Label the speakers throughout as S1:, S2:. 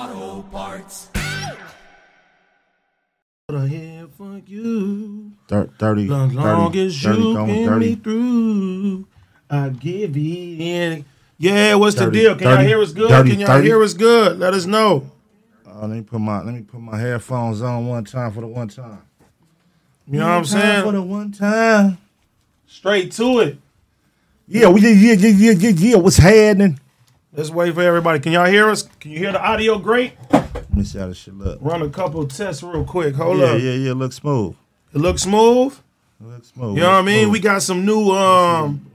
S1: O'Reilly! Auto Parts!
S2: What I had for you.
S3: Thir- 30,
S2: As long
S3: 30,
S2: as
S3: 30,
S2: you
S3: going
S2: get
S3: 30.
S2: me through, I give in. Yeah, what's the deal? Can y'all
S3: 30,
S2: hear us good?
S3: 30,
S2: Can y'all
S3: 30.
S2: hear us good? Let us know.
S3: Uh, let me put my let me put my headphones on one time for the one time.
S2: You know what I'm
S3: For
S2: saying?
S3: the one time.
S2: Straight to it.
S3: Yeah, we yeah yeah yeah yeah yeah. yeah. What's happening?
S2: Let's wait for everybody. Can y'all hear us? Can you hear the audio great?
S3: Let me see how this shit look.
S2: Run a couple tests real quick. Hold
S3: yeah
S2: up.
S3: yeah yeah. Look smooth.
S2: It looks smooth.
S3: Look smooth.
S2: You know what I
S3: look
S2: mean?
S3: smooth.
S2: We got some new um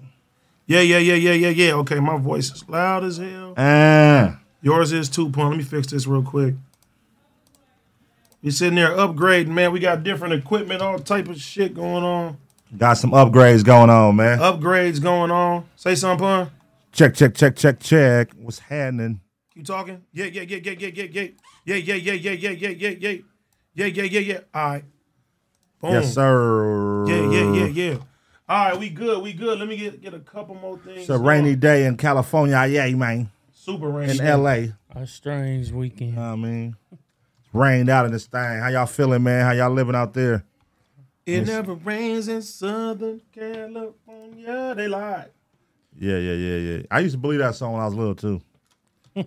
S2: Yeah, yeah, yeah, yeah, yeah, yeah. Okay, my voice is loud as hell.
S3: ah.
S2: Yours is two point. Let me fix this real quick. You sitting there upgrading, man. We got different equipment, all type of shit going on.
S3: Got some upgrades going on, man.
S2: Uh. Upgrades going on. Say something, pun.
S3: Check check check check check. What's happening?
S2: You talking? Yeah, yeah, yeah, yeah, yeah, yeah, yeah, yeah, yeah, yeah, yeah, yeah, yeah, yeah, yeah, yeah, yeah, yeah, yeah. All right. Boom.
S3: Yes sir.
S2: Yeah, yeah, yeah, yeah. All right, we good. We good. Let me get get a couple more things.
S3: It's a rainy day in California. Yeah, man.
S2: Super rainy.
S3: In L.A.
S4: A strange weekend.
S3: I mean, it's rained out in this thing. How y'all feeling, man? How y'all living out there?
S2: It never rains in Southern California. They lied.
S3: Yeah, yeah, yeah, yeah. I used to believe that song when I was little too.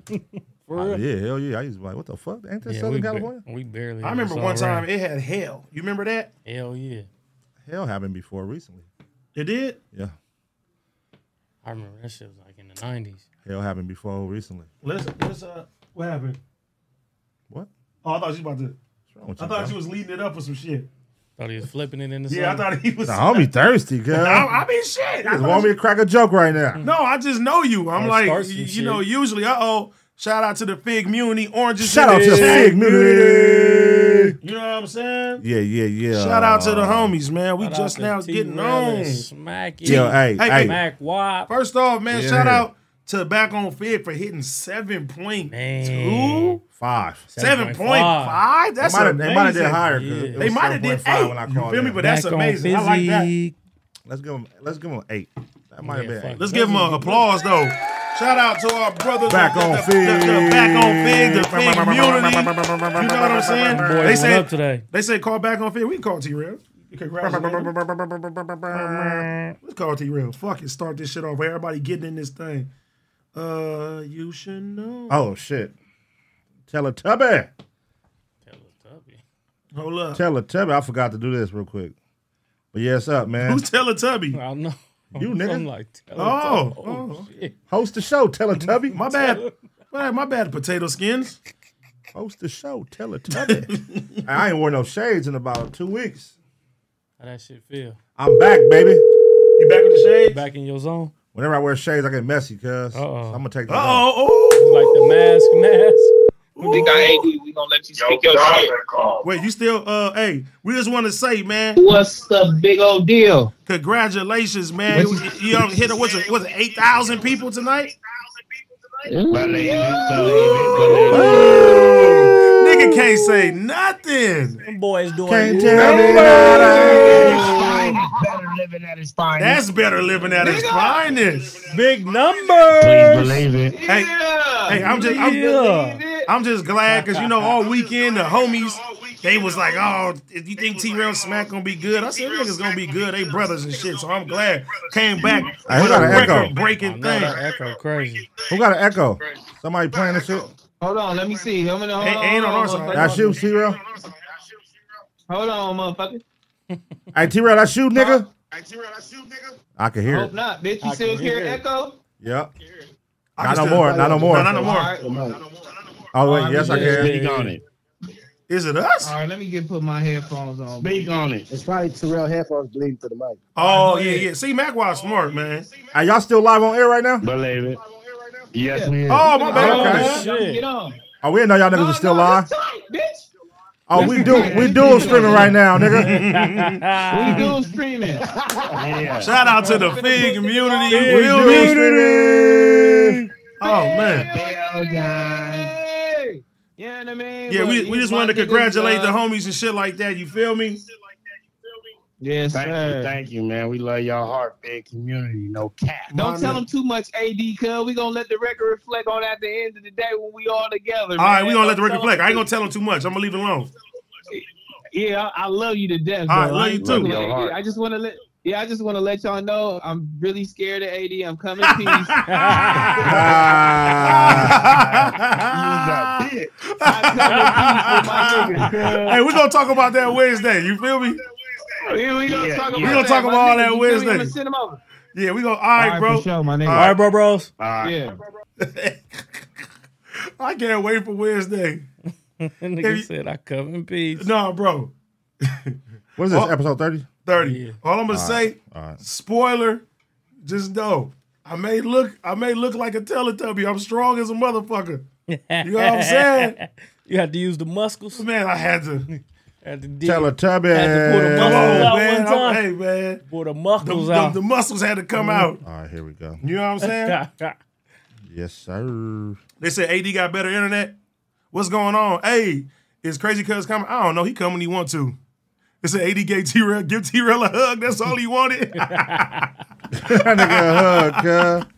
S4: For real?
S3: Yeah, hell yeah. I used to be like, what the fuck? Ain't that Southern
S4: we, ba-
S3: California?
S4: we barely.
S2: I
S4: ever
S2: remember
S4: saw
S2: one time
S4: rain.
S2: it had hell. You remember that?
S4: Hell yeah,
S3: Hell happened before recently.
S2: It did.
S3: Yeah,
S4: I remember that shit was like in the nineties.
S3: hell happened before recently.
S2: Let's let's uh what happened?
S3: What?
S2: Oh, I thought you was about to
S3: What's wrong with
S2: I
S3: you?
S2: thought
S3: bro?
S2: you was leading it up with some shit.
S4: Thought he was flipping it in the
S2: Yeah, I
S4: sun.
S2: thought he was
S3: Nah, homie thirsty, girl.
S2: I, I mean shit. I
S3: just
S2: thought
S3: want me
S2: you-
S3: to crack a joke right now.
S2: no, I just know you. I'm
S4: Or
S2: like
S4: start
S2: y-
S4: some
S2: you,
S4: shit.
S2: know, usually uh oh, shout out to the Fig Muni, oranges.
S3: Shout out
S2: in
S3: to
S2: the shack.
S3: Fig Muni.
S2: You know what I'm saying?
S3: Yeah, yeah, yeah. Uh,
S2: Shout out to the homies, man. We
S4: Shout
S2: just
S4: out to
S2: now
S4: T.
S2: getting
S4: Rell
S2: on.
S4: and Smack it.
S3: Yo, hey,
S2: Hey,
S3: hey.
S4: Mac Wop.
S2: First off, man,
S3: Yeah.
S2: shout out to back on Fig for hitting seven point two.
S4: Man.
S3: Five.
S2: Seven point five. That's
S3: they might have
S2: amazing.
S3: they might have did higher. 'cause
S4: Yeah.
S3: it
S2: They
S3: was
S2: might have did
S3: 7.5
S2: eight.
S3: when I
S2: you
S3: called
S2: feel me?
S3: in.
S2: But that's
S4: Back on
S2: amazing. I like that.
S4: physique.
S3: Let's give them. Let's give them eight. That might
S4: Yeah,
S3: have been.
S4: fuck
S3: Eight.
S2: Let's give them a applause though. Shout out to our brothers.
S3: Back
S2: the-
S3: on
S2: the-
S3: Fig.
S2: the- the Back on Fig. The Fig community. You know what I'm saying?
S4: Boy,
S2: they
S4: went up
S2: said
S4: today.
S2: they said call back on Fig. We can call T Rail. Congratulations. Let's call T Rail. Fuck it. Start this shit off. Everybody getting in this thing. Uh, you should know.
S3: Oh shit. Teletubby.
S4: Teletubby.
S2: Hold up.
S3: Teletubby. I forgot to do this real quick. But yeah, it's up, man.
S2: Who's Teletubby?
S4: I don't know.
S3: You nigga.
S4: I'm like, Teletubby.
S2: Oh, oh.
S4: shit.
S3: Host the show, Teletubby.
S2: My bad. My my bad. Potato skins.
S3: Host the show, Teletubby. I ain't worn no shades in about two weeks.
S4: How that shit feel?
S3: I'm back, baby.
S2: You back with the shades?
S4: Back in your zone?
S3: Whenever I wear shades, I get messy, cuz. So
S4: Uh-oh.
S3: I'm gonna take that. off.
S2: Oh,
S4: Like the mask, mask.
S5: Big I we we gonna let you speak your shit.
S2: Wait, you still? Uh, hey, we just want to say, man,
S5: What's the big old deal?
S2: congratulations, man. You, you know, hit a, what's it? Was it eight thousand people tonight? Nigga can't say nothing.
S4: Them boys doing
S3: Can't tell me that
S5: Better living at his finest.
S2: That's better living at its finest.
S4: big numbers.
S2: Hey, hey, I'm just, I'm,
S4: Yeah.
S2: I'm just glad because you know all weekend the homies. They was like, oh, if you think T-Rail Smack gonna be good, I said niggas gonna be good. They brothers and shit, so I'm glad came back with
S3: I got
S2: a
S3: an echo.
S2: record breaking
S4: No,
S2: thing.
S4: that echo crazy.
S3: Who got an echo? Somebody playing this shit?
S5: Hold on, let me see. Hold on, hold on,
S2: Ain't- ain't on our
S5: hold
S2: side.
S3: That's you, T Rail.
S5: Hold on, motherfucker.
S3: Hey, T Rail, that's you, nigga. I can hear
S5: Hope
S3: it.
S5: not, bitch. You
S4: I
S5: still
S4: can hear
S5: hear
S4: it.
S2: Echo?
S3: Yep.
S2: I can
S3: Not no
S2: still-
S3: more. Not no more.
S2: No, not no
S5: All
S2: more.
S5: right, all
S3: Oh wait, yes, I
S4: Yeah,
S3: can.
S4: yeah, yeah.
S2: Is it us?
S5: right. Let me get put my headphones on.
S6: Speak on it. It's probably Terrell headphones bleeding to the mic.
S2: Oh yeah, yeah. See, Macwild's smart, man.
S3: Are y'all still live on air right now?
S6: Believe it. Yes, we is.
S2: Oh my
S5: Get on,
S2: bad.
S3: Okay.
S5: man.
S4: shit.
S5: Get on.
S3: Oh, we didn't know y'all niggas was still
S5: No, no,
S3: live.
S5: it's tight, bitch.
S3: Oh, we do we dual streaming right now, nigga.
S5: We do streaming.
S2: Shout out to the Fig community. Really?
S3: Community.
S2: Oh man.
S5: Hell, guys. Yeah, I mean,
S2: Yeah,
S5: Look,
S2: we,
S5: you
S2: we just wanted to
S5: watching this,
S2: congratulate the
S5: uh,
S2: homies and shit like that. You feel me?
S5: Yes,
S6: Thank
S5: sir.
S6: you, thank you, man. We love y'all heart, big community, no cap.
S5: Don't tell them too much, AD, cuz. we going to let the record reflect on at the end of the day when we all together.
S2: All right, we gonna let the record play. I ain't gonna tell them too much. I'm gonna leave it alone.
S5: Yeah, I, I love you to death.
S2: All right,
S5: bro.
S2: love
S5: I
S2: you
S5: ain't
S2: too.
S5: fucking
S6: Love your
S5: with
S6: heart.
S5: AD. I just want to let. Yeah, I just want to let y'all know I'm really scared of AD. I'm coming in peace.
S2: hey,
S6: You got big.
S5: I'm coming in peace with my niggas, cuz.
S2: we're gonna talk about that Wednesday. You feel me?
S5: Yeah, we gonna
S6: Yeah, yeah.
S5: talk about
S6: We
S2: gonna
S5: that,
S2: talk
S5: my
S2: about all
S5: nigga.
S2: that
S5: You feel me?
S2: Wednesday.
S5: I'ma send 'em over.
S2: Yeah, we gonna. All right, bro.
S5: my nigga.
S3: All right, bro, bros.
S6: All right.
S5: Yeah.
S2: I can't wait for Wednesday.
S4: And
S2: Have
S4: nigga
S2: you-
S4: said I come in peace.
S2: No, bro.
S3: What is this?
S2: Oh.
S3: Episode thirty.
S2: Thirty.
S4: Yeah.
S2: All I'm gonna
S3: All
S2: say,
S3: right. All right.
S2: spoiler, just know I may look, I may look like a Teletubby. I'm strong as a motherfucker. You know what I'm saying?
S4: You had to use the muscles.
S2: Man, I had to.
S4: Had to dig-
S3: Teletubby.
S2: Come on,
S4: Out
S2: man.
S4: one
S2: I'm-
S4: time.
S2: hey, man.
S4: Pull the
S2: The,
S4: muscles
S2: the,
S4: out.
S2: the muscles had to come out.
S3: All right, here we go.
S2: You know what I'm saying?
S3: Yes, sir.
S2: They said AD got better internet. What's going on? Hey, is Crazy Cuz coming? I don't know. He come when he want to. They said AD gave T-Rail, give T-Rail a hug. That's all he wanted.
S3: That nigga a hug, cuz.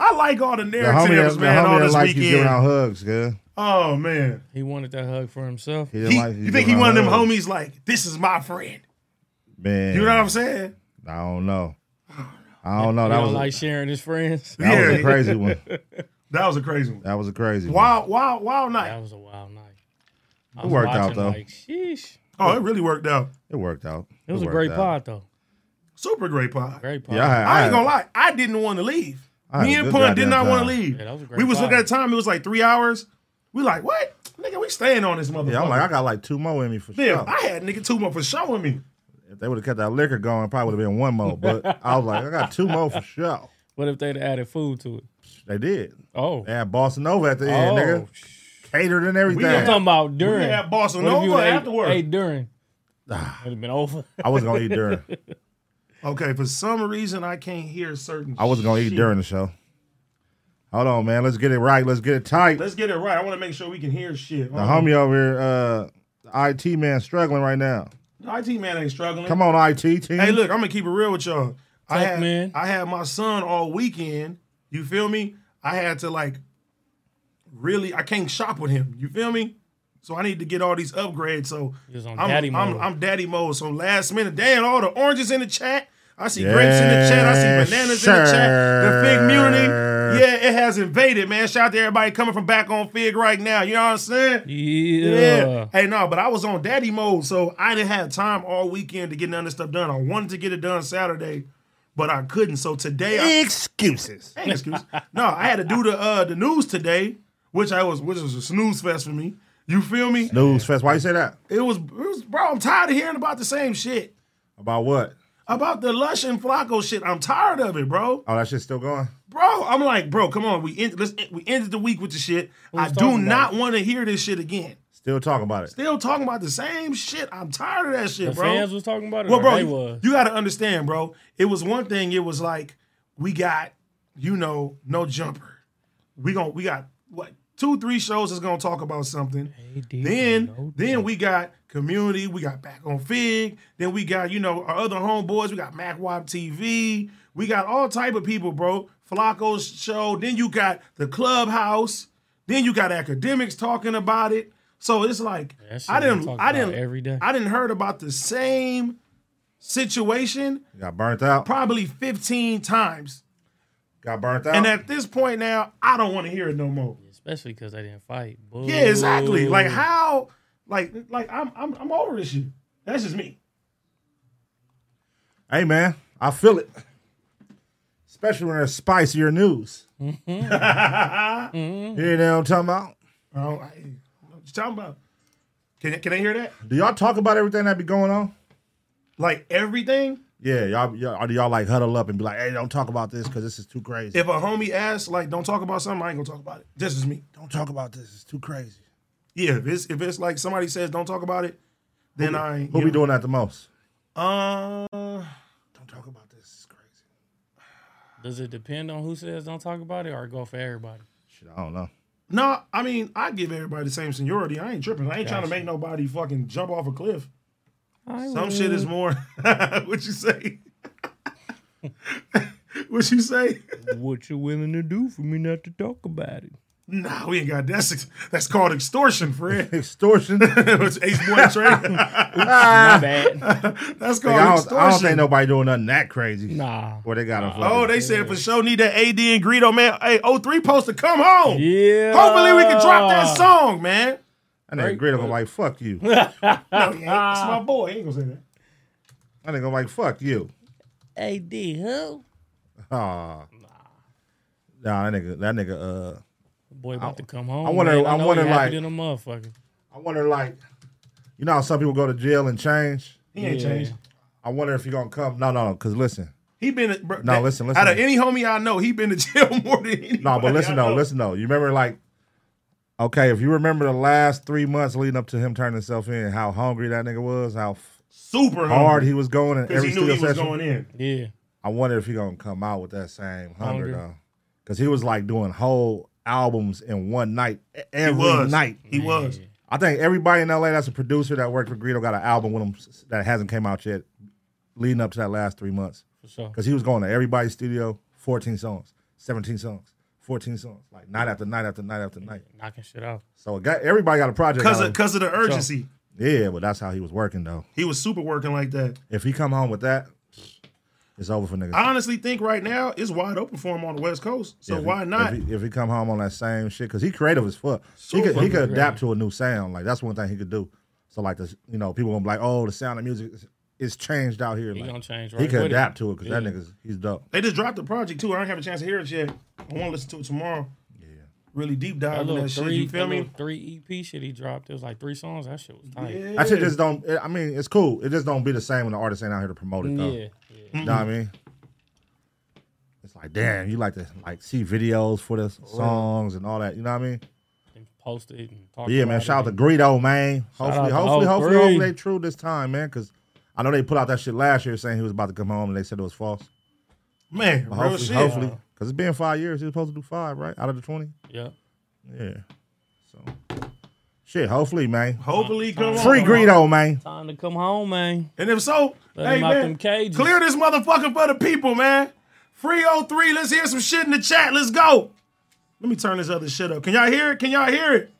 S2: I like all the
S3: The homie,
S2: narratives,
S3: that- the
S2: man, all
S3: homie that
S2: this
S3: like you giving
S2: weekend.
S3: out hugs, cuz.
S2: Oh, man.
S4: he wanted that hug for himself.
S3: He didn't
S2: He,
S3: like
S2: you think he
S3: giving
S2: one of
S3: out
S2: them
S3: hugs.
S2: homies like, this is my friend.
S3: Man,
S2: You know what I'm saying?
S3: I don't know. I don't know.
S4: He
S3: That
S4: don't
S3: was a-
S4: like sharing his friends.
S3: that was
S2: Yeah.
S3: a crazy one.
S2: That was a crazy one.
S3: That was a crazy one.
S2: Wild, wild, wild
S4: That
S2: night.
S4: was a wild night. I
S3: It worked out,
S4: watching,
S3: though.
S4: Like, sheesh.
S2: Oh, it really worked out.
S3: It worked out.
S4: It was a
S3: worked
S4: great
S3: out.
S4: pod though.
S2: Super great pod.
S4: Great pod.
S3: Yeah, I, had-
S2: I
S3: had-
S2: ain't gonna lie. I didn't want to leave.
S3: I had
S2: Me
S3: a
S2: and
S3: good
S2: Pun did
S3: goddamn
S2: not want to
S3: time.
S2: leave.
S4: Yeah, that was a great
S2: we was looking
S4: vibe.
S2: at the time. It was like three hours. We like, what? Nigga, we staying on this motherfucker.
S3: Yeah, I'm like, I got like two more in me for
S2: Damn,
S3: sure.
S2: I had nigga two more for showing me.
S3: If they would have kept that liquor going, it probably would have been one more. But I was like, I got two more for sure.
S4: What if they'd added food to it?
S3: They did.
S4: Oh,
S3: They had Boston over at the
S4: oh.
S3: end, nigga. Catered and everything.
S4: I'm talking about
S2: We
S4: during.
S2: had Boston
S4: What if you
S2: over
S4: ate-
S2: afterwards.
S4: Ate during. It'd have been over.
S3: I was gonna eat during.
S2: Okay, for some reason I can't hear certain.
S3: I was gonna eat
S2: shit.
S3: during the show. Hold on, man. Let's get it right. Let's get it tight.
S2: Let's get it right. I want to make sure we can hear shit.
S3: the homie over here, uh, the IT man, struggling right now.
S2: The IT man ain't struggling.
S3: Come on, IT team.
S2: Hey, look, I'm gonna keep it real with y'all. I
S4: Tech
S2: had
S4: man.
S2: I had my son all weekend. You feel me? I had to like really. I can't shop with him. You feel me? So I need to get all these upgrades. So
S4: He was on
S2: I'm,
S4: daddy
S2: I'm,
S4: mode.
S2: I'm daddy mode. So last minute, damn, all the oranges in the chat. I see grapes in the chat. I
S3: Yes,
S2: see bananas in the chat. The fig
S3: sir.
S2: community, yeah, it has invaded, man. Shout out to everybody coming from back on fig right now. You know what I'm saying?
S4: yeah.
S2: Yeah. Hey, no, but I was on daddy mode, so I didn't have time all weekend to get none of this stuff done. I wanted to get it done Saturday, but I couldn't. So today, I,
S3: Excuses.
S2: ain't excuse. No, I had to do the uh the news today, which I was which was a snooze fest for me. You feel me?
S3: News fest. Why you say that?
S2: It was, it was bro. I'm tired of hearing about the same shit
S3: About what?
S2: about the Lush and Flacco shit. I'm tired of it, bro.
S3: Oh, that shit's still going.
S2: Bro, I'm like, bro, come on. We end, let's we ended the week with the shit. I do
S4: talking
S2: not
S4: about
S2: want to hear this shit again.
S3: Still talking about it.
S2: Still talking about the same shit. I'm tired of that shit,
S4: The
S2: bro.
S4: fans was talking about it.
S2: Well,
S4: or
S2: bro,
S4: they
S2: you-
S4: was.
S2: you got to understand, bro. It was one thing. It was like we got, you know, no jumper. We gon' we got what two, three shows is gonna talk about something. Then, then we got community. We got back on Fig. Then we got you know our other homeboys. We got MacWap TV. We got all type of people, bro. Flacco's show. Then you got the clubhouse. Then you got academics talking about it. So it's like
S4: That shit
S2: I
S4: they
S2: didn't,
S4: talk
S2: I
S4: about
S2: didn't,
S4: every day.
S2: I didn't heard about the same situation
S3: Got burnt out.
S2: probably 15 times.
S3: Got burnt out.
S2: And at this point now, I don't want to hear it no more.
S4: Especially because they didn't fight. Boo.
S2: Yeah, exactly. Like how like like I'm I'm I'm over this shit. That's just me.
S3: hey, man, I feel it. Especially when there's spicier news.
S2: Mm-hmm.
S3: You know what I'm talking about?
S2: I don't, I, what you talking about? Can can I hear that?
S3: Do y'all talk about everything that be going on?
S2: Like everything?
S3: Yeah, y'all, y'all or do y'all like huddle up and be like, hey, don't talk about this because this is too crazy.
S2: If a homie asks like don't talk about something, I ain't gonna talk about it. This is me.
S3: don't talk about this, it's too crazy.
S2: Yeah, if it's if it's like somebody says don't talk about it, then I ain't,
S3: Who
S2: you
S3: be
S2: know.
S3: doing that the most?
S2: Uh, don't talk about this. It's crazy.
S4: Does it depend on who says don't talk about it or go for everybody?
S3: Shit, I don't know.
S2: No, I mean I give everybody the same seniority. I ain't tripping. I ain't trying to
S4: Gotcha.
S2: make nobody fucking jump off a cliff. Some shit is more. what you say? what you say?
S4: what you're willing to do for me not to talk about it.
S2: Nah, we ain't got that. That's, that's called extortion, Fred.
S3: Extortion.
S2: It's H boy trade. Ah.
S4: My bad.
S2: That's
S3: Nigga,
S2: called
S3: I, don't,
S2: extortion.
S3: I don't think nobody doing nothing that crazy.
S4: Nah.
S3: Where they got him from?
S2: Oh, they said for sure need that AD and Greedo, man. Hey, 03 post to come home.
S4: Yeah.
S2: Hopefully we can drop that song, man.
S3: that nigga Greedo gonna like fuck you.
S2: No, he ain't. That's my boy. He ain't gonna say that.
S3: That nigga gonna like fuck you.
S4: AD, who?
S3: Aw. Nah, that nigga. That nigga. Uh,
S4: Boy, about to come home.
S3: I wonder-
S4: Man.
S3: I
S4: know
S3: wonder,
S4: he happy
S3: like-
S4: than a motherfucker.
S3: I wonder, like, you know how some people go to jail and change.
S2: He ain't
S4: Yeah.
S2: changed.
S3: I wonder if he gonna come. No, no, no. Cause listen,
S2: He been bro,
S3: No, listen, listen.
S2: Out of any homie I know, he been to jail more than anybody.
S3: no, but listen
S2: I
S3: though,
S2: know.
S3: listen though. You remember like, okay, if you remember the last three months leading up to him turning himself in, how hungry that nigga was, how f-
S2: Super
S3: hard he was going in
S2: because
S3: every
S2: he knew he
S3: studio
S2: was
S3: session.
S2: going in.
S4: Yeah.
S3: I wonder if he gonna come out with that same hunger
S4: Hunger.
S3: though, because he was like doing whole albums in one night e- every
S2: he was
S3: night.
S2: He was.
S3: I think everybody in LA that's a producer that worked for Greedo got an album with him s- that hasn't came out yet, leading up to that last three months.
S4: For sure.
S3: Because he was going to everybody's studio, 14 songs, 17 songs, 14 songs, like night after night after night after night.
S4: Knocking shit out.
S3: So it got, everybody got a project.
S2: Because
S3: out
S2: of,
S3: of-
S2: cause of the urgency.
S3: yeah, but that's how he was working though.
S2: He was super working like that.
S3: If he come home with that, it's over for niggas.
S2: I honestly think right now it's wide open for him on the West Coast. So
S3: If he-
S2: why not?
S3: If he, if he come home on that same shit, because he creative as fuck. He could, he could adapt to a new sound. Like that's one thing he could do. So like the you know people gonna be like, oh, the sound of music is, is changed out here.
S4: He
S3: Like,
S4: gonna change right
S3: he could
S4: with
S3: adapt to it because that
S4: Yeah.
S3: nigga's he's dope.
S2: they just dropped the project too. I don't have a chance to hear it yet. I want to listen to it tomorrow. Really deep dive
S4: That
S2: in
S4: little
S2: that shit.
S4: three,
S2: You feel
S4: that
S2: me?
S4: little three EP shit he dropped. It was like three songs. That shit was tight.
S2: Yeah.
S3: That shit just don't. I mean, it's cool. It just don't be the same when the artist ain't out here to promote it though.
S4: Yeah.
S2: Mm.
S4: yeah.
S3: You know what I mean? It's like, damn, you like to like see videos for the songs and all that. You know what I mean?
S4: And post it and talk.
S3: But yeah, man.
S4: about
S3: Shout out
S4: it.
S3: to Greedo, man.
S4: Shout
S3: Hopefully,
S4: out to
S3: hopefully,
S4: O
S3: hopefully,
S4: three.
S3: hopefully they true this time, man. Because I know they put out that shit last year saying he was about to come home, and they said it was false.
S2: Man,
S3: But
S2: real
S3: hopefully,
S2: shit.
S3: hopefully, because it's been five years. He was supposed to do five, right? Out of the twenty.
S4: Yeah.
S3: Yeah. So, shit. Hopefully, man.
S2: Hopefully, he come
S3: Free
S2: on.
S3: Greedo, man.
S4: Time to come home, man.
S2: And if so,
S4: Let
S2: hey
S4: him out
S2: man,
S4: them cages.
S2: clear this motherfucker for the people, man. Free 03, let's hear some shit in the chat. Let's go. Let me turn this other shit up. Can y'all hear it? Can y'all hear it?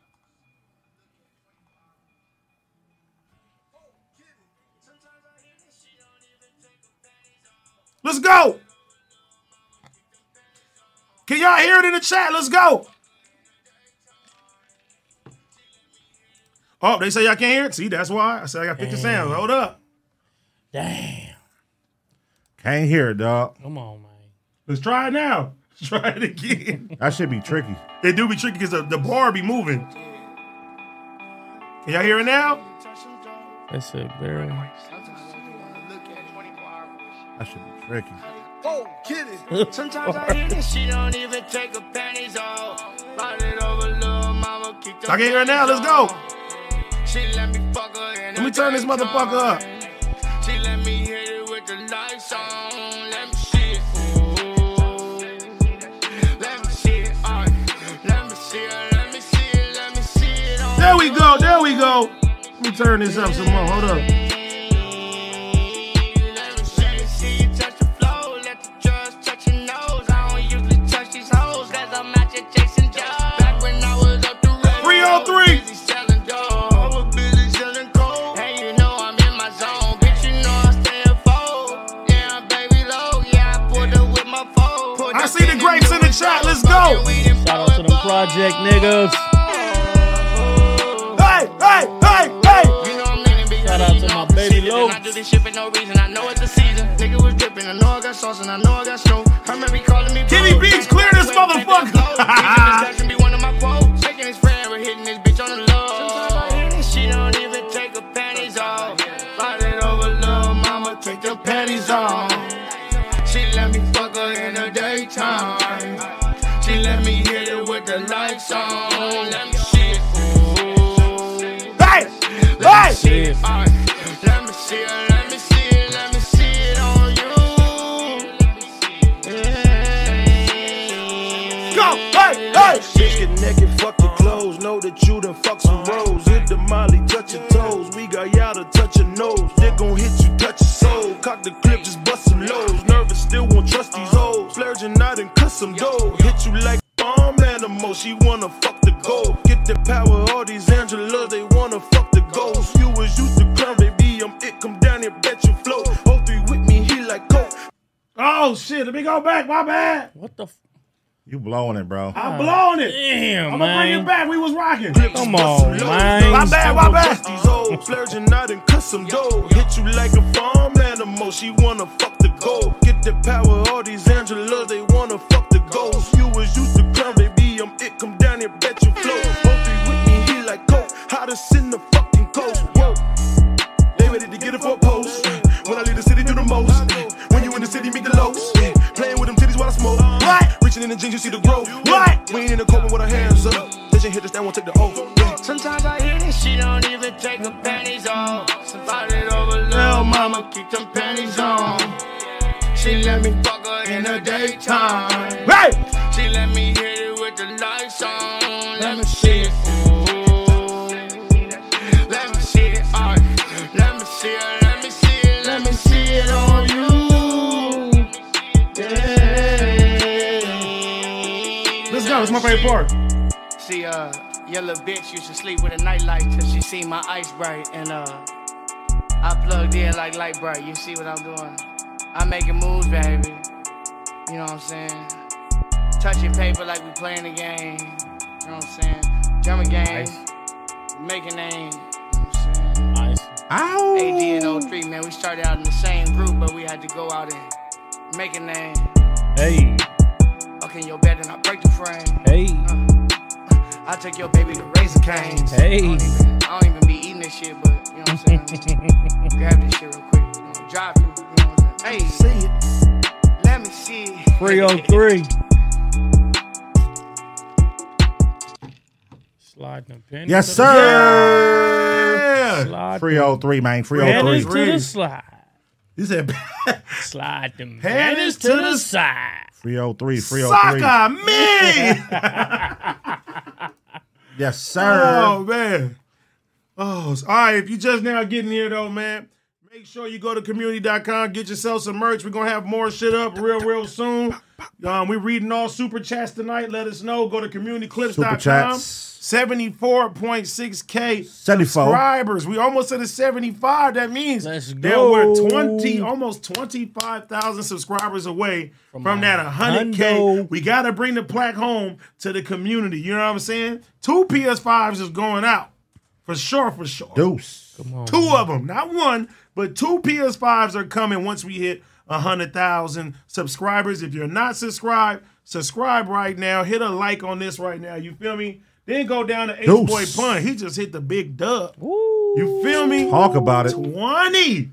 S2: Let's go. Can y'all hear it in the chat? Let's go. Oh, they say y'all can't hear it. See, that's why I said I got 50 sounds. Hold up.
S4: Damn.
S3: Can't hear it, dog.
S4: Come on, man.
S2: Let's try it now. Let's try it again.
S3: That should be tricky.
S2: it do be tricky because the, the bar be moving. Can y'all hear it now?
S4: That's it, barely.
S3: That should be tricky.
S7: Sometimes I hear this, she don't even take her panties off. Ride it over, little mama, kick the
S2: I can hear it now. Let's go.
S7: She let me fuck her in
S2: Let me turn this motherfucker up.
S7: She let me hit it with the lights on. Let me see it. Ooh. Let me see it. All right. Let me see it. Let me see it. Let me see it. on
S2: There we go. There we go. Let me turn this up some more. Hold up.
S7: Let me see it. See it touch the floor. Let the drugs touch your nose. I don't usually touch these hoes. Cause I'm out here chasing jobs. Back when I was up the road.
S2: 303.
S7: busy selling dope. I was busy selling coke. And you know I'm in my zone. Bitch, you know I stay afloat. Yeah, I'm baby low. Yeah, I pulled up with my phone. Pulled
S2: I
S7: up
S2: see the
S7: in
S2: grapes in the chat. Let's go.
S4: Shout out to them project niggas.
S2: Hey, hey, hey, hey.
S7: You know I'm leaning big.
S4: Shout out to my baby
S7: Low. I do this shit for no reason. I know it's the season. Nigga was dripping. I know I got sauce and I know I got snow. Her memory calling me.
S2: Kenny
S7: bro.
S2: Beats, clear this
S7: Way back in the
S2: motherfucker.
S7: flow. Thinking this guy can be one of my foes. Shaking his friend, we're hitting this bitch on the low. Sometimes I hear this, She don't even take her panties off. Slide it over, little mama, take the panties off. She let me fuck her in the daytime. She let me hit it with the lights on. Let me see it. Ooh.
S2: Oh shit, let me go back. My bad.
S4: What the? F-
S3: You blowing it, bro.
S2: I'm blowing it.
S4: Damn,
S2: I'm gonna bring it
S4: man.
S2: back. We was rocking.
S4: Come on, man.
S2: My bad, my bad.
S7: these old flirting out and cut some dough. Hit you like a farm animal, she wanna fuck the gold. Get the power, all these Angelas, they wanna fuck the ghost. You was used to clown, baby, I'm it, come down here, bet you flow. Hope you with me, he like coke, hottest in the fucking coast. Whoa, they ready to get it for a post. When I leave the city, do the most. When you in the city, meet the lows. Playing with them titties while I smoke. What? Reaching in the jeans, you see the growth. What? We ain't in the cold with our hands up. Listen, hit this, that won't take the oath.
S8: Sometimes I hear this, she don't even take her panties off. Sometimes it over little mama, keep them panties on. She let me fuck her in the daytime.
S2: Hey,
S8: She let me hit it with the lights on. Let me see it. Ooh. Let me see it. All right. Let me see it. Let me see it. Let me see it on you. Yeah.
S2: let's go. That's my favorite part.
S8: See, uh, yellow bitch used to sleep with a nightlight till she seen my ice bright, and uh, I plugged in like light bright. You see what I'm doing? I'm making moves, baby. You know what I'm saying? Touching paper like we playing a game. You know what I'm saying? Drumming game, making name. You know what I'm saying?
S4: Nice.
S8: AD and 03, man, we started out in the same group, but we had to go out and make a name.
S4: Hey,
S8: Fuck in your bed and I break the frame.
S4: hey,
S8: Uh, I take your baby to Razor Canes.
S4: Hey.
S8: I don't, even, I don't even be eating this shit, but you know what I'm saying? Grab this shit real quick. You know, drive through. You know what I'm saying? Hey, see it. Let me see it.
S4: 303. Slide the penny.
S3: Yes,
S4: to The
S3: sir.
S4: slide
S3: Three
S4: the
S3: oh three, man. Three oh
S4: pennies
S3: three.
S4: to
S2: three.
S4: the slide.
S2: You said
S4: Slide them
S2: Pennies
S4: pennies
S2: to
S4: to
S2: the
S4: the side.
S3: Three oh three. Three oh
S2: Saka me.
S3: three. Yes, sir.
S2: Oh man. Oh, it's- all right. If you just now getting here though, man, make sure you go to community.com, get yourself some merch. We're gonna have more shit up real, real soon. Um, we're reading all super chats tonight. Let us know. Go to
S3: Super
S2: communityclips.com.
S3: chats.
S2: 74.6k
S3: 74.
S2: subscribers. We almost at a 75. That means
S4: Let's
S2: that we're
S4: go.
S2: 20, almost 25,000 subscribers away from, that 100k.
S4: hundo.
S2: We got to bring the plaque home to the community. You know what I'm saying? Two PS5s is going out for sure, for sure.
S3: Deuce.
S2: Two of them, not one, but two PS5s are coming once we hit 100,000 subscribers. If you're not subscribed, subscribe right now. Hit a like on this right now. You feel me? Then go down to H Boy
S3: Deuce.
S2: Pun. He just hit the big dub. You feel me?
S3: Talk about it.
S2: 20,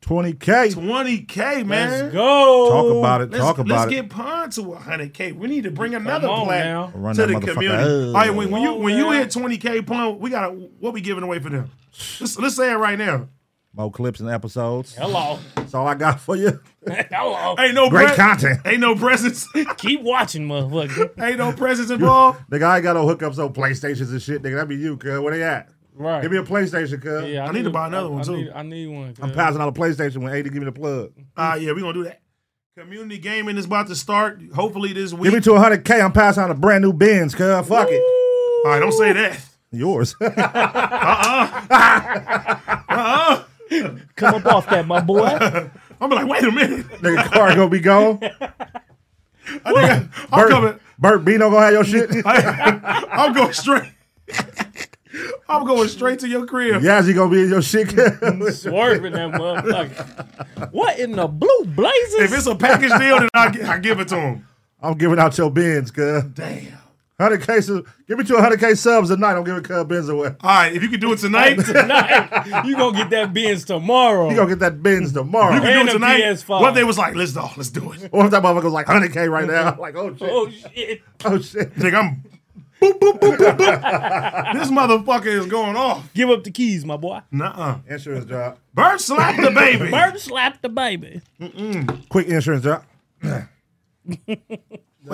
S3: Twenty K.
S2: 20K, man.
S4: Let's go.
S3: Talk about it.
S2: Let's,
S3: Talk
S2: let's
S3: about it.
S2: get Pun to 100K. We need to bring another
S4: on
S2: plaque
S4: now.
S3: Run
S2: to
S3: that
S2: the
S3: motherfucker
S2: community. All
S3: up.
S2: right, when, when you
S4: Come on
S2: when you
S4: now.
S2: hit 20K Pun, we got to what we giving away for them? Let's, let's say it right now.
S3: More clips and episodes.
S4: Hello.
S3: That's all I got for you.
S4: Hello.
S2: Ain't no
S3: Great
S2: bre-
S3: content.
S2: Ain't no presents.
S4: Keep watching, motherfucker.
S2: Ain't no presents involved.
S3: Nigga, I ain't got no hookups on PlayStations and shit. Nigga, that be you, cuz. Where they at?
S4: Right.
S3: Give me a PlayStation, cuz.
S4: yeah,
S2: I need to buy another
S4: I-
S2: one,
S4: I
S2: too.
S4: Need, I need one.
S3: I'm passing out a PlayStation when AD give me the plug.
S2: Ah, yeah, we gonna do that. Community gaming is about to start. Hopefully this week.
S3: Give me to 100K. I'm passing out a brand new Benz, cuz. Fuck it.
S2: All right, don't say that.
S3: Yours.
S4: Come up off that, my boy.
S2: I'm like, wait a minute.
S3: Nigga, car gonna be gone.
S2: I think I, I'm coming.
S3: Bert, Bert Bino gonna have your shit.
S2: I'm going straight. I'm going straight to your crib.
S3: Yazzie gonna be in your shit, cuz.
S4: Swerving that motherfucker. What in the blue blazes?
S2: If it's a package deal, then I, gi- I give it to him.
S3: I'm giving out your Benz, cuz.
S2: Damn.
S3: 100K, su- give me to 100K subs tonight. I'm giving cuz Benz away.
S2: All right, if you can do it tonight, you
S4: Nah, you gonna get that Benz tomorrow.
S3: You gonna get that Benz tomorrow.
S2: can do
S4: And
S2: it
S4: a
S2: tonight.
S4: PS5.
S2: What if they was like, let's oh, let's do it.
S3: What if that motherfucker was like 100K right now? Like, oh shit.
S4: oh shit!
S3: Oh shit.
S2: Think I'm boop boop boop boop boop. this motherfucker is going off.
S4: Give up the keys, my boy.
S2: Nuh-uh.
S3: Insurance drop.
S2: Bird slapped the baby.
S4: Bird slapped the baby.
S3: Quick insurance drop.
S2: Wait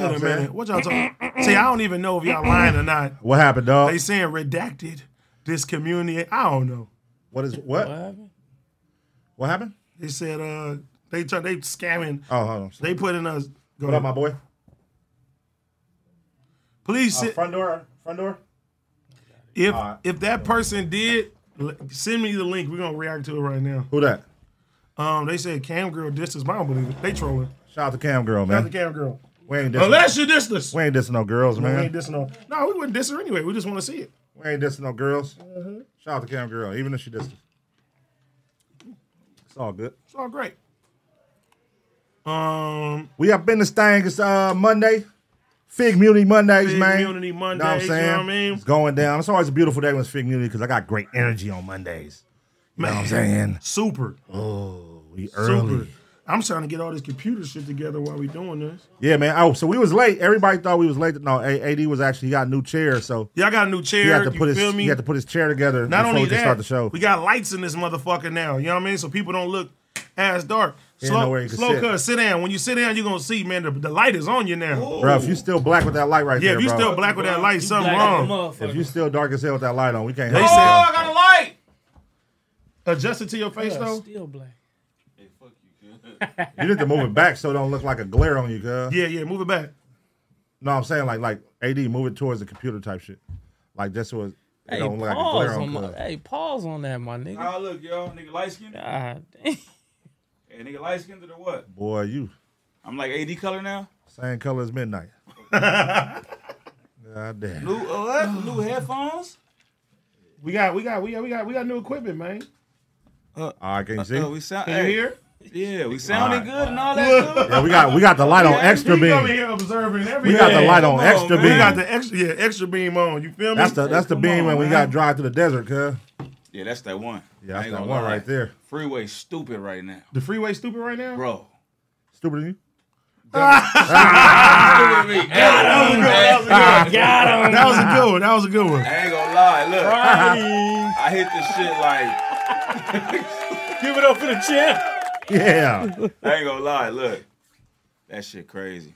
S2: a minute. What y'all talking? See, I don't even know if y'all lying or not.
S3: What happened, dog?
S2: They saying redacted this community. I don't know.
S3: What is what?
S4: happened?
S3: What happened?
S2: They said uh they try they scamming.
S3: Oh, hold on.
S2: They put in a go
S3: What
S2: ahead.
S3: up, my boy?
S2: Please
S3: Uh,
S2: sit,
S3: front door. Front door.
S2: if
S3: alright.
S2: if that person did l- send me the link. We're gonna react to it right now.
S3: Who that?
S2: Um they said cam girl distance. I don't believe it. They trolling.
S3: Shout out to Cam Girl,
S2: Not the
S3: man.
S2: cam girl.
S3: We ain't dissing,
S2: Unless you diss this.
S3: we ain't dissing no girls,
S2: We ain't
S3: man.
S2: dissing no. No, we wouldn't diss her anyway. We just want to see it.
S3: We ain't dissing no girls. Shout out to Cam Girl, even if she dissed us. It's all good.
S2: It's all great. Um,
S3: We up in this thing. It's uh, Monday. Fig Mutiny Mondays,
S2: Fig
S3: man.
S2: Mutiny
S3: know what I'm
S2: Mondays, you know
S3: saying?
S2: what I mean?
S3: It's going down. It's always a beautiful day when it's Fig Mutiny because I got great energy on Mondays. You know what I'm saying?
S2: super,
S3: Oh, we
S2: super.
S3: early.
S2: I'm trying to get all this computer shit together while we doing this.
S3: Yeah, man. Oh, so we was late. Everybody thought we was late. No, A- AD was actually he got a new chair, so
S2: Y'all got a new chair.
S3: he had to
S2: you
S3: put his
S2: feel me?
S3: he had to put his chair together
S2: Not
S3: before
S2: only
S3: we could
S2: that,
S3: start the show.
S2: we got lights in this motherfucker now. You know what I mean? So people don't look ass dark.
S3: Yeah,
S2: slow,
S3: know where you can
S2: slow,
S3: sit.
S2: cuz sit down. When you sit down, you're gonna see, man. The, the light is on you now.
S3: bro, if you still black with that light right
S2: yeah,
S3: there,
S2: if you
S3: bro.
S2: still black with that light,
S4: Oh. You
S2: something
S4: black as a
S2: wrong.
S4: motherfucker.
S3: if you still dark as hell with that light on, we can't.
S2: They
S3: help
S2: said-
S3: you.
S2: Oh,
S1: I got a light.
S2: Adjust it to your face
S4: Yeah,
S2: though.
S4: still black.
S3: You need to move it back so it don't look like a glare on you, girl.
S2: Yeah, yeah, move it back.
S3: No, I'm saying like like AD, move it towards the computer type shit. Like that's what it
S4: Hey,
S3: don't look like a
S4: pause
S3: glare
S4: on
S3: on.
S4: my,
S3: cuz.
S4: hey, pause on that, my nigga.
S1: Ah, look, y'all, nigga light skinned.
S4: God damn.
S1: Hey, nigga light skinned or what?
S3: Boy, you
S1: I'm like AD color now.
S3: same color as midnight. God damn.
S1: New uh, what? New headphones.
S2: We got, we got, we got, we got, we got new equipment, man.
S3: All right, can you see?
S1: Uh, we sound.
S2: Can you
S1: hey,
S2: hear?
S1: Yeah, we sounding
S3: Alright.
S1: good and all that. good.
S3: Yeah, we got we got the light on extra
S2: He come in
S3: beam.
S2: here observing everything.
S3: We got the light on
S1: Come on,
S3: extra
S1: man.
S2: We got
S3: beam.
S2: the extra, yeah, extra beam on. You feel me?
S3: That's the that's the
S1: Come
S3: beam
S1: on,
S3: when we
S1: man.
S3: got drive to the desert, cuz.
S1: Yeah, that's that one.
S3: Yeah,
S1: I
S3: that's
S1: ain't
S3: that
S1: gonna
S3: one
S1: lie.
S3: right there.
S1: Freeway stupid right now,
S2: the freeway stupid right now.
S1: bro.
S3: Stupid than you.
S1: Look at me. Hey,
S4: Got him.
S2: That was a good one. That was a good one.
S1: I ain't gonna lie. Look, I hit this shit like
S4: Give it up for the champ.
S3: Yeah.
S1: I ain't gonna lie. Look, that shit crazy.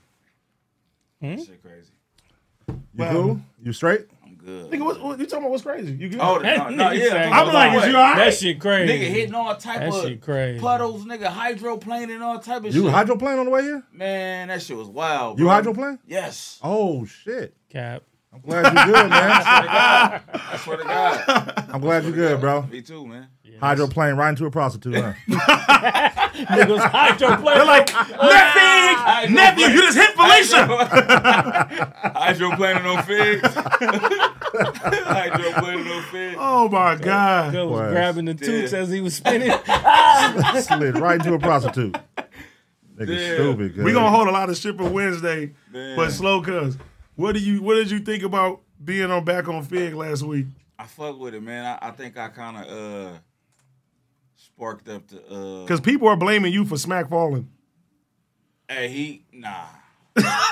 S1: That shit crazy.
S3: You cool? You straight?
S1: I'm good.
S2: Nigga, what, what you talking about? What's crazy? You good?
S1: oh, no,
S4: That
S1: no,
S4: nigga
S1: yeah.
S4: said-
S1: I'm
S2: I'm like,
S1: like,
S2: is you
S1: what?
S2: all
S4: That
S2: right?
S4: shit crazy.
S1: Nigga hitting all type
S4: That
S1: of
S4: shit crazy.
S1: puddles, nigga hydroplaning, all type of
S3: You
S1: shit.
S3: hydroplane on the way here?
S1: Man, that shit was wild.
S3: You
S1: bro.
S3: hydroplane?
S1: Yes.
S3: Oh shit.
S4: Cap.
S3: I'm glad you good, man.
S1: I swear to God.
S3: I'm glad you good, bro.
S1: Me too, man.
S3: Hydroplane right into a prostitute, huh?
S4: Niggas hydroplane.
S2: They're like, nephew, nephew, you just hit Felicia.
S1: Hydroplaning on figs. Hydroplaning on figs.
S2: Oh my god.
S4: Bill
S3: Word.
S4: was grabbing the toots
S1: Yeah.
S4: as he was spinning.
S3: Slid right into a prostitute. Nigga
S1: Yeah.
S3: stupid, cuz.
S2: We gonna hold a lot of shit for Wednesday,
S1: Man.
S2: but slow cuz. What do you what did you think about being on back on Fig last week?
S1: I fuck with it, man. I, I think I kind of uh sparked up the uh.
S2: Cause people are blaming you for smack falling.
S1: Hey, he nah.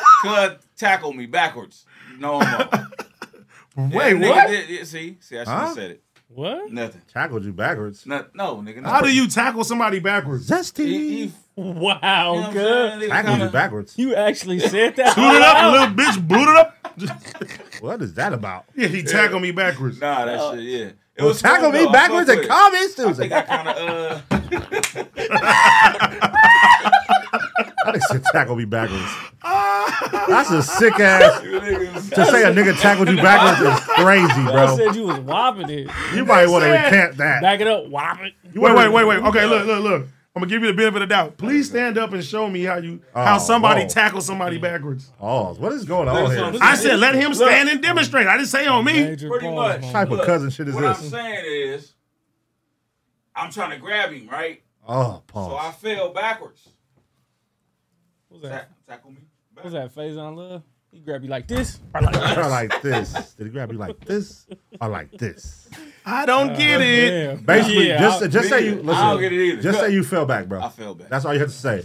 S1: Could tackle me backwards. No, no.
S2: Wait,
S1: nigga
S2: what?
S1: did- yeah, see, see, I should have
S3: Huh?
S1: said it.
S4: what?
S1: Nothing.
S3: Tackled you backwards.
S1: Not, no, nigga.
S2: How do you tackle somebody backwards?
S1: He,
S3: Zesty.
S1: he,
S4: Wow,
S1: you know what I'm saying?
S4: good.
S1: Nigga
S3: Tackled you
S1: kinda-
S3: backwards.
S4: You actually said that.
S2: Boot it up, little bitch, boot it up.
S3: What is that about?
S2: yeah, he tackled me backwards.
S1: Nah, that shit, yeah. It
S3: Well, tackle
S1: cool, though.
S3: me
S1: I
S3: backwards
S1: fuck
S3: and
S1: with it.
S3: comments too.
S1: I think I kind of uh.
S3: That nigga said tackle me backwards. That's a sick ass.
S1: you niggas-
S3: To say a nigga tackled you backwards is crazy,
S4: I
S3: bro.
S4: said you was whopping it.
S3: You might want to
S2: said-
S3: recant that.
S4: Back it up, whop it.
S3: You
S2: Wait, wait,
S3: wanna-
S2: wait, wait. Okay, look, look, look. I'm gonna give you the benefit of the doubt. Please stand up and show me how you how
S3: Oh,
S2: somebody
S3: whoa.
S2: tackles somebody backwards.
S3: Oh, what is going on
S1: Listen,
S3: here?
S1: listen.
S2: I said let him stand and demonstrate. I didn't say on me.
S4: Major
S1: Pretty
S4: pause,
S1: much.
S4: homie.
S3: Type of
S1: Look,
S3: cousin shit is
S1: What I'm
S3: this?
S1: saying is, I'm trying to grab him, right?
S3: Oh,
S1: So I
S3: pause.
S1: fell backwards.
S4: What was that?
S1: Tack- tackle me.
S4: What was
S1: Backwards.
S4: that? Phase on love. He grabbed you like this.
S3: Try like this. Did he grab you like this or like this?
S2: I don't get it.
S4: Damn.
S3: Basically,
S4: Yeah,
S3: just
S4: I-
S3: just say you
S1: I
S3: listen.
S1: don't get it either.
S3: Just say you fell back, bro.
S1: I fell back.
S3: That's all you have to say.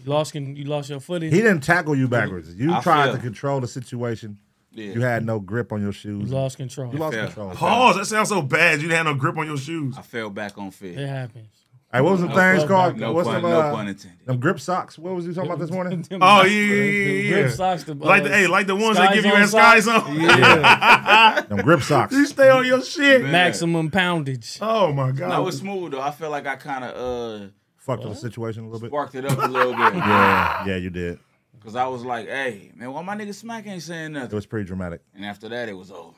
S4: you lost can you lost your footing.
S3: He didn't tackle you backwards. You
S1: I
S3: tried
S1: fell.
S3: to control the situation.
S1: Yeah.
S3: You had no grip on your shoes.
S4: You lost control.
S3: You lost
S1: fell.
S3: control.
S2: Pause. That sounds so bad. You didn't have no grip on your shoes.
S1: I fell back on fish.
S4: It happens.
S3: Hey, what was the things
S4: pun-
S3: called?
S1: No
S3: What's
S1: pun,
S3: the,
S1: no
S3: uh,
S1: pun intended.
S3: Them grip socks. What was you talking about this morning?
S4: Them
S2: Oh yeah,
S4: grip
S2: yeah, yeah, yeah.
S4: socks, the,
S2: Like the
S4: uh,
S2: hey, like the ones
S4: Sky
S2: they give you
S4: Zone
S2: in Sky
S4: socks?
S2: Zone.
S4: Yeah.
S3: Them grip socks.
S2: you stay on your shit.
S1: Man.
S4: Maximum poundage.
S2: Oh my god.
S1: That was smooth though. I feel like I kind of uh
S3: Fucked up the situation a little bit.
S1: sparked it up a little bit
S3: Yeah, yeah, you did.
S1: because I was like, "Hey, man, why my nigga Smack ain't saying
S3: It
S1: nothing?"
S3: was pretty dramatic.
S1: And after that, it was over.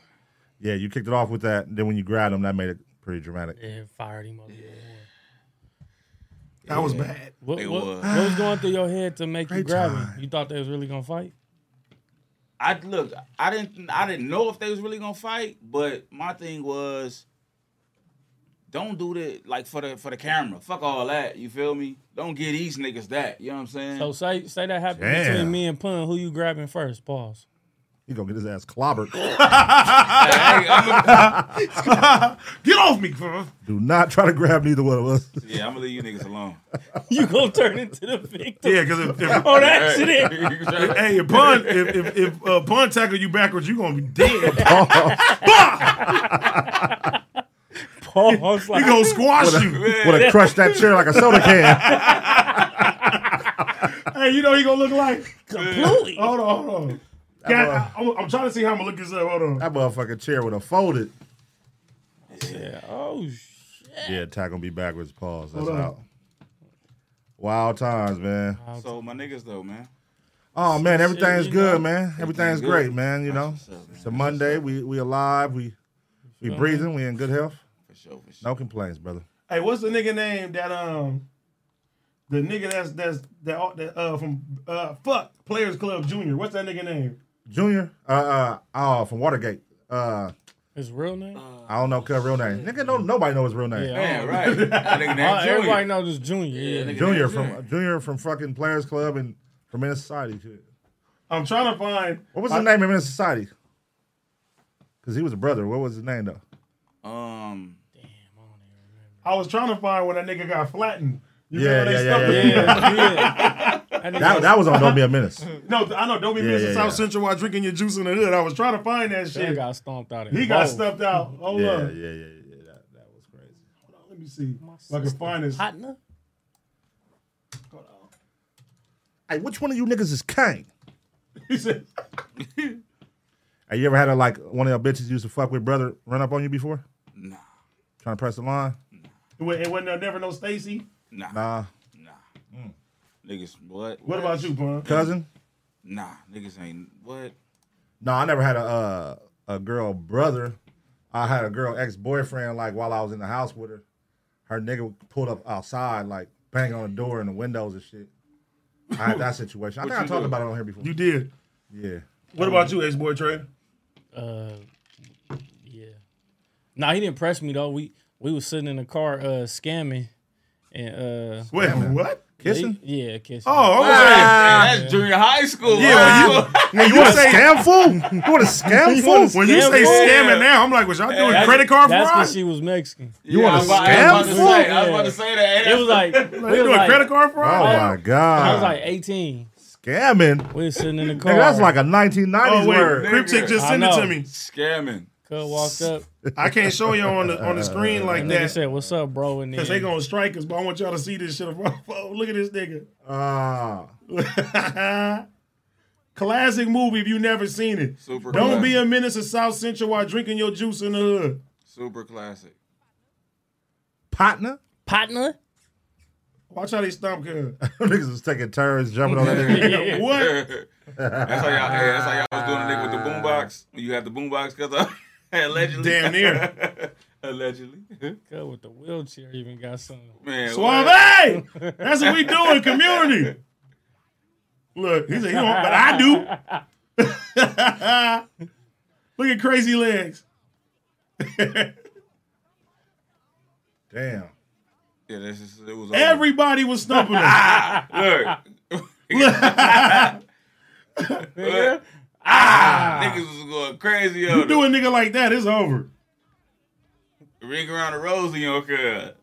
S3: Yeah, you kicked it off with that. Then when you grabbed him, that made it pretty dramatic.
S4: Yeah, fired him up.
S2: That was bad.
S4: What,
S1: It
S4: what,
S1: was.
S4: what was going through your head to make you
S2: Great
S4: grab
S2: time.
S4: him? You thought they was really gonna fight?
S1: I look, I didn't I didn't know if they was really gonna fight, but my thing was don't do that like for the for the camera. Fuck all that. You feel me? Don't get these niggas that. You know what I'm saying?
S4: So say say that happened
S3: Damn.
S4: between me and Pun. Who you grabbing first? Pause.
S3: He gonna get his ass clobbered.
S1: Hey, I'm-
S2: Get off me, bro.
S3: Do not try to grab neither one of us.
S1: yeah, I'm gonna leave you niggas alone.
S4: You gonna turn into the victim
S2: Yeah, because if, if
S4: on accident?
S2: hey, if pun if if, if uh, pun tackle you backwards, you gonna be dead.
S4: Pause.
S2: He
S4: Like,
S2: gonna squash you.
S3: Would have crushed that chair like a soda can.
S2: Hey, you know he gonna look like.
S4: completely.
S2: Hold on, hold on. God, I, I'm, I'm trying to see how I'm gonna look this up. Hold on.
S3: that motherfucking chair would have folded.
S4: Yeah. Oh shit.
S3: Yeah, tackle be backwards. Pause. That's
S2: Hold on.
S3: out. Wild times, man.
S1: so my niggas though, man.
S3: Oh man, everything's
S4: you
S3: good,
S4: know.
S3: man. Everything's
S1: good.
S3: great, man. You know,
S1: That's what's up, man.
S3: it's a Monday. We we alive. We we breathing. We in good health.
S1: For sure, for sure.
S3: No complaints, brother.
S2: Hey, what's the nigga name that um the nigga that's that's that, that uh from uh fuck Players Club Junior? What's that nigga name?
S3: Junior, uh, uh, oh, from Watergate. Uh,
S4: His real name?
S1: Uh,
S3: I don't know his real name. Nigga, no, nobody know his real name.
S4: yeah.
S1: Man, right. That nigga
S4: Oh,
S1: named Junior.
S4: everybody knows this Junior. Yeah.
S1: nigga
S3: Junior
S1: named
S3: from Junior from fucking Players Club and from Men's Society. Shit.
S2: I'm trying to find.
S3: What was the name of Men's Society? Because he was a brother. What was his name though?
S1: Um
S2: I was trying to find when that nigga got flattened. You
S3: Yeah,
S2: remember they
S3: yeah,
S2: stuck
S3: yeah,
S2: the-
S3: yeah,
S4: yeah. yeah. That nigga-
S3: That, that was on Don't Be a Menace.
S2: No, I know. Don't be
S3: Yeah,
S2: missing
S3: yeah,
S2: South
S3: yeah.
S2: Central while drinking your juice in the hood. I was trying to find that
S4: that
S2: shit.
S4: got stomped out. in
S2: he got
S4: both.
S2: stuffed out. Hold
S3: Yeah, yeah,
S2: up.
S3: yeah, yeah. That, that was crazy.
S2: Let me see. If I can find this.
S4: Hotna?
S3: Hey, which one of you niggas is Kane?
S2: He said,
S3: Hey, you ever had a, like one of your bitches you used to fuck with brother run up on you before?
S1: nah.
S3: Trying to press the line?
S2: it wa- it wasn't there never no Stacy.
S1: Nah.
S3: Nah.
S1: Nah. Niggas what?
S2: Mm. What about you, pun?
S3: Cousin?
S1: Nah, niggas ain't what?
S3: No, I never had a uh, a girl brother. I had a girl ex boyfriend. Like while I was in the house with her, her nigga pulled up outside, like banging on the door and the windows and shit. I had that situation. I think I
S1: you
S3: talked
S1: do?
S3: about it on here before.
S2: You did.
S3: yeah,
S2: What about you, ex boy Trey?
S4: Uh, yeah. Nah, he didn't press me though. We we was sitting in the car uh scamming and uh
S2: Wait, what?
S3: kissing.
S4: they- yeah, kissing.
S2: Oh, okay.
S1: Hey, that's junior high school.
S2: Yeah,
S1: Wow.
S2: well,
S3: Nigga, Ah! you want a scam fool? You want a scam fool?
S2: When you say
S4: Scam boy.
S2: scamming now, I'm like, was y'all doing
S4: That's-
S2: credit card
S4: That's
S2: fraud?
S4: because she was Mexican.
S1: You
S3: want
S1: I
S3: a
S1: was about to
S3: scam?
S1: say, I was about to say that.
S4: It was like we
S2: They
S4: was
S2: doing
S4: like,
S2: credit card
S3: Oh
S2: fraud?
S3: my
S4: I was
S3: god,
S4: like 18.
S3: scamming.
S4: We was sitting in the car.
S3: Nigga, that's like a 1990s
S2: Oh, wait,
S3: word.
S2: Crip Chick just
S4: I
S2: sent it
S4: know.
S2: to me.
S1: scamming.
S4: Cuz walked up.
S2: I can't show you on the on the screen like
S4: Nigga
S2: that
S4: said, "What's up, bro?" And then
S2: because they gonna strike us. But I want y'all to see this shit. Oh, Look at this nigga.
S3: Ah,
S2: Classic movie if you never seen it.
S1: Super
S2: Don't
S1: classic.
S2: be a menace to South Central while drinking your juice in the hood.
S1: Super classic.
S3: partner.
S4: partner.
S2: Watch how they stomp her.
S3: Niggas was taking turns jumping on that nigga.
S2: what?
S1: that's how y'all. Hey, that's how y'all was doing the nigga with the boombox. When you had the boombox, cause I, allegedly.
S2: Damn near.
S1: allegedly.
S4: Cuz with the wheelchair even got something.
S1: Man. what?
S2: Suave! That's what we do in community. Look, he said he don't, but I do. Look at crazy legs.
S3: Damn.
S1: Yeah, this is. It was.
S2: Everybody was stumping him.
S1: over. Look. Look. ah, niggas was going crazy
S2: You
S1: over
S2: do a nigga like that, it's over.
S1: it. Ring around the rosy on cuz.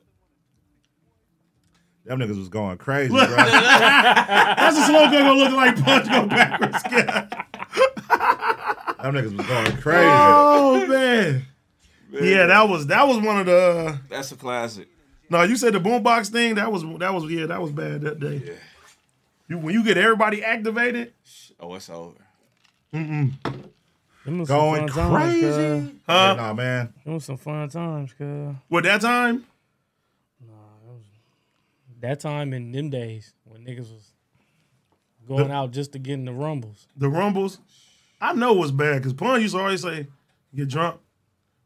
S3: Them niggas was going crazy, bro.
S2: That's a slow gun gonna look like punch go backwards.
S3: Them niggas was going crazy.
S2: Oh man. Yeah, that was that was one of the. Uh,
S1: That's a classic.
S2: no, you said the boombox thing. That was that was yeah, that was bad that day. You when you get everybody activated,
S1: Oh, it's over.
S4: Them was
S3: going
S4: some fun times, cuz.
S3: crazy.
S2: Huh?
S3: Yeah, nah, man.
S4: Them was some fun times, cuz.
S2: well, that time
S4: That time in them days when niggas was going out just to get in the rumbles.
S2: the rumbles, I know was bad because Pun used to always say, "Get drunk,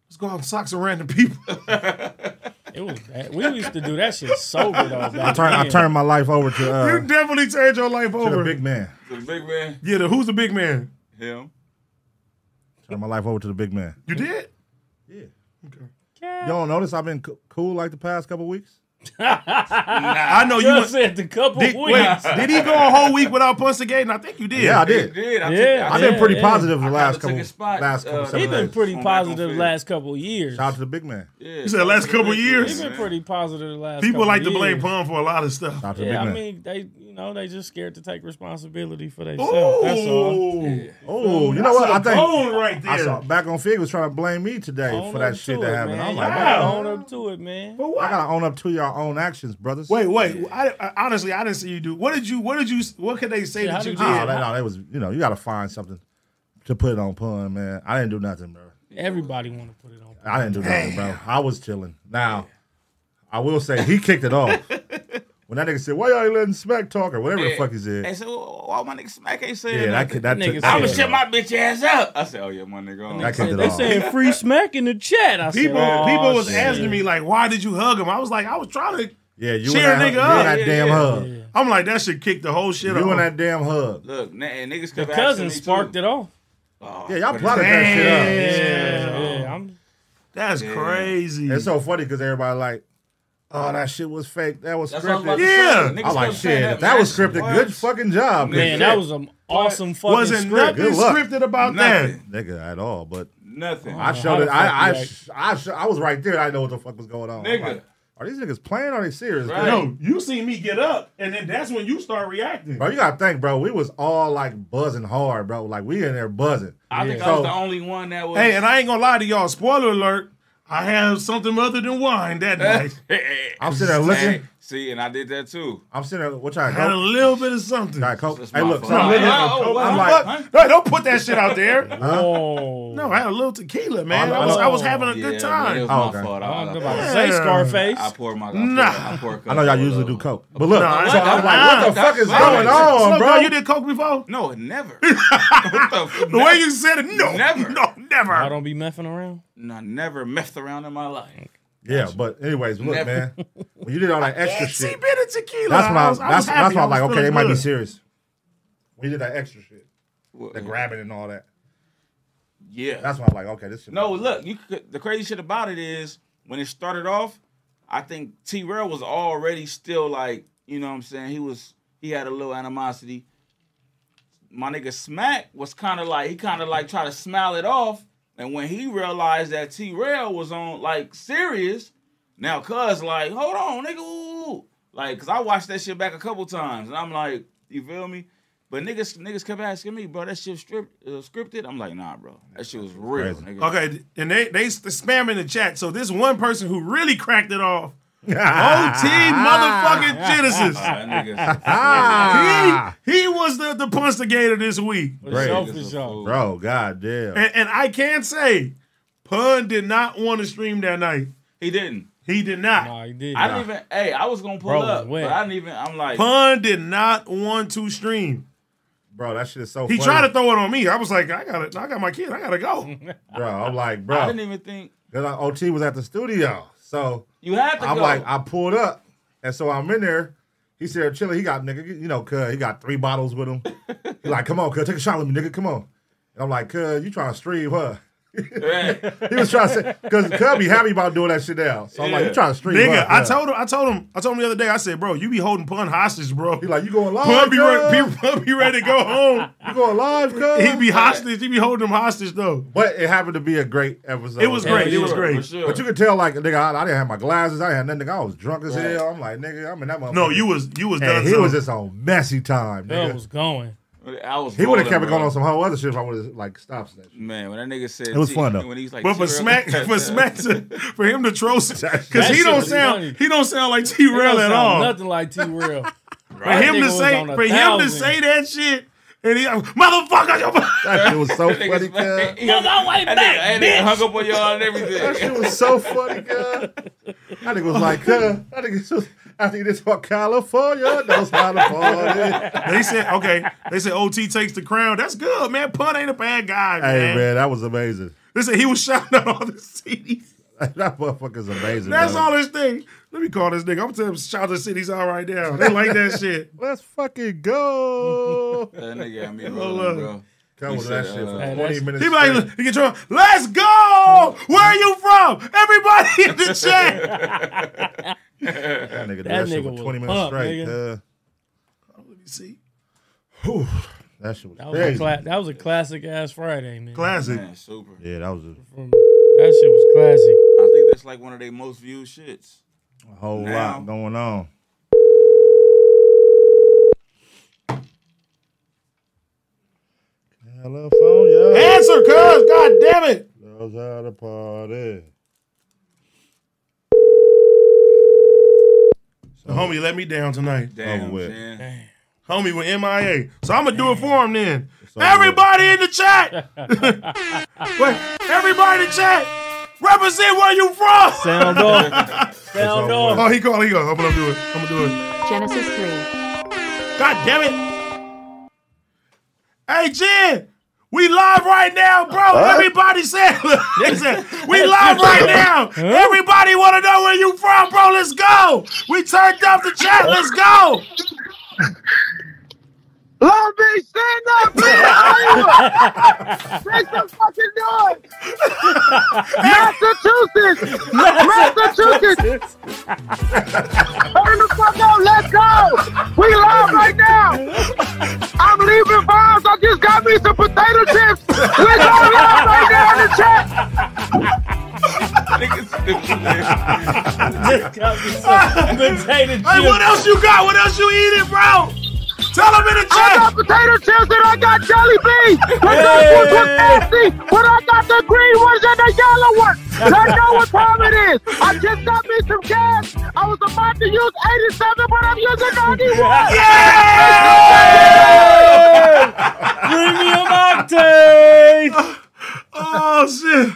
S2: let's go out and sock some random people."
S4: It was bad. We used to do that shit sober though.
S3: I turned I turned my life over to uh,
S2: you definitely turned your life
S3: to the
S2: over.
S3: big man.
S1: The big man,
S2: yeah, the, who's the big man?
S1: him.
S3: Turned my life over to the big man.
S2: You did?
S3: Yeah.
S2: Okay.
S3: You don't notice I've been co- cool like the past couple weeks.
S2: I know you.
S4: You
S2: Went,
S4: said the couple
S2: did, wait,
S4: weeks.
S2: did he go a whole week without punstigating? I think you did.
S3: Yeah, I
S1: He
S3: did.
S1: did. I
S4: Yeah,
S1: took, I
S3: I've
S1: took-
S3: been pretty
S4: yeah.
S3: positive
S1: I
S3: the last
S1: kinda took
S3: couple
S1: his spot,
S3: last couple
S1: uh,
S3: seven
S4: He been
S3: days.
S4: pretty
S1: On back on
S4: positive
S1: field.
S4: last couple years.
S3: Shout out to the big man.
S1: Yeah,
S2: You said last couple years?
S4: He been pretty positive the last.
S2: People
S4: couple
S2: like to
S4: years.
S2: blame Plum for a lot of stuff.
S3: Shout out to the
S4: Yeah,
S3: big
S4: I
S3: man.
S4: mean they, you know, they just scared to take responsibility for themselves. That's all.
S2: Oh,
S3: oh, you know what? I
S2: That's a
S3: think
S2: bone right
S3: I
S2: there.
S3: saw back on Fig was trying to blame me today
S4: Own
S3: for
S4: up
S3: that shit
S4: to
S3: that
S4: it,
S3: happened.
S4: man.
S3: I'm like,
S4: Y'all
S3: wow.
S4: gotta own up to it, man.
S2: But
S3: I
S2: why?
S3: gotta own up to your own actions, brothers.
S2: Wait, wait. I, I, honestly, I didn't see you do. What did you? What did you? What could they say
S4: Yeah,
S2: that you
S4: how
S2: did?
S4: did you-
S3: No, that, no, that was you know you gotta find something to put it on pun, man. I didn't do nothing, bro.
S4: Everybody want to put it on.
S3: I didn't do nothing, bro. I was chilling. Now, I will say he kicked it off when that nigga said, "Why y'all ain't letting smack talk or whatever the
S1: Yeah.
S3: fuck he said."
S1: Hey, so why my nigga Smack ain't saying
S3: yeah, that
S1: nothing?
S3: could that
S4: Nigga
S3: took,
S4: said-
S3: that
S1: I'ma
S4: Yeah.
S3: took it
S1: shut
S3: off.
S1: my bitch ass up. I said, oh yeah, my nigga.
S3: That
S1: on.
S3: kicked it
S4: They
S3: off.
S4: saying free smack in the chat. I said,
S2: People,
S4: "Aw,
S2: people was
S4: shit."
S2: asking me like, "Why did you hug him?" I was like, "I was trying to."
S3: Yeah, you
S2: Cheer
S3: and that,
S2: nigga
S3: you
S2: up.
S3: and that
S1: Yeah,
S3: damn
S1: yeah.
S3: hug.
S4: Yeah.
S2: I'm like, "That should kick the whole shit
S3: You
S2: off."
S3: and that damn hug.
S1: Look, na- and niggas
S4: The
S1: could
S4: cousin sparked it off.
S3: Yeah, y'all plotted that shit up.
S2: Damn.
S4: Yeah, I'm
S2: That's
S1: Yeah.
S2: crazy.
S3: It's so funny because everybody like, oh, that shit was fake. That was
S1: That's what I'm about
S3: scripted.
S1: to say.
S2: Yeah.
S1: Niggas
S3: I'm like,
S1: kept saying
S3: shit, if that was
S1: man.
S3: scripted, good
S1: What?
S3: fucking job.
S4: man.
S3: good
S4: That
S3: shit.
S4: was an awesome fucking
S2: Wasn't
S4: script.
S2: nothing
S3: Good luck.
S2: scripted about
S1: Nothing.
S3: nigga at all. But
S1: Nothing.
S3: I
S4: how
S3: showed
S4: the
S3: it. I I,
S4: fuck you
S3: sh- I, sh- I was right there. I didn't know what the fuck was going on. I'm
S1: Nigga.
S3: like, are these niggas playing? Are they serious?
S2: that.
S1: Right.
S2: No, you see me get up, and then that's when you start reacting.
S3: Bro, you gotta think, bro. We was all like buzzing hard, bro. Like we in there buzzing.
S1: I think I
S3: So-
S1: was the only one that was.
S2: Hey, and I ain't gonna lie to y'all. Spoiler alert: I have something other than wine that night.
S3: I'm sitting there looking.
S1: Hey, see, and I did that too.
S3: I'm sitting there. What y'all
S2: I had a
S3: got?
S2: little bit of something.
S3: Got coke.
S1: That's
S3: Hey,
S1: my
S3: look.
S1: fault.
S3: So I'm
S1: Nah,
S3: looking.
S1: nah, oh,
S3: I'm
S1: what
S3: like,
S1: the fuck?
S2: No, don't put that shit out there.
S4: Oh,
S2: No, I had a little tequila, man.
S3: I
S2: I was, I was
S4: know.
S2: having a
S1: Yeah,
S2: good
S1: man, it
S2: time.
S1: was
S3: Oh,
S1: my
S3: okay.
S1: fault.
S4: I'm
S1: I,
S4: about to
S1: I,
S4: say
S2: Yeah.
S4: Scarface.
S1: I poured my. I
S2: Nah.
S1: poured- I, poured
S3: I know y'all
S1: coke.
S3: usually do coke, but look.
S2: Nah,
S3: so I'm like, what the
S1: I-
S3: fuck is
S1: I-
S3: going
S1: I-
S3: on,
S2: Slow
S3: bro?
S2: down, you did coke before?
S1: No, never. what the, fuck?
S2: The way you said it, no,
S1: Never.
S2: no, never.
S4: I don't be meffing around.
S1: No, never messed around in my life.
S3: Yeah, but anyways, look,
S1: Never.
S3: man. When you did all that extra
S2: She
S3: shit,
S2: been a tequila.
S3: that's when
S2: I
S3: I,
S2: was, I was
S3: that's, that's
S2: happy.
S3: when
S2: I
S3: I'm like,
S2: was
S3: okay, they
S2: feeling
S3: might be
S2: good.
S3: serious. When you did that extra shit,
S1: What-
S3: the grabbing and all that.
S1: Yeah.
S3: That's when I'm like, okay, this shit.
S1: no, look. You could, the crazy shit about it is when it started off, I think T. Rail was already still like, you know what I'm saying? He was he had a little animosity. My nigga Smack was kind of like he kind of like try to smile it off, and when he realized that T. Rail was on like serious, now Cuz like, hold on, nigga, ooh, ooh. like, cause I watched that shit back a couple times, and I'm like, you feel me? But niggas, niggas kept asking me, bro, that shit strip, uh, scripted. I'm like, nah, bro, that shit was real,
S3: Crazy.
S1: nigga.
S2: Okay, and they they s- spam in the chat. So this one person who really cracked it off, OT motherfucking Genesis.
S1: That nigga-
S3: Ah,
S2: He he was the the punstigator this week,
S4: For
S3: Great.
S4: sure,
S1: This
S4: for
S1: is a
S4: sure.
S1: fool.
S3: bro, goddamn.
S2: and, and I can say, Pun did not want to stream that night.
S1: He didn't.
S2: He did not.
S4: Nah, he did.
S1: I didn't even. Hey, I was gonna pull
S4: Bro was
S1: up,
S4: wet.
S1: but I didn't even. I'm like,
S2: Pun did not want to stream.
S3: Bro, that shit is so.
S2: He
S3: funny.
S2: tried to throw it on me. I was like, I got to I got my kid. I gotta go.
S3: Bro, I'm like,
S1: I
S3: bro.
S1: didn't even think
S3: Then I, OT was at the studio, so
S1: you had to
S3: I'm
S1: go.
S3: like, I pulled up, and so I'm in there. He said, chilling. He got nigga, you know, cuz he got three bottles with him. He like, come on, cuz take a shot with me, nigga, come on. And I'm like, cuz you trying to stream, huh?
S1: Yeah.
S3: He was trying to say, cuz cuz be happy about doing that shit now. So I'm like, you
S1: Yeah.
S3: trying to stream,
S2: Nigga,
S3: huh,
S2: I
S3: cuz?"
S2: told him. I told him. I told him the other day. I said, bro, you be holding Pun hostage, bro.
S3: He like, you going
S4: Oh
S3: live?
S2: Pun be,
S3: cuz?
S2: re- be, Pun be ready to go home.
S3: you going live, cuz?
S2: He be hostage. He be holding him hostage though.
S3: But it happened to be a great episode.
S2: It was
S4: Yeah,
S2: great.
S4: for
S2: It was
S4: sure,
S2: great.
S1: For sure.
S3: But you could tell, like, nigga, I, I didn't have my glasses. I had nothing. Nigga, I was drunk as hell. I'm like, nigga, I'm in that motherfucker.
S2: No, you was you was done.
S3: And he
S2: so.
S3: was just on messy time,
S4: Bell
S3: nigga.
S4: was going.
S1: I was.
S3: He would have
S1: rolling,
S3: kept it
S1: bro.
S3: going on some whole other shit if I would have like stopped that. Shit.
S1: Man, when that nigga said
S3: It was
S1: T-
S3: fun, though.
S1: When he's like,
S2: but
S1: T-Rail-
S2: for Smack, for Smack, to, for him to troll, because
S4: That
S2: he
S4: shit
S2: don't
S4: was funny.
S2: sound he don't sound like T
S4: It
S2: Rail at
S4: don't sound
S2: all.
S4: Nothing like T. Real.
S2: For him
S4: nigga
S2: to
S4: was
S2: say
S4: on a
S2: for him to
S4: thousand.
S2: say that shit, and he motherfucker, yo,
S3: That shit was so
S1: That nigga
S3: funny,
S1: Smack-
S3: cuz.
S1: he hung-
S4: my way
S1: that nigga- that nigga hung up on y'all and
S3: That
S1: everything.
S3: shit was so funny, cuz. That nigga was like, cuz. That nigga just, after he just fuck California, knows how to party.
S2: they said okay. They said OT takes the crown. That's good, man. Pun ain't a bad guy,
S3: Hey,
S2: man.
S3: man, that was amazing.
S2: Listen, he was shouting out all the CDs.
S3: that motherfucker's amazing.
S2: That's
S3: bro.
S2: all this thing. Let me call this nigga. I'm telling him shout out to cities all right now. They like that shit.
S3: Let's fucking go.
S1: That nigga got me
S2: Hold
S1: rolling,
S2: up.
S1: bro.
S3: Come
S1: He
S3: with
S1: said,
S3: that shit
S1: uh,
S3: for 20
S4: Hey, that's-
S3: minutes.
S2: He be like,
S3: straight.
S2: he get drunk. Let's go. Where are you from? Everybody in the chat.
S3: that nigga, did
S4: That
S3: that shit
S4: nigga
S3: for
S4: was
S3: 20 minutes
S4: pumped,
S3: straight.
S4: nigga.
S3: Uh,
S2: Let me see.
S3: that shit was
S4: That was, a
S3: crazy.
S4: cla- that was a classic ass Friday, man.
S2: Classic.
S1: Man, super.
S3: Yeah, that was a
S4: From- that shit was classic.
S1: I think that's like one of their most viewed shits.
S3: whole
S1: Now-
S3: lot going on. California.
S2: Answer, cuz. God damn it.
S3: Those are the party.
S2: The homie let me down tonight.
S1: Damn,
S3: Over with.
S1: man.
S2: Homie with MIA. So I'm gonna do it for him then.
S3: over
S2: Everybody in the chat. Wait, everybody in the chat. Represent where you from.
S4: Sound off. Sound
S3: over
S4: off.
S2: Oh, he called. He called. I'm gonna do it. I'm gonna do it.
S9: Genesis 3.
S2: God damn it. Hey, Jen. We live right now, bro. Everybody said, they said, we live right now. Everybody want to know where you from, bro. Let's go. We turned up the chat. Let's go.
S5: Long Beach, stand up, man. How you? Make some fucking noise. Massachusetts. Massachusetts. Turn the fuck up. Let's go. We live right now. I'm leaving vibes. I just got me some potato chips. We're going live right now in the chat.
S1: Nigga stupid.
S4: Just got me some potato chips.
S2: Hey, what else you got? What else you eating, bro? Tell him in the
S5: I
S2: chat.
S5: got potato chips and I got jelly beans. The red ones were nasty, but I got the green ones and the yellow ones. Let know what time it is. I just got me some gas. I was about to use 87, but I'm using 91.
S4: Premium octane.
S2: Oh shit!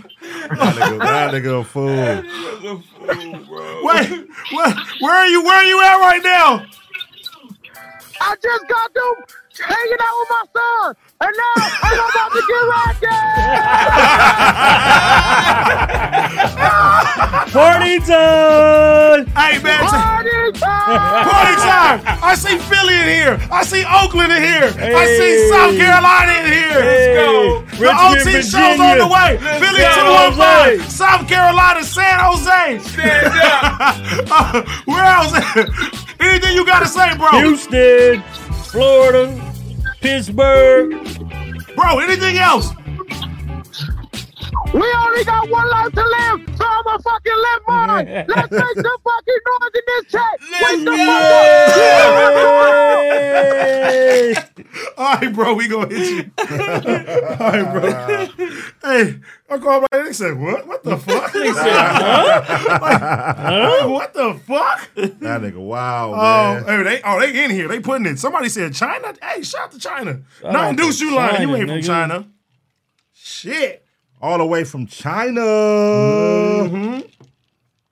S3: That nigga, that nigga a fool.
S1: Nigga's a fool, bro.
S2: Wait, what? Where are you? Where are you at right now?
S5: I just got them hanging out with my son. And now I'm about to get right there.
S4: Party time.
S2: Hey man, it's
S5: Party time.
S2: party time! I see Philly in here. I see Oakland in here. I see
S4: Hey.
S2: South Carolina in here.
S4: Hey.
S2: Let's go. The OT
S4: Richmond,
S2: show's on
S4: Virginia.
S2: the way.
S4: Let's
S2: Philly
S4: go.
S2: two one five. South Carolina, San Jose.
S1: Stand up.
S2: Uh, where else? Anything you gotta say, bro?
S4: Houston, Florida, Pittsburgh.
S2: Bro, anything else?
S5: We only got one life to live, so I'ma fucking live mine. Let's make some fucking noise in this chat. Wake the fuck up.
S4: Yay!
S2: All right, bro, we gonna hit you. All right, bro. hey, I called my. They said, "What? What the fuck?" they said, "What the fuck?"
S3: That nigga wow,
S2: Oh,
S3: man.
S2: hey, they oh they in here. They putting it. Somebody said China. Hey, shout out to China.
S4: out
S2: Not deuce
S4: to
S2: you lying. You
S4: China,
S2: ain't from
S4: nigga.
S2: China. Shit.
S3: All the way from China.
S2: Mm-hmm.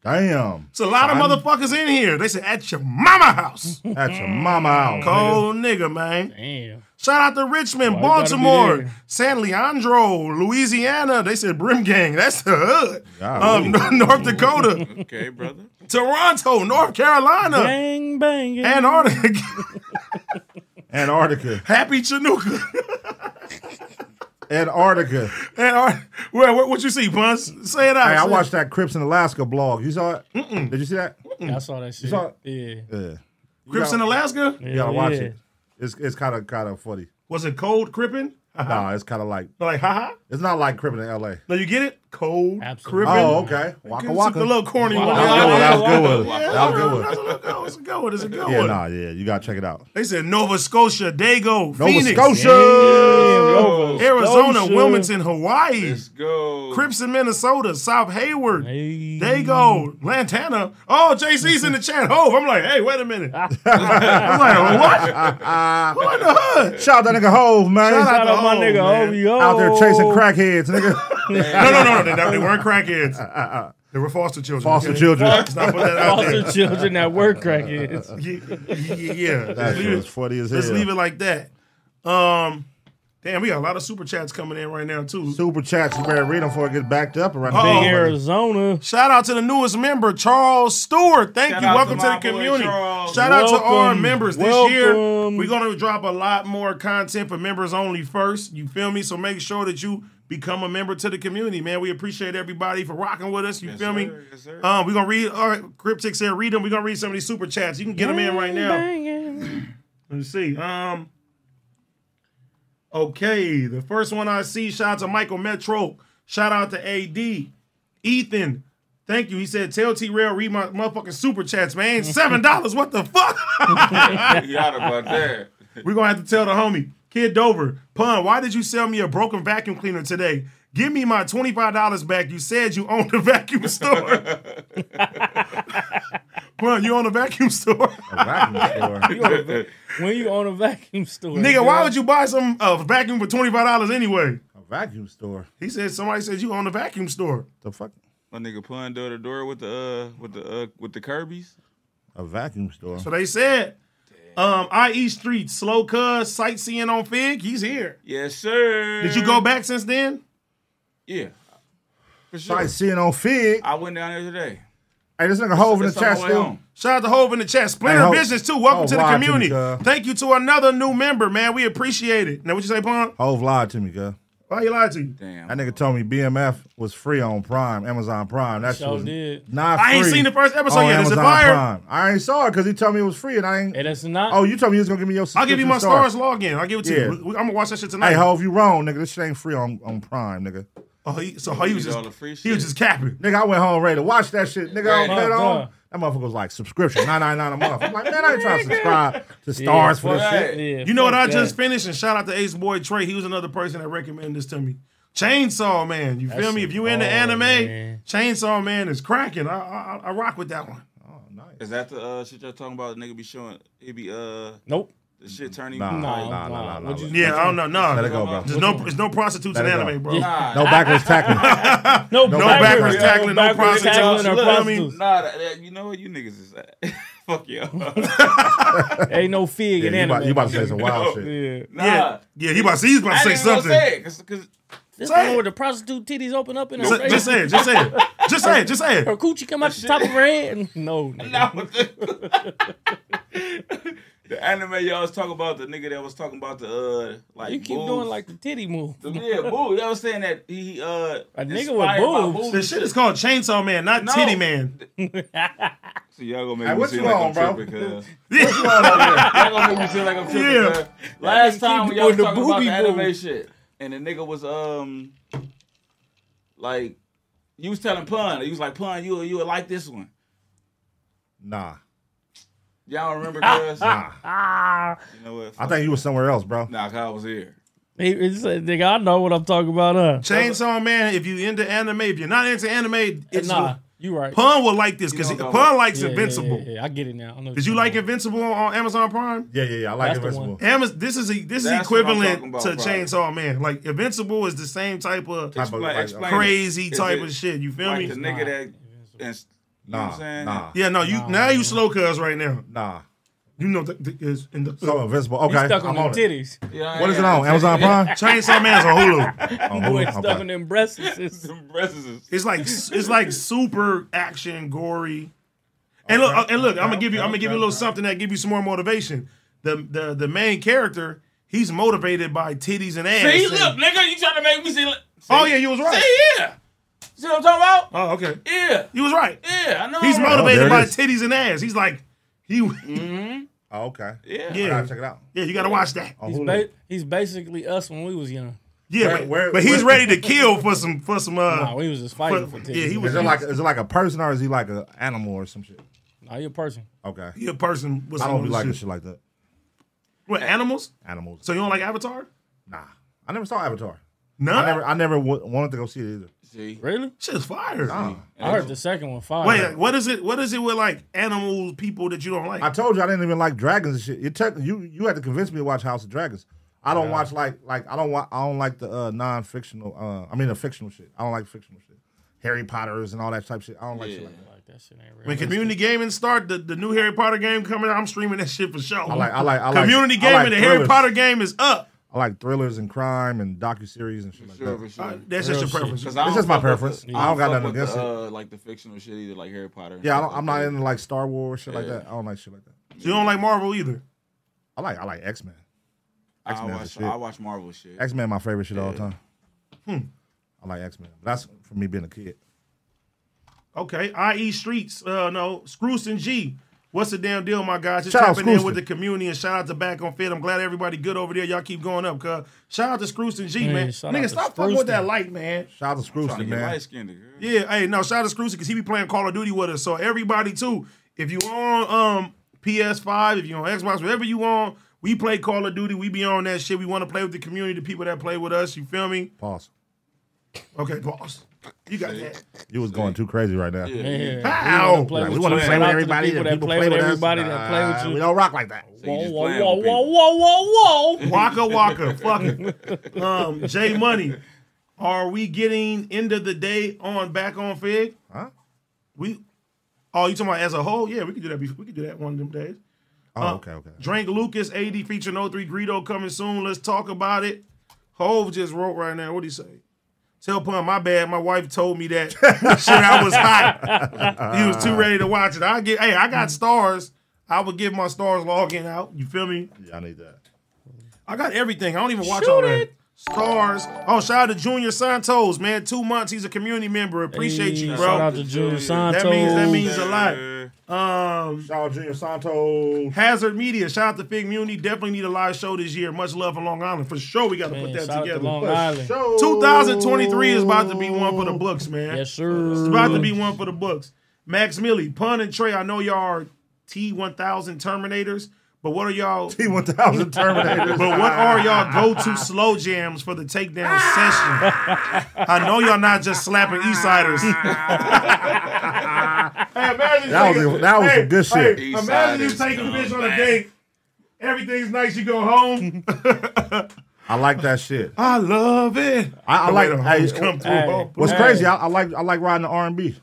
S3: Damn.
S2: It's a lot
S3: China.
S2: of motherfuckers in here. They said at your mama house.
S3: That's your mama out.
S2: Cold nigga, man.
S4: Damn.
S2: Shout out to Richmond,
S4: Why you gotta be
S2: Baltimore,
S4: there?
S2: San Leandro, Louisiana. They said Brim Gang. That's the hood. Um, North Dakota,
S1: Okay, brother.
S2: Toronto, North Carolina,
S4: Bang bang.
S2: Antarctica,
S3: Antarctica.
S2: Happy Chinooka.
S3: Antarctica.
S2: Antarctica. Where, what, what you see, Buns? Say it out.
S3: Hey, I
S2: Say-
S3: watched that Crips in Alaska blog. You saw it? Mm-mm. Did you see that?
S4: I saw that shit.
S3: saw it?
S4: Yeah.
S3: Yeah.
S2: Crips in Alaska.
S3: You gotta watch
S4: yeah.
S3: it. It's it's kind of kind of funny.
S2: Was it cold crippin'?
S3: Nah, it's kind of like
S2: Like, haha.
S3: it's not like Crippin' in L.A.
S2: No, you get it? Cold
S4: Absolutely.
S2: crippin'.
S3: Oh, okay. Waka
S2: Took
S3: waka.
S2: The little corny
S4: Wow.
S2: one.
S3: That was good. That was good. One.
S1: Yeah,
S3: That was good.
S2: That's
S3: One.
S2: a little go. It's a good one. It's a good
S3: Yeah,
S2: one.
S3: nah, yeah. You gotta check it out.
S2: They said Nova Scotia, Dago,
S3: Nova
S2: Phoenix,
S3: Scotia.
S4: Damn, Nova
S2: Oh, Arizona,
S4: Scotia.
S2: Wilmington, Hawaii,
S1: Let's go.
S2: Crips in Minnesota, South Hayward,
S4: Hey.
S2: Dago, Lantana. Oh, JC's in the chat. Hove. I'm like, hey, wait a minute. I'm like, what? What the hood?
S3: Shout out that nigga Hove, man.
S2: Shout
S4: Shout out my
S2: Oh,
S4: nigga
S2: man.
S4: OVO.
S3: out there chasing crackheads, nigga.
S2: No, no, no, no. They, they weren't crackheads. They were foster children.
S3: Foster
S2: okay?
S3: children.
S2: Let's not put that out there.
S4: Foster children that work crackheads.
S2: Yeah, yeah, yeah.
S3: That
S2: Just
S3: shit
S2: leave
S3: was
S2: it.
S3: funny as hell.
S2: Let's leave it like that. Um, Damn, we got a lot of super chats coming in right now too.
S3: Super chats, you better read them before it gets backed up around
S2: Uh-oh.
S3: the
S2: Big
S3: corner.
S4: Arizona.
S2: Shout out to the newest member, Charles Stewart. Thank
S1: Shout
S2: you.
S1: out
S2: Welcome
S1: to
S2: to,
S1: my
S2: the
S1: boy,
S2: community.
S1: Charles.
S2: Shout out to all our
S4: Welcome.
S2: members this
S4: Welcome.
S2: year. We're gonna drop a lot more content for members only first. You feel me? So make sure that you become a member to the community, man. We appreciate everybody for rocking with us. You
S1: Yes,
S2: feel me?
S1: sir. Yes, sir.
S2: Um, we're gonna read our cryptics here. Read them. We're gonna read some of these super chats. You can get them in right now. Let's see. Um. Okay, the first one I see. Shout out to Michael Metro. Shout out to AD. Ethan, thank you. He said, "Tell T Rail read my motherfucking super chats, man. Seven dollars. What the fuck?
S1: You out about that.
S2: We're gonna have to tell the homie, Kid Dover, pun. Why did you sell me a broken vacuum cleaner today? Give me my twenty five dollars back. You said you owned a vacuum store. pun, you own a vacuum store."
S3: A vacuum store.
S4: When you own a vacuum store,
S2: Nigga, why would you buy some uh, vacuum for twenty five dollars anyway?
S3: A vacuum store.
S2: He said somebody said you own a vacuum store.
S3: The fuck?
S1: My nigga pun door to door with the uh with the uh with the Kirby's.
S3: A vacuum store.
S2: So they said, um, IE Street, slow cuz, sightseeing on Fig, he's here.
S1: Yes, sir.
S2: Did you go back since then?
S1: Yeah. For sure.
S3: Like seeing on Fig.
S1: I went down there today.
S3: Hey, this nigga Hove in the
S1: It's on my
S3: chat
S1: way
S3: still.
S1: home.
S2: Shout out to Hove in the chat. Splinter
S3: Hey, Oh, Hov.
S2: Business too. Welcome
S3: Hov
S2: to the
S3: lied to me,
S2: community.
S3: cuz.
S2: Thank you to another new member, man. We appreciate it. Now what you say, Pon?
S3: Hove lied to me, girl.
S2: Why you lied to you?
S1: Damn.
S3: That nigga told me BMF was free on Prime, Amazon Prime. That shit
S4: Sure
S3: was
S4: did.
S3: not free.
S2: I ain't seen the first episode
S3: on
S2: yet. Is it
S3: Amazon
S2: fire?
S3: Prime. I ain't saw it because he told me it was free, and I ain't.
S4: And that's not.
S3: Oh, you told me you was gonna give me your.
S2: I'll give you my
S3: subscription
S2: stars login. I'll give it to
S3: Yeah.
S2: you. I'm gonna watch that shit tonight.
S3: Hey, Hove, you wrong, nigga. This shit ain't free on, on Prime, nigga.
S2: Oh, he, so he
S1: Read
S2: was just
S1: all the free
S2: he
S1: shit.
S2: was just capping.
S3: Nigga, I went home ready to watch that shit. Nigga, I don't
S4: Right.
S3: bet
S4: Oh,
S3: on.
S4: duh.
S3: That motherfucker was like subscription, nine nine nine a month. I'm like, man, I ain't trying to subscribe to stars for this
S1: fuck
S3: shit.
S1: that.
S4: Yeah,
S2: You know what
S4: fuck
S2: I
S4: that.
S2: just finished? And shout out to Ace Boy Trey. He was another person that recommended this to me. Chainsaw Man. You feel
S4: That
S2: me?
S4: shit
S2: If you into
S4: hard,
S2: anime,
S4: man.
S2: Chainsaw Man is cracking. I, I I rock with that one.
S3: Oh, nice.
S1: Is that the uh, shit y'all talking about? The nigga be showing, he be uh,
S4: Nope.
S1: the shit turning.
S3: Nah,
S4: Nah,
S3: nah, nah,
S4: nah.
S3: nah, nah.
S4: What you-
S3: nah.
S2: Yeah, I don't know. Nah,
S3: Let it go, bro.
S2: There's no there's no prostitutes
S3: Let
S2: in
S3: it go.
S2: anime, bro.
S1: Nah,
S3: No backwards tackling.
S4: No,
S3: No backwards
S4: backwards,
S2: tackling, no
S4: backwards
S2: prostitutes.
S4: tackling or
S2: Look, I mean,
S4: prostitutes.
S1: nah. That, that- you know what? You niggas is fuck you.
S4: Ain't no fig
S3: Yeah,
S4: in
S3: you, about,
S4: anime.
S3: you about to say some wild shit.
S4: Yeah.
S1: nah,
S2: Yeah, yeah. He about to, he's about to
S1: I
S2: say
S1: didn't even
S2: something.
S1: gonna say it, cause, 'cause-
S4: This
S2: Say
S4: the
S2: it.
S4: one where the prostitute titties open up in her
S2: Just,
S4: face.
S2: just say it. Just say it. Just say it. Just say
S4: Her
S2: it.
S4: coochie come out the top of her head. No, nigga.
S1: nah, what the, the anime y'all was talking about the nigga that was talking about the uh, like
S4: you keep
S1: boobs.
S4: doing like the titty move.
S1: The- yeah, boo. Y'all was saying that he uh,
S4: A nigga with
S1: inspired by
S4: boobs.
S1: boobs.
S2: This shit is called Chainsaw Man, not
S1: No.
S2: Titty Man.
S1: So y'all gonna make
S3: Hey,
S1: me
S3: what
S1: seem
S3: you
S1: like
S3: on,
S1: I'm
S3: bro?
S1: tripping, cause
S2: Yeah.
S1: Y'all gonna make me seem like I'm tripping.
S2: Yeah.
S1: cuz. Last time when y'all was
S4: doing the
S1: talking about
S4: booby
S1: the anime
S4: boo.
S1: shit, and the nigga was um, like, you was telling pun, you was like pun, you you would like this one.
S3: Nah,
S1: Y'all remember cuz?
S3: nah.
S4: Ah.
S1: You know what?
S3: I think you was somewhere else, bro.
S1: nah, 'cause I was here.
S4: He, he said, nigga, I know what I'm talking about, huh?
S2: Chainsaw Man. If you into anime, if you're not into anime, it's
S4: nah, you right.
S2: Pun will like this because
S1: You don't know
S2: Pun
S1: that.
S2: likes
S4: Yeah, yeah,
S2: Invincible.
S4: Yeah, yeah, I get it now. I know
S2: Did you like Invincible on, on Amazon Prime?
S3: Yeah, yeah, yeah. I like
S4: That's the
S3: Invincible.
S2: Amaz this is a, this is
S1: That's what I'm
S2: equivalent
S1: talking about,
S2: to
S1: probably.
S2: Chainsaw Man. Like Invincible is the same type of
S3: Type of,
S1: Explain-
S3: like,
S1: explain it.
S2: crazy
S1: Is
S2: type
S1: it
S2: of shit. You feel
S1: Like
S2: me?
S1: the nigga that, and, you know what I'm
S3: Nah,
S1: saying?
S3: nah,
S2: yeah, no, you now you slow cuz right now.
S3: nah.
S2: You know that that is in the
S3: So Invincible. Okay,
S4: He's stuck on
S3: I'm
S4: them
S3: on it.
S4: titties.
S1: Yeah,
S3: What is it
S1: yeah.
S3: on? Amazon Prime?
S2: Chainsaw Man's on Hulu.
S3: Oh,
S4: Boy,
S3: Hulu?
S4: stuck
S3: Okay.
S4: on them breasts. It's-
S1: Them breasts is-
S2: It's like it's like super action gory. And look, uh, and look, I'm gonna give you I'm gonna give you a little something that give you some more motivation. The the the main character, he's motivated by titties and ass.
S1: See,
S2: and-
S1: look, nigga, you trying to make me see? Like,
S2: oh yeah, you was right.
S1: see, yeah. See what I'm talking about?
S2: Oh okay,
S1: Yeah,
S2: you was right.
S1: yeah, I know.
S2: He's
S1: I'm right.
S3: Oh, there
S2: motivated
S3: it
S2: by
S3: is.
S2: titties and ass. He's like, he,
S3: Oh, okay.
S1: Yeah.
S3: I
S2: yeah,
S3: gotta check it out.
S2: yeah. You gotta watch that.
S3: On
S4: He's,
S3: Hulu.
S4: ba- he's basically us when we was young.
S2: Yeah,
S3: Where-
S2: but,
S3: where-
S2: but he's
S3: where-
S2: ready to kill for some for some. Uh,
S4: Nah, we was just fighting for
S2: but-
S4: titties.
S2: yeah, he was-
S3: Is it like is it like a person or is he like an animal or some shit?
S4: Nah, you a person.
S3: Okay.
S2: he a person with
S3: I
S2: some
S3: don't
S2: of
S3: be
S2: this
S3: like
S2: shit.
S3: shit like that.
S2: What animals?
S3: Animals.
S2: So you don't like Avatar?
S3: nah. I never saw Avatar.
S2: No,
S3: I never I never w- wanted to go see it either.
S1: See,
S4: Really?
S2: shit's fire.
S3: Nah.
S4: I heard the second one fire.
S2: Wait, like, what is it? What is it with like animals, people that you don't like?
S3: I told you I didn't even like dragons and shit. You took you you had to convince me to watch House of Dragons. I don't watch like like I don't wa- I don't like the uh, non fictional uh, I mean the fictional shit. I don't like fictional shit. Harry Potter's and all that type shit. I don't like shit like that.
S4: Like, that shit ain't real.
S2: when community gaming start, the, the new Harry Potter game coming out, I'm streaming that shit for sure.
S3: I like I like I like
S2: community
S3: I
S2: gaming.
S3: like
S2: the Harry
S3: thrillers.
S2: Potter game is up.
S3: I like thrillers and crime and docu series and shit like that.
S2: Uh, that's just your preference.
S3: It's just my preference. I don't got nothing against it.
S1: Uh, like the fictional shit either, like Harry Potter. and
S3: Yeah, I
S1: stuff
S3: don't, I'm
S1: like
S3: not
S1: that.
S3: into like Star Wars shit like
S1: Yeah.
S3: that. I don't like shit like that.
S2: You don't like Marvel either.
S3: I like I like X Men. X
S1: I
S3: Men
S1: watch,
S3: shit.
S1: I watch Marvel shit.
S3: X Men my favorite shit all the time. Hmm. I like X Men. That's for me being a kid.
S2: Okay, I.E. Streets. Uh, no, Screwson G. What's the damn deal, my guys? Just
S3: Shout out
S2: tapping in with
S3: Screwson.
S2: the community and shout out to Back on Fit. I'm glad everybody good over there. Y'all keep going up, cuz. Shout out to Screwson G,
S4: Man,
S2: man.
S4: shout out
S2: Nigga,
S4: to
S2: stop fucking with
S4: Screwson.
S2: that light, man.
S3: Shout out to
S1: Trying to
S3: Screwster,
S1: get
S3: man.
S1: light skinned. girl.
S2: Yeah, hey, no, shout out to Screwson because he be playing Call of Duty with us. So everybody too, if you on um PS5, if you on Xbox, whatever you on, we play Call of Duty. We be on that shit. We want to play with the community, the people that play with us. You feel me?
S3: Pause.
S2: Okay, boss. You got that.
S3: You was going too crazy right now.
S1: Yeah.
S4: Yeah.
S2: Ow!
S4: We wanna play
S3: Like,
S4: with
S3: we
S4: you.
S3: want to
S4: Shout
S3: play with
S4: out the
S3: everybody.
S4: people
S3: and
S4: that
S3: people
S4: play with
S3: us.
S4: everybody that play with
S3: Nah,
S4: you.
S3: We don't rock like that.
S1: So you
S4: Whoa,
S1: just
S4: whoa,
S1: playing
S4: whoa,
S1: with
S4: whoa,
S1: people.
S4: whoa, whoa, whoa.
S2: Waka Waka, fuck it. Um, J Money, are we getting end of the day on back on Fig?
S3: Huh?
S2: We, oh, you talking about as a whole? Yeah, we could do that. bef- We could do that one of them days.
S4: Uh-huh.
S3: Oh, okay, okay.
S2: Drink Lucas, AD featuring O3 Greedo coming soon. Let's talk about it. Hove just wrote right now. What'd he say? Tell Pun, my bad. My wife told me that shit. I was hot. he was too ready to watch it. I get, hey, I got stars. I would give my stars login out. You feel me?
S3: Yeah, I need that.
S2: I got everything. I don't even watch
S4: Shoot
S2: all that.
S4: it.
S2: Stars. Oh, shout out to Junior Santos, man. Two months. He's a community member. Appreciate you,
S4: Hey,
S2: bro.
S4: Shout out to Junior Santos.
S2: That means- that means-
S1: Yeah.
S2: a lot. Um,
S3: Shout out Junior Santos.
S2: Hazard Media. Shout out to Fig Muni. Definitely need a live show this year. Much love from Long Island. For sure, we got to
S4: Man,
S2: put
S4: shout
S2: that
S4: out to
S2: together.
S4: Long Island.
S2: 2023 is about to be one for the books, man.
S4: Yes, sir.
S2: It's about to be one for the books. Max Millie, Pun and Trey. I know y'all are T1000 Terminators, but what are y'all?
S3: T one thousand Terminator.
S2: But what are y'all go-to slow jams for the takedown session? I know y'all not just slapping Eastsiders. hey, imagine
S3: That
S2: taking-
S3: was- that was some good shit.
S2: imagine you
S1: Eastsiders,
S2: taking a bitch on a
S1: scumbag.
S2: date. Everything's nice. You go home.
S3: I like that shit.
S2: I love it.
S3: I, I
S2: The way
S3: like.
S2: the
S3: Hey,
S2: hoes come through.
S4: hey,
S2: bro.
S3: what's
S4: Hey.
S3: crazy? I, I like. I like riding the R and B.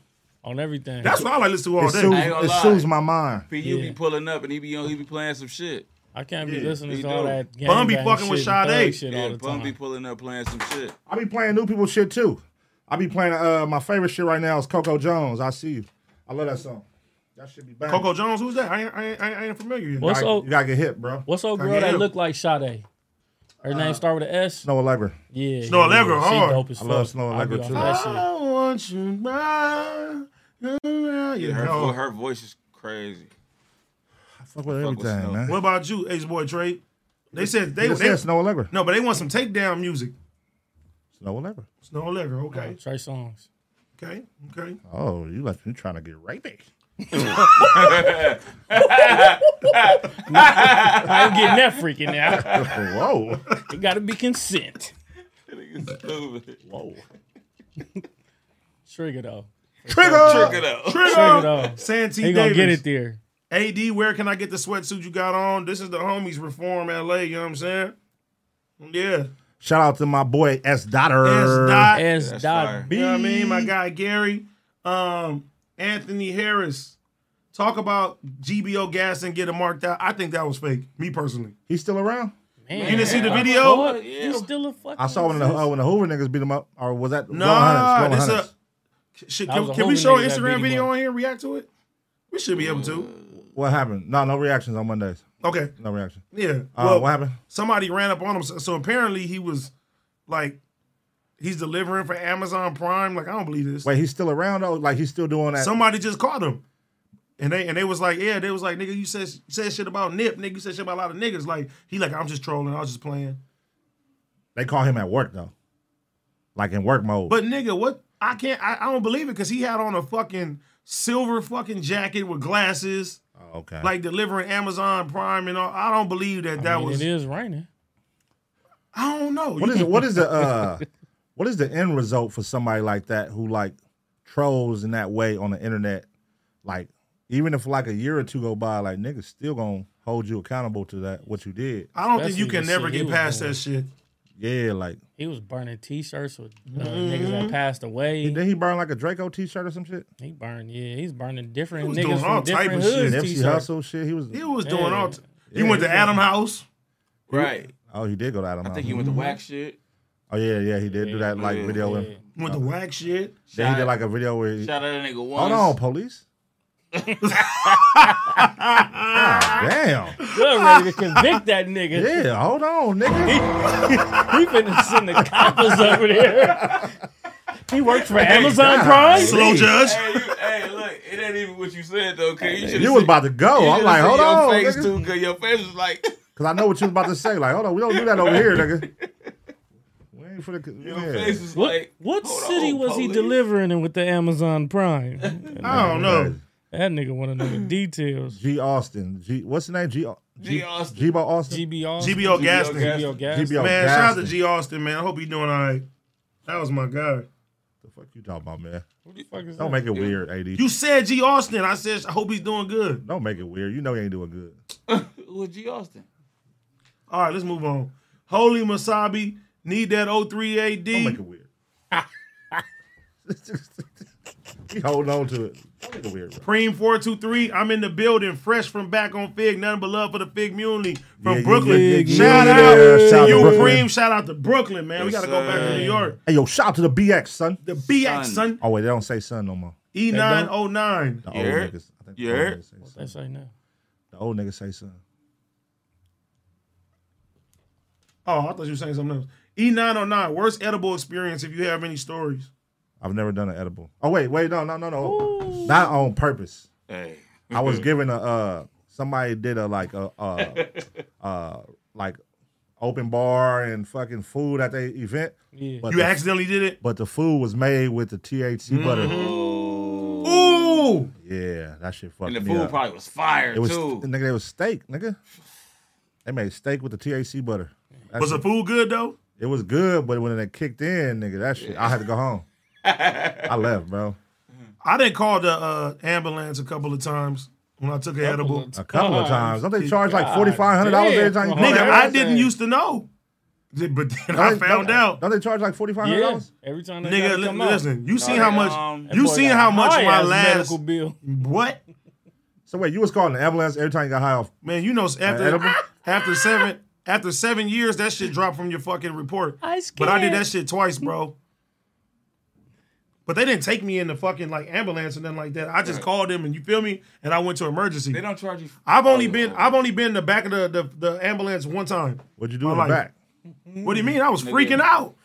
S4: on everything.
S2: That's what Oh, I like to listen to all
S3: It
S2: day.
S3: soothes,
S1: ain't gonna
S3: it
S1: lie.
S3: soothes my mind.
S1: P, you be
S4: Yeah.
S1: pulling up and he be on, he be playing some shit.
S4: I can't be
S2: Yeah,
S4: listening
S1: he
S4: to all
S1: do.
S4: that.
S2: Bun be
S4: gangbang
S2: fucking with
S4: shit and thug
S2: Sade.
S4: shit all
S1: Yeah,
S4: the
S1: Bum be
S4: time.
S1: pulling up playing some shit.
S3: I be playing new people shit too. I be playing. Uh, my favorite shit right now is Coco Jones. I see you. I love that song. That should be banging.
S2: Coco Jones, who's that? I ain't, I ain't, I ain't familiar. Yet.
S4: What's
S3: You gotta-
S4: old?
S3: You gotta get hit, bro.
S4: What's old
S2: Fuck
S4: girl that
S2: yeah.
S4: look like Sade? Her name start with an S.
S3: Snow Allegra.
S4: Yeah,
S2: Uh, Snow
S4: yeah,
S2: Allegra,
S4: yeah. She
S2: hard.
S4: dope as
S3: I
S4: fuck.
S3: love Snow
S4: I
S3: Allegra,
S4: be on
S3: too.
S4: that shit.
S2: I want you. back.
S1: Yeah, her,
S2: No.
S1: vo- her voice is crazy.
S3: I
S1: Fuck
S3: fuck with
S1: with
S3: everything,
S1: Snow.
S3: man.
S2: What about you, Ace Boy Trey? They said
S3: They,
S2: they,
S3: just
S2: they
S3: said Snow Allegra.
S2: no, but they want some takedown music.
S3: Snow Allegra.
S2: Snow Allegra, okay,
S4: Trey songs.
S2: okay, okay.
S3: Oh, you like you trying to get rapey?
S4: I ain't getting that freaky now.
S3: Whoa.
S4: It got to be consent.
S1: Trick
S3: uh, Whoa.
S4: Trigger though.
S3: Trigger.
S1: it out.
S4: Trigger though.
S2: Santee
S4: He gonna
S2: Davis.
S4: get it there.
S2: AD, where can I get the sweatsuit you got on? This is the homies Reform LA. You know what I'm saying? Yeah.
S3: Shout out to my boy S. Dotter.
S2: S. Dot.
S4: S
S1: fire.
S4: dot B.
S2: You know what I mean? My guy Gary, um, Anthony Harris. Talk about GBO gas and getting marked out. I think that was fake. Me personally.
S3: He's still around.
S4: Man,
S2: You didn't see the
S4: what
S2: video?
S4: fuck?
S1: Yeah.
S4: You still a fucking.
S3: I saw when the uh, when the Hoover niggas beat him up, or was that
S2: No,
S3: Hunters,
S2: this
S3: Hunters.
S2: Shit,
S4: That was
S2: can,
S4: a
S2: can we
S4: homie
S2: show an
S4: nigga that beat
S2: Instagram
S4: him
S2: video
S4: up. Mm.
S2: on here and react to it? We should be able to.
S3: What happened? No, no reactions on Mondays.
S2: Okay.
S3: No reaction.
S2: Yeah.
S3: Uh,
S2: well,
S3: what happened?
S2: somebody ran up on him. So, so apparently he was like, he's delivering for Amazon Prime. Like, I don't believe this.
S3: Wait, he's still around though. Like he's still doing that.
S2: Somebody just caught him. And they and they was like, yeah, they was like, nigga, you said said shit about Nip, nigga, you said shit about a lot of niggas. Like, he like, I'm just trolling, I was just playing.
S3: They call him at work though, like in work mode.
S2: But nigga, what I can't I, I don't believe it because he had on a fucking silver fucking jacket with glasses,
S3: Oh, okay.
S2: like delivering Amazon Prime and all. I don't believe that that
S4: I mean,
S2: was
S4: it is raining.
S2: I don't know.
S3: what is what is the uh, what is the end result for somebody like that who like trolls in that way on the internet? Like even if like a year or two go by, like niggas still gonna hold you accountable to that what you did.
S2: I don't think you
S4: Especially
S2: can
S4: the
S2: never
S4: shit
S2: get
S4: he was
S2: past
S4: doing.
S2: that shit.
S3: Yeah, like
S4: He was burning t-shirts with uh, niggas
S2: Mm-hmm.
S4: that passed away. He,
S3: did he burn like a Draco T-shirt or some shit?
S4: burned, yeah, he's burning different
S2: was doing
S4: niggas
S2: all
S4: from
S2: type of
S4: different
S2: shit.
S4: hoods.
S3: Nipsey
S4: T-shirts.
S3: Hustle shit. He was.
S2: He was
S4: Yeah.
S2: doing all t- he
S3: Yeah,
S2: went
S3: he
S2: to Adam House.
S1: Right.
S3: Oh, he did go to Adam.
S1: I think he went to whack shit.
S3: Oh yeah, yeah, he did do that like
S1: Yeah,
S3: video. with-
S2: Went to whack shit.
S3: Then he did like a video where. He,
S1: Shout out that nigga once.
S3: Hold on, police. God Ah, damn.
S4: Good, ready to convict that nigga.
S3: Yeah, hold on, nigga.
S4: He finna send the coppers over there. He works for Amazon
S3: God.
S4: Prime.
S2: Slow
S3: Hey.
S2: judge.
S1: Hey, you, hey, look, it ain't even what you said though, cause you should.
S3: You was about to go. I'm like, hold
S1: your
S3: on,
S1: face
S3: nigga.
S1: too, cause your face was like,
S3: Cause I know what you was about to say. Like, hold on, we don't do that over here, nigga. We ain't for the.
S1: your
S3: yeah.
S1: face was
S4: What,
S1: like,
S4: what
S1: hold
S4: city
S1: on,
S4: was he
S1: police.
S4: delivering in with the Amazon Prime?
S2: I don't know.
S4: that nigga want to know the details.
S3: G Austin. G. What's the name? G.
S1: G. Austin.
S3: G. Bo Austin.
S4: GBO.
S2: GBO Gaston.
S1: Gaston.
S4: GBO Gaston.
S3: GBO.
S2: Man, shout out to
S3: Gaston.
S2: G Austin, man. I hope you doing all right. That was my guy.
S3: The fuck you talking about, man?
S4: What the fuck is
S3: Don't
S4: that?
S3: make it weird, AD.
S2: You said G Austin. I said I hope he's doing good.
S3: Don't make it weird. You know you ain't doing good.
S1: Who was G. Austin?
S2: All right, let's move on. Holy Masabi, need that 03 AD.
S3: Don't make it weird. Keep holding on to it. Don't make it weird, bro.
S2: Preem 423, I'm in the building, fresh from back on Fig. Nothing but love for the Fig Muni from
S3: Yeah, yeah,
S2: Brooklyn.
S3: yeah, yeah,
S2: shout
S3: yeah,
S2: out
S3: yeah. Shout out
S2: to
S3: to
S2: you,
S3: Brooklyn.
S2: Preem. Shout out to Brooklyn, man. we
S1: Yes,
S2: got to go back to
S1: sir.
S2: New York.
S3: Hey, yo, shout out to the BX, son.
S2: The BX,
S1: Son.
S2: son, E
S3: Oh, wait, they don't say son no more.
S2: E909.
S3: The
S1: You heard?
S3: niggas. I think
S1: You
S3: the old
S1: heard?
S3: niggas say son.
S4: That's right now.
S3: The old niggas say son.
S2: Oh, I thought you were saying something else. E E909, worst edible experience if you have any stories.
S3: I've never done an edible. Oh, wait, wait, no, no, no, no. Not on purpose.
S1: Hey,
S3: I was given a uh somebody did a like a uh uh like open bar and fucking food at the event.
S4: Yeah.
S3: But
S2: You
S3: the,
S2: accidentally did it?
S3: but the food was made with the THC
S1: Mm-hmm.
S3: butter.
S2: Ooh!
S3: Yeah, that shit fucked
S1: and the
S3: me
S1: food
S3: up.
S1: probably was fire
S3: it was
S1: too.
S3: nigga, it was steak, nigga. They made steak with the THC butter. That
S2: Was
S3: shit-
S2: the food good, though?
S3: it was good, but when it kicked in, nigga, that shit, I had to go home. I left, bro.
S2: I didn't call the uh, ambulance a couple of times when I took an edible.
S3: A couple of times. Don't they charge like forty five hundred dollars every time you
S4: damn.
S3: do
S2: Nigga,
S3: that?
S2: I
S4: Ambulance
S2: didn't
S4: ain't-
S2: used to know. But then I
S3: Don't they-
S2: found
S3: don't-
S2: out.
S3: Don't they charge like forty five hundred
S4: Yeah.
S3: dollars?
S4: Every time they
S2: Nigga,
S4: gotta
S2: li-
S4: come out.
S2: listen, you seen
S1: they,
S2: how much
S1: um,
S4: That
S2: you
S4: boy
S2: seen
S4: got
S2: how much
S4: high
S2: my
S4: as
S2: last
S4: medical bill.
S2: what?
S3: So wait, you was calling the ambulance every time you got high off
S2: Man, you know
S3: edible?
S2: after after seven after seven years that shit dropped from your fucking report. But I did that shit twice, bro. But they didn't take me in the fucking like ambulance and nothing like that. I just called them and you feel me? And I went to emergency.
S1: They don't charge you.
S2: I've only
S1: Oh,
S2: been
S1: no.
S2: I've only been in the back of the the, the ambulance one time.
S3: What'd you do
S2: My
S3: in the
S2: life.
S3: back?
S2: What do you
S4: Mm.
S2: mean? I was freaking out.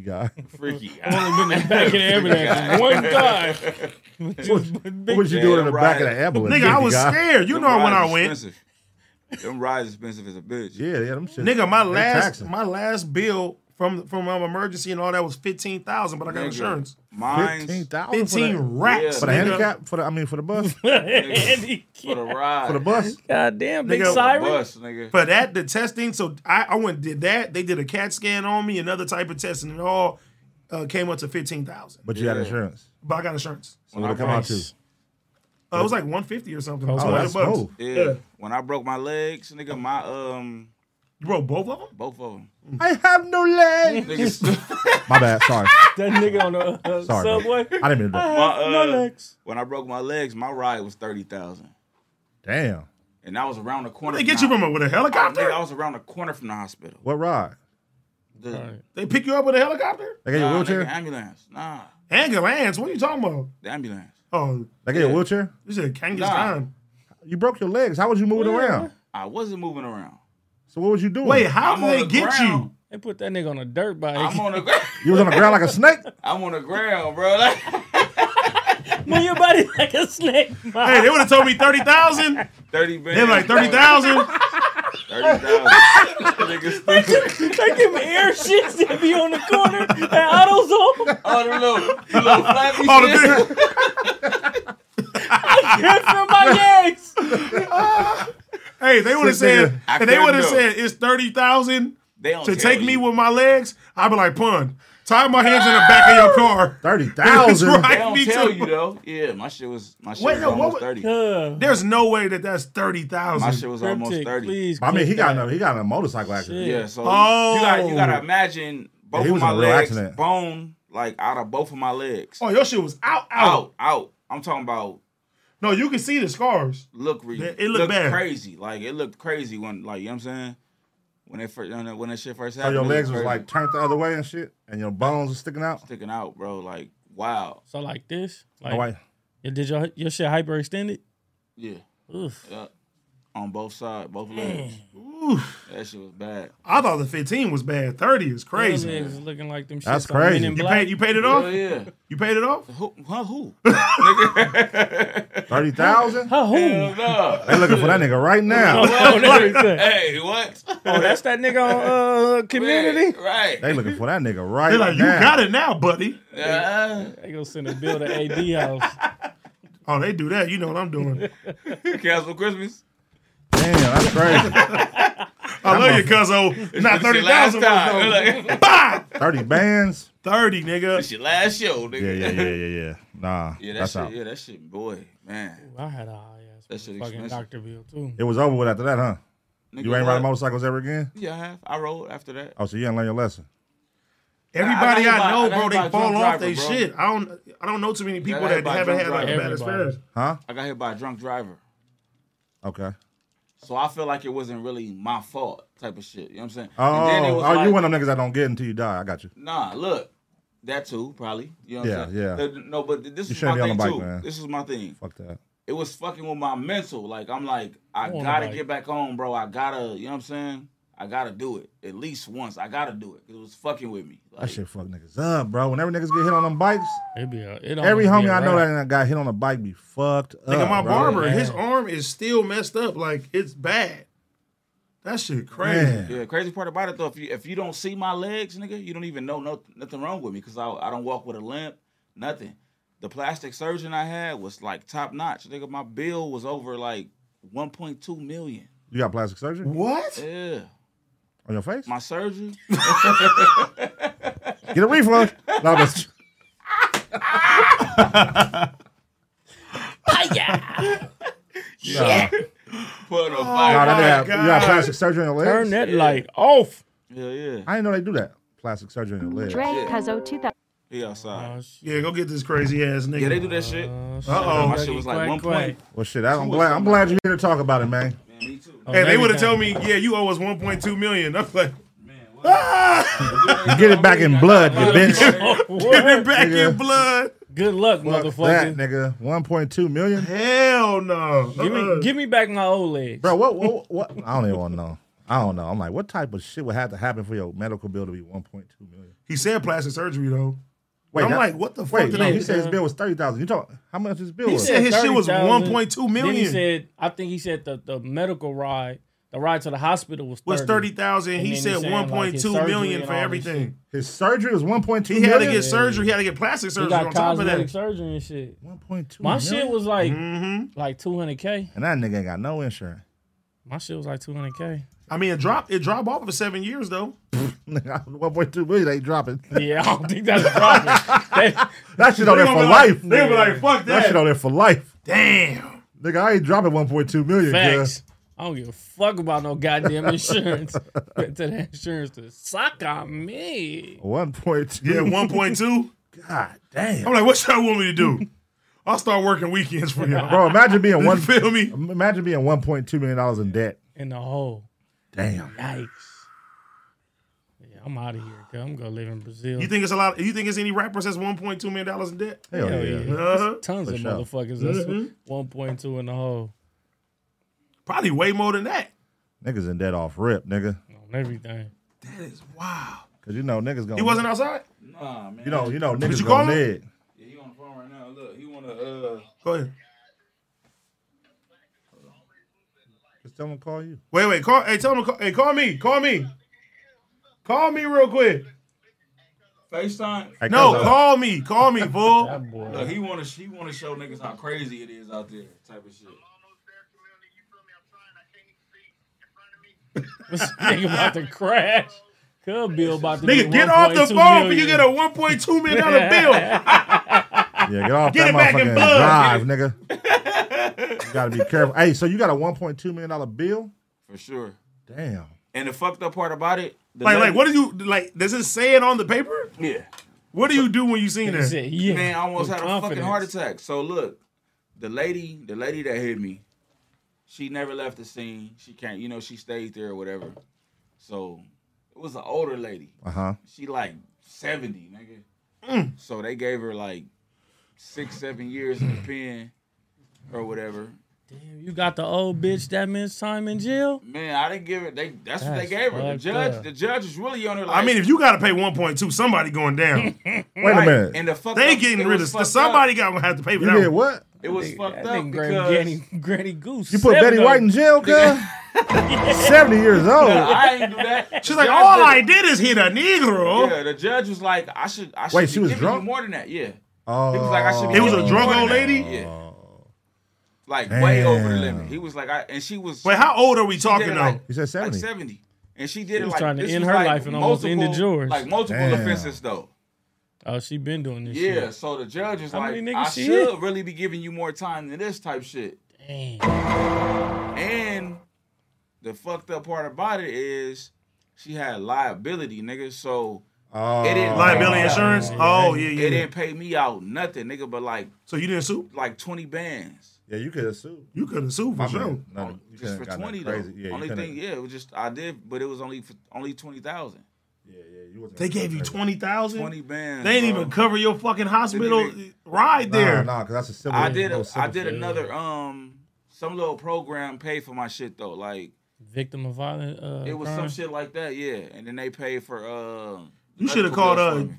S3: guy.
S1: freaky.
S4: Back in the ambulance. One guy.
S3: what was you doing in
S1: Damn
S3: the back of
S1: right.
S3: the ambulance?
S2: Nigga, I
S3: freaky
S2: was
S3: guy?
S2: scared. You
S1: Them
S2: know when I
S1: rides
S2: went.
S1: expensive. Them rides expensive as a bitch.
S3: Yeah, yeah, them shit.
S2: Nigga, my
S3: they
S2: last
S3: taxing.
S2: my last bill from from my emergency and all that was fifteen thousand, but I got
S1: Nigga,
S2: insurance.
S3: fifteen
S1: Mine's
S3: thousand for,
S2: Fifteen
S3: the-
S2: racks.
S1: Yeah.
S3: for the
S2: nigga.
S3: handicap for the I mean for the bus for
S4: And he-
S1: for the ride.
S3: the bus.
S4: God damn, big
S2: Nigga,
S4: siren.
S1: bus, nigga.
S2: For that, the testing. So I, I went and did that. They did a CAT scan on me, another type of testing, and it all uh, came up to fifteen thousand.
S3: But you had insurance.
S2: But I got insurance.
S3: So what it come out to?
S4: Nice.
S2: Uh, it was like one fifty or something.
S3: Oh, that's cool.
S1: Yeah. When I broke my legs, nigga, my um,
S2: You broke both of them.
S1: both of them.
S3: I have no leg.
S1: Nigga,
S3: my bad. Sorry.
S4: That nigga on the uh,
S3: Sorry, bro.
S4: subway.
S3: I didn't mean to. Do
S1: my,
S3: that.
S1: uh,
S4: No legs.
S1: When I broke my legs, my ride was thirty thousand,
S3: Damn.
S1: and I was around the corner.
S2: They get you from a, with a helicopter.
S1: Nigga, I was around the corner from the hospital.
S3: What ride?
S1: The,
S2: They pick you up with a helicopter.
S3: They gave you a
S1: nah, nigga,
S3: wheelchair.
S1: ambulance. Nah,
S2: Ambulance. What are you talking about?
S1: the ambulance.
S2: Oh,
S3: They gave you a wheelchair.
S2: you said Kangas
S1: Nah.
S2: Khan.
S3: You broke your legs. How was you
S1: Oh,
S3: moving around?
S1: I wasn't moving around.
S3: So what was you doing?
S2: Wait, how
S1: I'm
S2: did
S1: on
S2: they
S1: the
S2: get you?
S1: ground.
S4: They put that nigga on a dirt bike.
S1: I'm on the ground.
S3: you was on the ground like a snake.
S1: I'm on the ground, bro. Like,
S4: Move your body like a snake.
S2: Hey, they would have told me thirty thousand.
S1: thirty bands.
S2: They were like thirty thousand.
S1: Thirty thousand. nigga, stupid.
S4: They give him air shits to be on the corner at AutoZone.
S1: Oh, the little, the little flappy
S2: All the
S1: shit.
S2: big-
S4: Good for my legs.
S2: hey, they would have said,
S1: I
S2: and they would have
S1: couldn't do
S2: said it's thirty thousand
S1: They don't
S2: to
S1: tell
S2: take me
S1: you.
S2: with my legs. I'd be like, pun, tie my hands in the back of your car.
S3: Thirty thousand.
S2: That's right.
S1: They don't
S2: me
S1: tell
S2: too.
S1: you though. Yeah, my shit was my shit
S2: Wait,
S1: was
S2: no, what
S1: almost
S2: was-
S1: thirty.
S4: Uh,
S2: There's no way that that's thirty
S1: My shit
S2: thousand.
S1: was almost
S4: Cryptic,
S1: thirty.
S4: please.
S3: I mean, he
S4: click
S3: got
S4: that.
S3: in a, he got in a motorcycle accident.
S1: Yeah, so
S2: Oh.
S1: you got you gotta imagine both
S3: he was
S1: of my
S3: in a real
S1: legs
S3: accident.
S1: bone like out of both of my legs.
S2: Oh, your shit was out,
S1: Out,
S2: out.
S1: out. I'm talking about
S2: No, you can see the scars.
S1: look re-
S2: It- it looked bad.
S1: crazy. Like it looked crazy when like you know what I'm saying? when it first when that- when that shit first
S3: So
S1: happened.
S3: Oh, your
S1: it was
S3: legs was
S1: crazy.
S3: like turned the other way and shit, and your bones was sticking out.
S1: sticking out, bro. Like wow,
S4: So like this, like
S3: Oh, wait.
S4: yeah, did your your shit hyperextended?
S1: yeah,
S4: Oof.
S1: yeah. On both sides, both legs.
S2: Oof.
S1: That shit was bad.
S2: I thought the 15 was bad. 30 is crazy.
S4: Your legs is looking like them.
S3: That's
S4: shits on Men
S3: crazy.
S4: in
S3: You
S2: You
S4: Black.
S2: paid, you paid it
S1: Oh
S2: off?
S1: yeah.
S2: You paid it off?
S1: Who? Huh, who?
S3: Thirty thousand.
S4: Huh, who?
S1: Hell no.
S3: They looking for that nigga right now.
S4: Oh, that's-
S1: hey, what?
S4: oh, that's that nigga on uh, community.
S1: Right.
S3: They looking for that nigga right
S2: They're like, you
S3: now.
S2: got it now, buddy.
S1: Uh,
S4: They gonna send a bill to AD house.
S2: Oh, they do that. You know what I'm doing.
S1: uh, cancel Christmas.
S3: Damn, that's crazy.
S2: I love you, cuzzo. Not
S1: This your
S2: 30,000.
S1: last time.
S2: was
S1: Like,
S2: no- Bah!
S3: Thirty bands.
S2: 30,
S1: This
S2: nigga.
S1: your last show, nigga.
S3: Yeah, yeah, yeah, yeah, yeah. Nah,
S1: Yeah, that
S3: that's
S1: shit.
S3: out.
S1: Yeah, that shit, boy, man.
S4: I had a high
S1: That
S4: ass
S1: shit
S4: fucking
S1: expensive.
S4: doctor bill too.
S3: It was over with after that, huh?
S1: Nigga,
S3: You ain't
S1: what?
S3: riding motorcycles ever again?
S1: Yeah, I have. I rode after that.
S3: Oh, so you ain't learn your lesson.
S2: Everybody
S1: I- I
S2: I,
S1: got
S2: know,
S1: you by- I
S2: bro,
S1: got you by
S2: they fall
S1: drunk
S2: off
S1: driver,
S2: their
S1: bro.
S2: shit. I don't I don't know too many people
S1: got
S2: that
S1: hit by a
S2: haven't
S1: drunk
S2: had like a
S1: driver.
S2: bad experience.
S3: Huh?
S1: I got hit by a drunk driver,
S3: Okay.
S1: so I feel like it wasn't really my fault, type of shit. You know what I'm saying?
S3: Oh,
S1: And then it
S3: oh
S1: was like-
S3: you one of them niggas that don't get until you die. I got you.
S1: Nah, look, that too, probably. You know what
S3: Yeah,
S1: I'm
S3: yeah.
S1: saying? Uh, No, but this was
S3: shouldn't
S1: my
S3: be
S1: thing
S3: on the bike,
S1: too.
S3: man.
S1: This was my thing.
S3: Fuck that.
S1: It was fucking with my mental. Like I'm like, I
S4: I'm on the
S1: gotta
S4: bike.
S1: get back home, bro. I gotta, you know what I'm saying? I gotta do it at least once. I gotta do it. It was fucking with me.
S3: That
S1: Like,
S3: shit fuck niggas up, bro. Whenever niggas get hit on them bikes,
S4: It be a, it
S3: every
S4: almost be
S3: homie
S4: a
S3: I know
S4: wrap.
S3: that got hit on a bike be fucked up.
S2: Nigga, my
S3: Uh, bro.
S2: barber,
S4: Yeah.
S2: his arm is still messed up. Like, it's bad. That shit crazy.
S3: Man.
S1: Yeah, crazy part about it though, if you if you don't see my legs, nigga, you don't even know no, nothing wrong with me because I I don't walk with a limp, nothing. The plastic surgeon I had was like top notch, nigga. My bill was over like 1.2 million.
S3: You got plastic surgery
S2: What?
S1: Yeah,
S3: on your face?
S1: my surgery.
S3: Get a refund. no, but yeah.
S1: Put a
S3: Nah,
S1: fire.
S3: that nigga have-
S2: God.
S3: you got plastic surgery on your legs?
S4: Turn that light off.
S1: Yeah, yeah.
S3: I didn't know they do that. Plastic surgery on your legs.
S9: Dre Cuzzo 2000.
S1: He outside.
S4: Oh, shit. Oh,
S2: Yeah, go get this crazy ass nigga.
S1: Yeah, they do that shit.
S2: Uh-oh.
S1: My shit was like
S4: Quack,
S1: one
S4: quack.
S1: point.
S3: Well, shit, I- I'm glad. I'm glad you're here to talk about it, man.
S1: Man, me too.
S4: Oh,
S2: Hey, they
S4: every
S2: would have
S4: time.
S2: told me, yeah, you owe us 1.2 million. I'm like,
S3: Get it back in blood, you bitch.
S2: give it back
S3: Nigga.
S2: in blood.
S4: Good luck,
S3: Fuck that,
S4: motherfucker.
S3: nigga. 1.2 million,
S2: Hell no. Uh-uh.
S4: Give me, give me back my old legs.
S3: bro. What? What? What? I don't even want to know. I don't know. I'm like, what type of shit would have to happen for your medical bill to be 1.2 million?
S2: he said plastic surgery though.
S3: Wait,
S2: I'm
S3: that-
S2: like, what the fuck?
S3: Wait,
S2: did
S3: no,
S2: I-
S3: he said his bill was thirty thousand. You talk how much his bill
S2: He
S3: was?
S2: said his shit was
S4: 30,000.
S2: 1.2 million.
S4: Then he said, I think he said the, the medical ride, the ride to the hospital was 30.
S2: was thirty thousand.
S4: And
S2: He
S4: then he
S2: said
S4: saying,
S2: one
S4: like,
S2: point
S4: his
S2: two
S4: surgery
S2: million
S4: and
S2: for
S4: all this
S2: everything.
S3: his surgery was 1.2
S2: He
S3: million.
S2: had to get surgery. He had to get plastic
S4: He
S2: surgery on
S4: got
S2: top of
S4: cosmetic
S2: that.
S4: surgery and shit.
S3: 1.2
S4: My
S3: million?
S4: shit was like
S2: Mm-hmm.
S4: like 200K.
S3: and that nigga ain't got no insurance.
S4: My shit was like 200K.
S2: I mean, it dropped. It dropped off for seven years though.
S3: Nigga, 1.2 million ain't dropping.
S4: Yeah, I don't think that's a problem. That-
S3: That shit on there
S2: They
S3: for
S2: gonna be
S3: life.
S2: like- They were like, fuck
S3: that shit
S2: that.
S3: on there for life.
S2: Damn.
S3: Nigga, I ain't dropping 1.2 million.
S4: facts. I don't give a fuck about no goddamn insurance. Put that insurance to suck on me.
S3: girl. 1.2.
S2: Yeah, one point two.
S3: God damn.
S2: I'm like, what y'all want me to do? I'll start working weekends for y'all.
S3: Bro, imagine being
S2: You
S3: one.
S2: feel me?
S3: Imagine being 1.2 million dollars in debt.
S4: In the hole.
S3: Damn.
S4: Yikes. Yeah, I'm out of here. Cause I'm gonna live in Brazil.
S2: You think it's a lot? You think it's any rappers that's 1.2 million dollars in debt?
S3: Hell,
S4: Hell
S3: yeah.
S4: yeah.
S2: Uh-huh. Mm-hmm.
S4: Tons
S3: For
S4: of
S3: sure.
S4: motherfuckers. That's one point two in the hole
S2: Probably way more than that.
S3: Niggas in debt off rip, nigga.
S4: on everything.
S2: That is wow.
S3: Cause you know niggas gonna.
S2: He wasn't outside.
S1: Nah, man.
S3: You know, you know
S2: Did
S3: niggas
S2: you call
S3: gonna
S2: him?
S3: dead.
S1: Yeah, he on the phone right now. Look, he wanna uh
S2: Go ahead.
S3: Just tell them to call you.
S2: Wait, wait. Call. Hey, tell him. to Call, hey, call me. Call me. Call me real quick.
S1: FaceTime.
S3: Hey,
S2: No,
S3: cuz, uh,
S2: call me. Call me, fool.
S4: That boy.
S1: Look, he wanna he wanna show niggas how crazy it is out there, type of shit.
S4: This nigga about to crash. Could be about to
S2: Nigga,
S4: be
S2: get off the
S4: 1.2
S2: phone for you
S4: million.
S2: get a $1.2 million dollar bill.
S3: Yeah, get off
S2: Get
S3: that
S2: it back in
S3: motherfucking
S2: blood,
S3: drive, nigga. you gotta be careful. Hey, so you got a 1.2 million dollar bill?
S1: For sure.
S3: Damn.
S1: And the fucked up part about it, the
S2: Like,
S1: lady-
S2: like, what do you, like, does it say it on the paper?
S1: Yeah.
S2: What do you do when you seen
S4: He
S2: that?
S4: said, yeah.
S1: Man, I almost
S4: with
S1: had a fucking
S4: confidence.
S1: heart attack. So look, the lady, the lady that hit me, she never left the scene. She can't, you know, she stayed there or whatever. So it was an older lady.
S3: Uh huh.
S1: She like 70, nigga.
S4: Mm.
S1: So they gave her like six, seven years in the pen or whatever.
S4: You got the old bitch that means time in jail.
S1: Man, I didn't give her. They that's, what they
S4: That's
S1: gave her. The
S4: fucked
S1: judge,
S4: up.
S1: the judge is really on her. Like,
S2: I mean, if you got to pay 1.2, somebody going down.
S3: Wait a minute.
S1: and the fuck
S2: they
S1: up-
S2: getting
S1: it
S2: rid of
S1: was fucked
S2: somebody.
S1: Up.
S2: Got to have to pay for
S3: You
S2: that.
S3: did
S2: one.
S3: what?
S1: It was
S4: I
S1: fucked up
S4: think Granny,
S1: because
S4: Granny, Granny Goose.
S3: You put Betty White in jail, cuz? Seventy years old.
S1: I ain't do that.
S2: She's like, all I did is hit a Negro.
S1: Yeah, the judge was like, I should. I should be
S3: Wait, she was
S1: giving you
S3: drunk?
S1: more than that. Yeah,
S3: Oh,
S1: he was like, I should. be
S2: It was a
S1: giving you
S2: drunk
S1: more than
S2: old
S1: that.
S2: lady?
S1: Yeah, like way over the
S3: Damn.
S1: limit. He was like, I and she was.
S2: Wait, how old are we
S1: she did
S2: talking
S1: it
S2: though?
S1: like,
S3: You said
S1: like
S3: 70.
S1: seventy, and she did it
S4: was
S1: like
S4: trying to
S1: this
S4: end
S1: was
S4: her
S1: like
S4: life and almost
S1: multiple,
S4: ended yours.
S1: Like multiple
S3: Damn.
S1: offenses though.
S4: Oh, she been doing this.
S1: Yeah,
S4: shit.
S1: so the judge is
S4: How
S1: like,
S4: many niggas
S1: I
S4: she
S1: should
S4: hit?
S1: really be giving you more time than this type shit.
S4: Damn.
S1: And the fucked up part about it is she had liability, nigga. So
S3: Oh.
S1: it didn't
S2: Liability
S1: pay me out.
S2: insurance? Oh yeah,
S1: It
S2: yeah.
S1: uh, didn't pay me out nothing, nigga, but like
S2: So you didn't sue?
S1: like twenty bands.
S3: Yeah, you could have sued.
S2: You could have sued for
S3: My
S2: sure.
S3: man, no, Oh, you
S1: just
S3: couldn't
S1: for
S3: got nothing
S1: twenty though.
S3: crazy. Yeah, you
S1: only
S3: couldn't-
S1: thing, yeah, it was just I did, but it was only for, only twenty thousand.
S3: Yeah, yeah, you wasn't
S2: They
S3: gonna
S2: gave
S3: do
S2: you
S3: crazy.
S2: twenty thousand.
S1: Twenty bands.
S2: They ain't
S1: bro.
S2: even cover your fucking hospital
S1: Didn't even-
S2: ride there.
S3: Nah, nah, because that's a civil.
S1: I did
S3: no
S1: a, I
S3: civil
S1: did
S3: shit.
S1: another um some little program paid for my shit though. Like
S4: Victim of violent. Uh,
S1: it was some
S4: crime.
S1: shit like that, yeah. And then they paid for uh
S2: You shoulda
S1: medical
S2: called,
S1: bills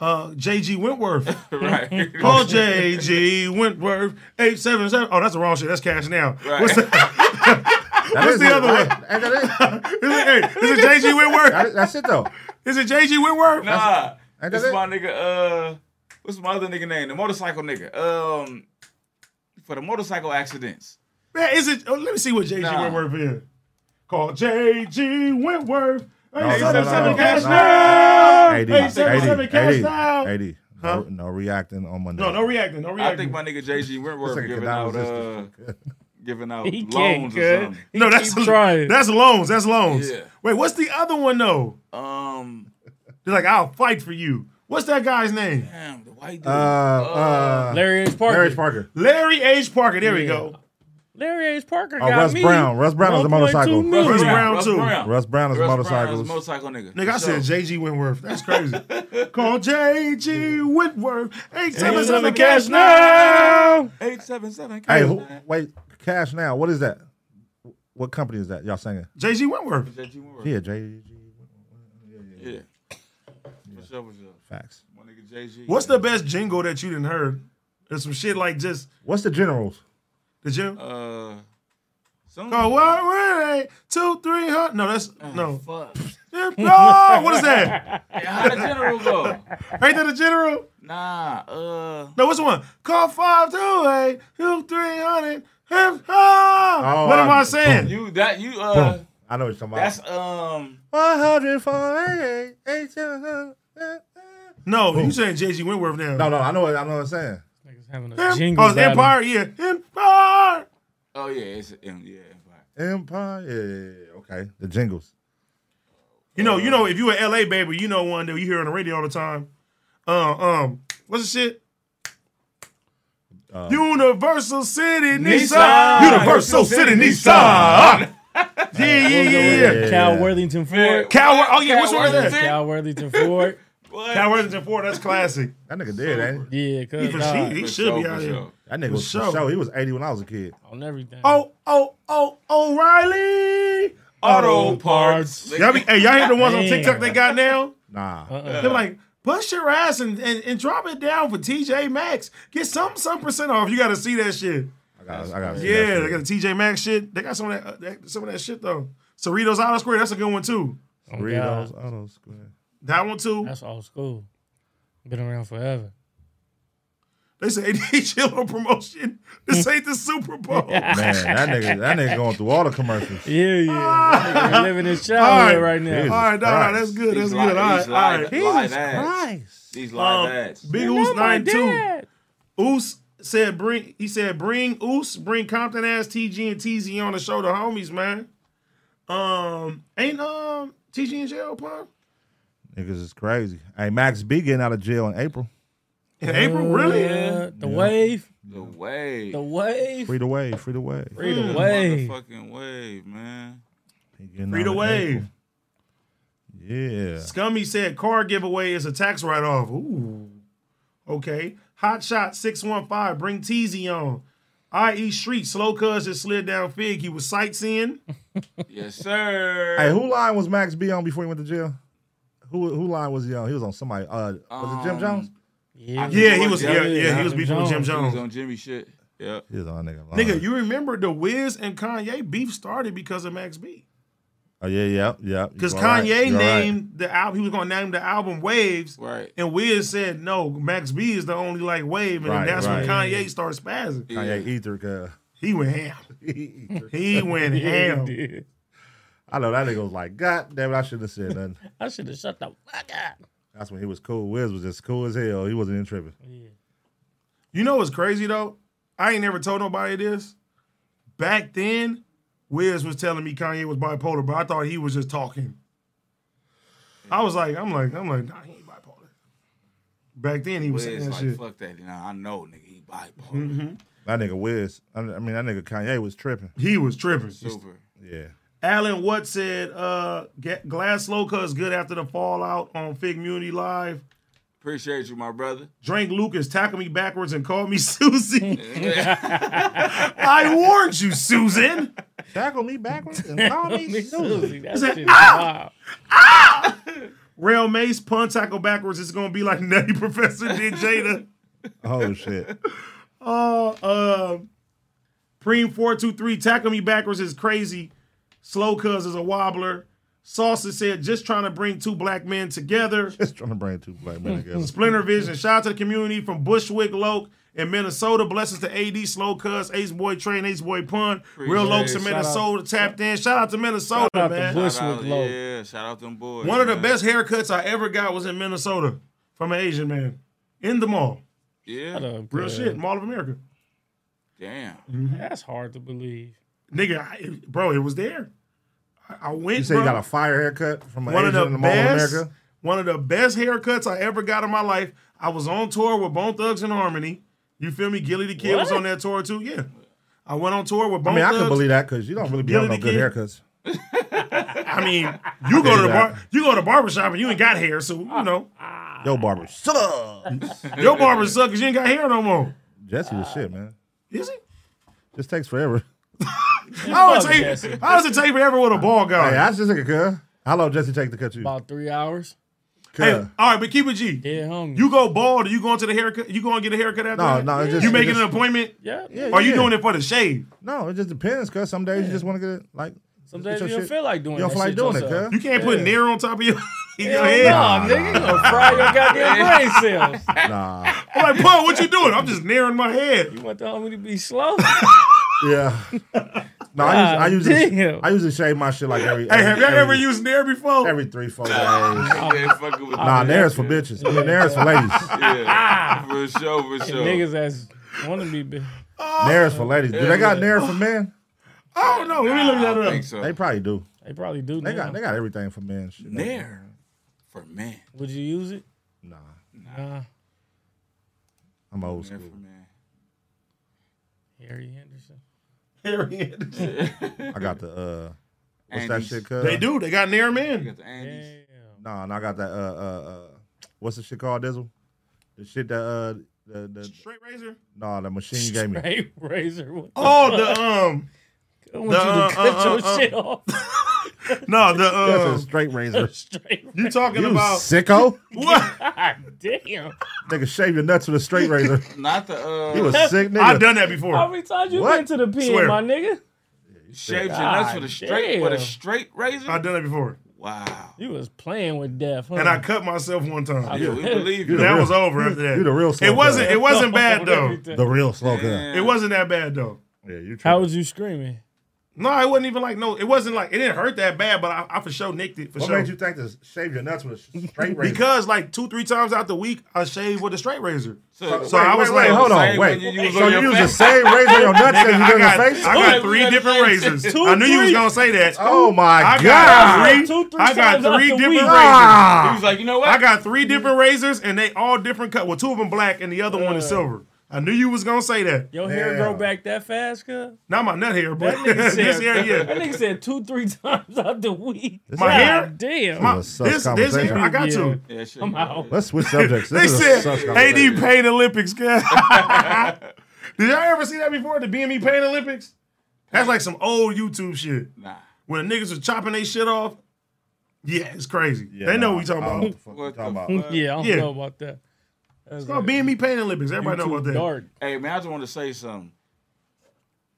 S2: uh, Uh, JG Wentworth.
S1: for me. right.
S2: Call JG Wentworth eight seven seven. Oh, that's the wrong shit. That's cash now.
S1: Right.
S2: What's that?
S3: That
S2: What's
S3: is
S2: the
S3: it,
S2: other
S3: right?
S2: one?
S3: Ain't that it?
S2: Is it, hey, is it JG Wentworth?
S3: That is- That's it though.
S2: Is it JG Wentworth?
S1: Nah,
S3: Ain't
S1: this
S3: that it?
S1: my nigga. Uh, what's my other nigga name? The motorcycle nigga. Um, for the motorcycle accidents.
S2: Man, is it? Oh, let me see what JG
S1: Nah.
S2: Wentworth is. Call JG Wentworth.
S3: no,
S2: eight seven seven
S3: no,
S2: cash
S3: no.
S2: now.
S3: AD,
S2: Eight seven seven cash
S3: AD,
S2: now.
S3: AD. No, no reacting on Monday.
S2: No, no reacting. No reacting.
S1: I think my nigga JG
S3: This
S1: Wentworth
S3: nigga
S1: giving out
S3: cannot
S1: uh,
S3: resist
S1: giving out
S4: He can't,
S1: loans or
S4: good.
S1: something.
S4: He
S2: No, that's
S4: keep trying.
S2: that's loans. That's loans.
S1: Yeah.
S2: Wait, what's the other one though?
S1: Um,
S2: They're like, I'll fight for you. What's that guy's name?
S1: damn, the white dude.
S3: Uh, uh,
S4: Larry H. Parker.
S3: Larry H. Parker.
S2: Larry H. Parker. There we
S4: Yeah.
S2: go.
S4: Larry H. Parker
S3: Oh,
S4: got
S3: Russ
S4: me.
S3: Brown. Russ Brown was a
S4: 1.2
S3: motorcycle.
S4: million.
S2: Russ Brown, too.
S3: Russ Brown is
S1: Russ Brown is
S3: motorcycles.
S1: a motorcycle nigga.
S2: Nigga, I said JG Wentworth. That's crazy. Call JG Wentworth. 877 cash now.
S1: eight seven seven.
S3: hey, who, wait, Cash Now. What is that? What company is that? Y'all singing?
S2: JG Wentworth.
S1: JG Wentworth.
S3: Yeah, JG
S1: yeah. For sure, for sure.
S3: Facts.
S1: My nigga JG.
S2: What's the best jingle that you didn't heard? There's some shit like just
S3: What's the generals?
S2: the gym.
S1: uh? Some
S2: Oh, what were they? Two, three hundred. No, that's no.
S1: Oh, fuck.
S2: No, what is that?
S1: Hey, how the general go?
S2: Ain't that the general?
S1: Nah, uh,
S2: No, what's the one? Call five two eight two three hundred. Oh,
S3: Oh,
S2: what am
S3: I-
S2: I saying?
S1: you that you uh,
S3: I know what you're talking about.
S1: that's um,
S3: 148, 877.
S2: No, you saying JG Wentworth now?
S3: No, no, I know what I know what I'm saying.
S4: Niggas having a
S2: Em-
S4: jingle
S2: oh, it's
S4: battle.
S2: Empire, yeah, Empire.
S1: oh yeah, it's um, yeah, Empire.
S3: Empire. Yeah, yeah, yeah. Okay. The jingles.
S2: You know, you know, if you a LA baby, you know one that you hear on the radio all the time. Uh, um, what's the shit?
S3: Uh,
S2: Universal City Nissan.
S1: Nissan.
S2: Universal City Nissan. yeah, yeah, yeah, yeah.
S4: Cal Worthington Ford.
S2: Coward. Oh yeah, which one is
S1: Coward.
S2: that?
S4: Cal Worthington Ford.
S2: Coward Worthington Ford. That's classic.
S3: That nigga did, ain't he?
S4: Yeah, cause
S2: For
S4: nah,
S2: she- he
S1: For
S2: should
S1: sure,
S2: be
S1: for
S2: out here.
S1: sure.
S3: That nigga was
S2: For
S3: for
S2: sure.
S3: show. He was 80 when I was a kid.
S4: on everything.
S2: Oh, oh, oh, O'Reilly.
S1: Auto parts.
S2: Y'all be, hey, y'all hear the ones on
S4: Damn.
S2: TikTok they got now?
S3: Nah.
S2: They're like, push your ass and, and, and drop it down for TJ Maxx. Get some some percent off. You got to see that shit.
S3: I got I got
S2: Yeah, they got the TJ Maxx shit. They got some of that, uh, that some of that shit though. Cerritos Auto Square, that's a good one too.
S3: Read
S4: Oh, God.
S3: those auto square.
S2: That one too.
S4: That's old school. Been around forever.
S2: They say ADA chill on promotion. This ain't the Super Bowl.
S3: Man, that nigga, that nigga going through all the commercials.
S4: Yeah, yeah. That nigga living his childhood
S2: Ah. All right.
S4: right now.
S3: Jesus
S2: All right, no, no,
S3: Christ.
S2: that's good. That's
S1: These
S2: good. All
S1: li-
S2: right,
S1: these
S2: all right.
S1: live- live ads. These live
S2: Um,
S1: ads.
S2: Big Oos nine two. Oos said bring. He said bring Oos, bring Compton ass TG and TZ on the show, the homies, man. Um, ain't um TG in jail, pun?
S3: Niggas is crazy. Hey, Max B getting out of jail in April.
S2: In April, really?
S4: Oh, Yeah, the wave,
S1: The wave.
S4: the wave,
S3: Free the wave, free the wave.
S4: free the
S1: The
S4: wave.
S1: Motherfucking wave, man.
S3: He getting
S2: Free
S3: out
S2: the
S3: in
S2: wave.
S3: April. Yeah.
S2: Scummy said car giveaway is a tax write off. Ooh. Okay. Hot Shot 615, bring Teasy on. I.E. Street, slow cuz that slid down fig. He was sightseeing.
S3: Uh-huh.
S1: Yes, sir.
S3: Hey, who line was Max B on before he went to jail? Who who line was he on? He was on somebody. Uh, was it Jim
S1: Um,
S3: Jones?
S4: Yeah,
S2: Yeah, he was. Yeah, yeah, he was
S4: Jim
S2: beefing with Jim
S4: Jones.
S1: He was
S2: Jones.
S1: on Jimmy shit. Yeah.
S3: He was on nigga. line.
S2: Nigga, you remember the Wiz and Kanye beef started because of Max B.
S3: Oh yeah, yeah, yeah. You
S2: Because
S3: all right,
S2: Kanye
S3: you all right.
S2: named the album, he was gonna name the album Waves,
S1: Right.
S2: and Wiz said no. Max B is the only like wave, and
S3: Right,
S2: that's when
S3: right.
S2: Kanye starts spazzing.
S3: Kanye Ether. Cause
S2: He went ham.
S3: Ether.
S2: He went
S4: Yeah,
S2: ham.
S4: he did.
S3: I know that nigga was like, God damn it, I shouldn't have said nothing.
S4: I should have shut the fuck up.
S3: That's when he was cool. Wiz was just cool as hell. He wasn't in tripping.
S2: You know what's crazy though? I ain't never told nobody this. Back then, Wiz was telling me Kanye was bipolar, but I thought he was just talking. I was like, I'm like, I'm like, nah, he ain't bipolar. Back then, he was
S1: Wiz
S2: saying that
S1: like,
S2: shit.
S1: fuck that. Nah, I know, nigga. He bipolar.
S3: That nigga Wiz. I I mean, that nigga Kanye was tripping.
S2: He was tripping.
S1: Super.
S3: Yeah.
S2: Alan Watt said, uh, Ga- Glass Loca is good after the fallout on Fig Muni Live.
S1: Appreciate you, my brother.
S2: Drink Lucas, tackle me backwards and call me Susie. I warned you, Susan.
S3: Tackle me backwards and call me Susie.
S4: Susie, that shit is
S2: "Ah!"
S4: wild.
S2: Rail Mace, pun tackle backwards. It's gonna be like Nutty Professor did Jada.
S3: Oh shit.
S2: Oh, uh, Preem four two three. Tackle me backwards is crazy. Slow cuz is a wobbler. Saucer said, just trying to bring two black men together.
S3: Just trying to bring two black men together.
S2: Splinter Vision. Shout out to the community from Bushwick Loke in Minnesota. Blessings to AD Slow Cuz, Ace Boy Train, Ace Boy Pun,
S1: Appreciate
S2: Real Lokes
S1: it.
S2: in
S1: Shout
S4: out-
S2: Minnesota. Tapped in. Shout out to Minnesota,
S4: Shout out to
S2: man.
S4: Bush-
S1: Shout out,
S4: with Low.
S1: Yeah, shout out them boys.
S2: One of the
S1: man.
S2: best haircuts I ever got was in Minnesota from an Asian man in the mall.
S4: Shut
S1: Yeah.
S4: up,
S2: Real
S4: cuz.
S2: shit, Mall of America.
S1: Damn.
S4: That's hard to believe.
S2: Nigga, I, it- bro, it was there. I, I went.
S3: You say you
S2: bro.
S3: got a fire haircut from an
S2: one
S3: Asian
S2: of
S3: in
S2: the
S3: the Mall of
S2: best,
S3: America?
S2: one of the best haircuts I ever got in my life. I was on tour with Bone Thugs and Harmony. You feel me? Gilly the Kid was
S4: What?
S2: on that tour too. Yeah, I went on tour with Bone
S3: I mean, I
S2: Thugs.
S3: could believe that because you don't really be
S2: Billy
S3: having no
S2: the
S3: good
S2: Kid.
S3: haircuts.
S2: I mean, you go to the
S3: that.
S2: bar, you go to the barbershop and you ain't got hair, so
S4: Ah.
S2: you know
S3: Yo, barber, shut up.
S2: your barber suck 'cause you ain't got hair no more.
S3: Jesse was shit, man.
S2: Is it?
S3: This takes forever.
S2: How does
S4: Fuck
S2: it
S4: Jesse.
S2: take? How does it take forever with a ball
S3: Hey,
S2: guy?
S3: I just think cuz. How long Jesse take to cut you?
S4: About three hours.
S3: Cuz.
S2: Hey, all right, but keep it G.
S4: Yeah, homie.
S2: You go bald, or you going to the haircut? You going to get a haircut after
S3: no,
S2: that?
S3: no, it's just
S2: You making
S3: it
S2: an
S3: just,
S2: appointment?
S4: yeah.
S3: Yeah,
S2: Or you
S3: yeah.
S2: doing it for the shave?
S3: No, it just depends, cuz some days you just want to get it like
S4: Some
S3: get
S4: days
S3: your
S4: you don't
S3: shit-
S4: feel like doing
S3: You don't
S4: that
S3: feel like
S4: shit
S3: doing
S4: yourself.
S3: it,
S2: You
S3: cuz.
S2: can't put Nair on top of your, your
S4: Hell
S2: head.
S4: nah, nigga, you gonna fry your goddamn brain cells.
S3: Nah.
S2: I'm like, Paul, what you doing? I'm just nearing my head.
S4: You want the homie to be slow?
S3: Yeah. No, I
S4: God
S3: usually, I usually
S4: damn.
S3: I usually shave my shit like every
S2: Hey, have y'all
S3: every,
S2: ever used Nair before?
S3: every three, four days.
S1: Ain't that fucking with
S2: Oh,
S3: Nah, there's for bitches. Yeah, there's for ladies.
S1: Yeah. For sure, for sure.
S4: Niggas that's want to be big.
S3: There's for ladies. Do they got nair for men?
S2: I don't know. Let me look
S1: I
S2: that
S1: don't
S2: up.
S1: think so.
S3: They probably do.
S4: They probably do.
S3: They
S4: now.
S3: got they got everything for men. Shit.
S1: Nair for men.
S4: Would you use it?
S3: Nah,
S4: Nah.
S3: I'm old
S1: Nair
S3: school.
S1: for men.
S4: Harry Henderson.
S2: Harriet.
S3: I got the uh, what's that
S1: Andes.
S3: shit? Cuz?
S2: They do. They got Nair
S1: You
S2: men.
S1: got the Andes.
S3: Nah, and I got that uh uh uh, what's the shit called? Dizzle. The shit that uh the the
S2: Straight razor.
S3: nah the machine you gave me.
S4: Ray Razor. What the
S2: Oh, the um,
S4: I want you to
S2: uh,
S4: cut
S2: uh,
S4: your
S2: uh,
S4: shit off
S2: no, the
S3: That's a
S2: um.
S3: straight razor.
S4: straight.
S2: You talking
S3: You
S2: about
S3: sicko?
S2: what?
S4: God damn.
S3: Nigga, shave your nuts with a straight razor.
S1: Not the uh
S3: You a sick nigga.
S2: I've done that
S4: How
S2: before.
S4: many times you
S3: What?
S4: been to the pen,
S2: Swear.
S4: my nigga?
S1: shaved your nuts with a
S4: God
S1: straight with a
S4: damn.
S1: straight razor?
S2: I've done that before,
S1: wow.
S4: You was playing with death, huh?
S2: and I cut myself one time.
S1: Yeah, we believe
S3: You
S1: you.
S3: the
S2: That
S3: real-
S2: was over after that.
S3: you the real
S2: It
S3: slow
S2: wasn't.
S3: guy.
S2: It wasn't bad
S4: With
S2: though.
S4: everything.
S3: The real slow gun.
S1: Damn.
S2: It wasn't that bad though.
S3: Yeah, you.
S4: How
S3: tripping.
S4: was you screaming?
S2: No, it wasn't even like no. It wasn't like it didn't hurt that bad, but I, I for sure nicked it for
S3: What
S2: sure.
S3: made you think to shave your nuts with a straight razor?
S2: Because like two, three times out the week, I shave with a straight razor.
S1: So,
S2: So I was
S3: wait,
S2: like,
S3: hold on,
S1: same
S3: wait.
S1: one you use
S3: so
S1: on
S3: you
S1: your
S3: use the
S1: face?
S3: same razor on your nuts
S2: Nigga,
S3: as you do
S2: I
S3: on your
S2: got,
S3: face?
S2: I
S1: Right,
S2: got
S1: we
S2: three
S1: gotta
S2: different
S1: change
S2: razors.
S4: Two,
S2: I knew you was
S4: three.
S2: gonna say that.
S3: Oh my
S2: I
S3: god!
S2: got three.
S4: Two, three
S2: I got
S4: times out
S2: three
S4: the
S2: different
S4: week.
S1: he
S2: razors.
S3: Ah!
S1: was like, you know what?
S4: Uh.
S2: I got three different razors, and they all different cut. Well, two of them black, and the other one is silver. I knew you was gonna say that.
S4: Your hair grow back that fast, cuz?
S2: Not my nut hair, but
S4: That nigga said,
S2: this hair, yeah.
S4: that nigga said two, three times out the week.
S2: My
S4: God
S2: hair?
S4: Damn.
S2: My-
S3: This is a
S2: this,
S3: sus
S2: this hair, I
S3: conversation.
S2: got to.
S1: Yeah, shit.
S4: I'm out.
S3: Let's switch subjects.
S2: They
S3: This is a
S2: said
S3: sus
S2: AD
S3: conversation.
S2: paid Olympics, guys. Did y'all ever see that before? The BME paid Olympics? That's like some old YouTube shit.
S1: Nah.
S2: When the niggas was chopping their shit off. Yeah, it's crazy.
S3: Yeah,
S2: they know
S3: nah,
S2: what we talking
S3: I don't know
S2: about.
S3: What the fuck
S1: What
S3: we talking
S1: the
S3: about?
S1: fuck?
S4: Yeah, I don't
S2: Yeah.
S4: know about that. That's
S2: It's called BME paid Olympics. Everybody know about that.
S4: Oh. Dark.
S1: Hey man, I just want to say something.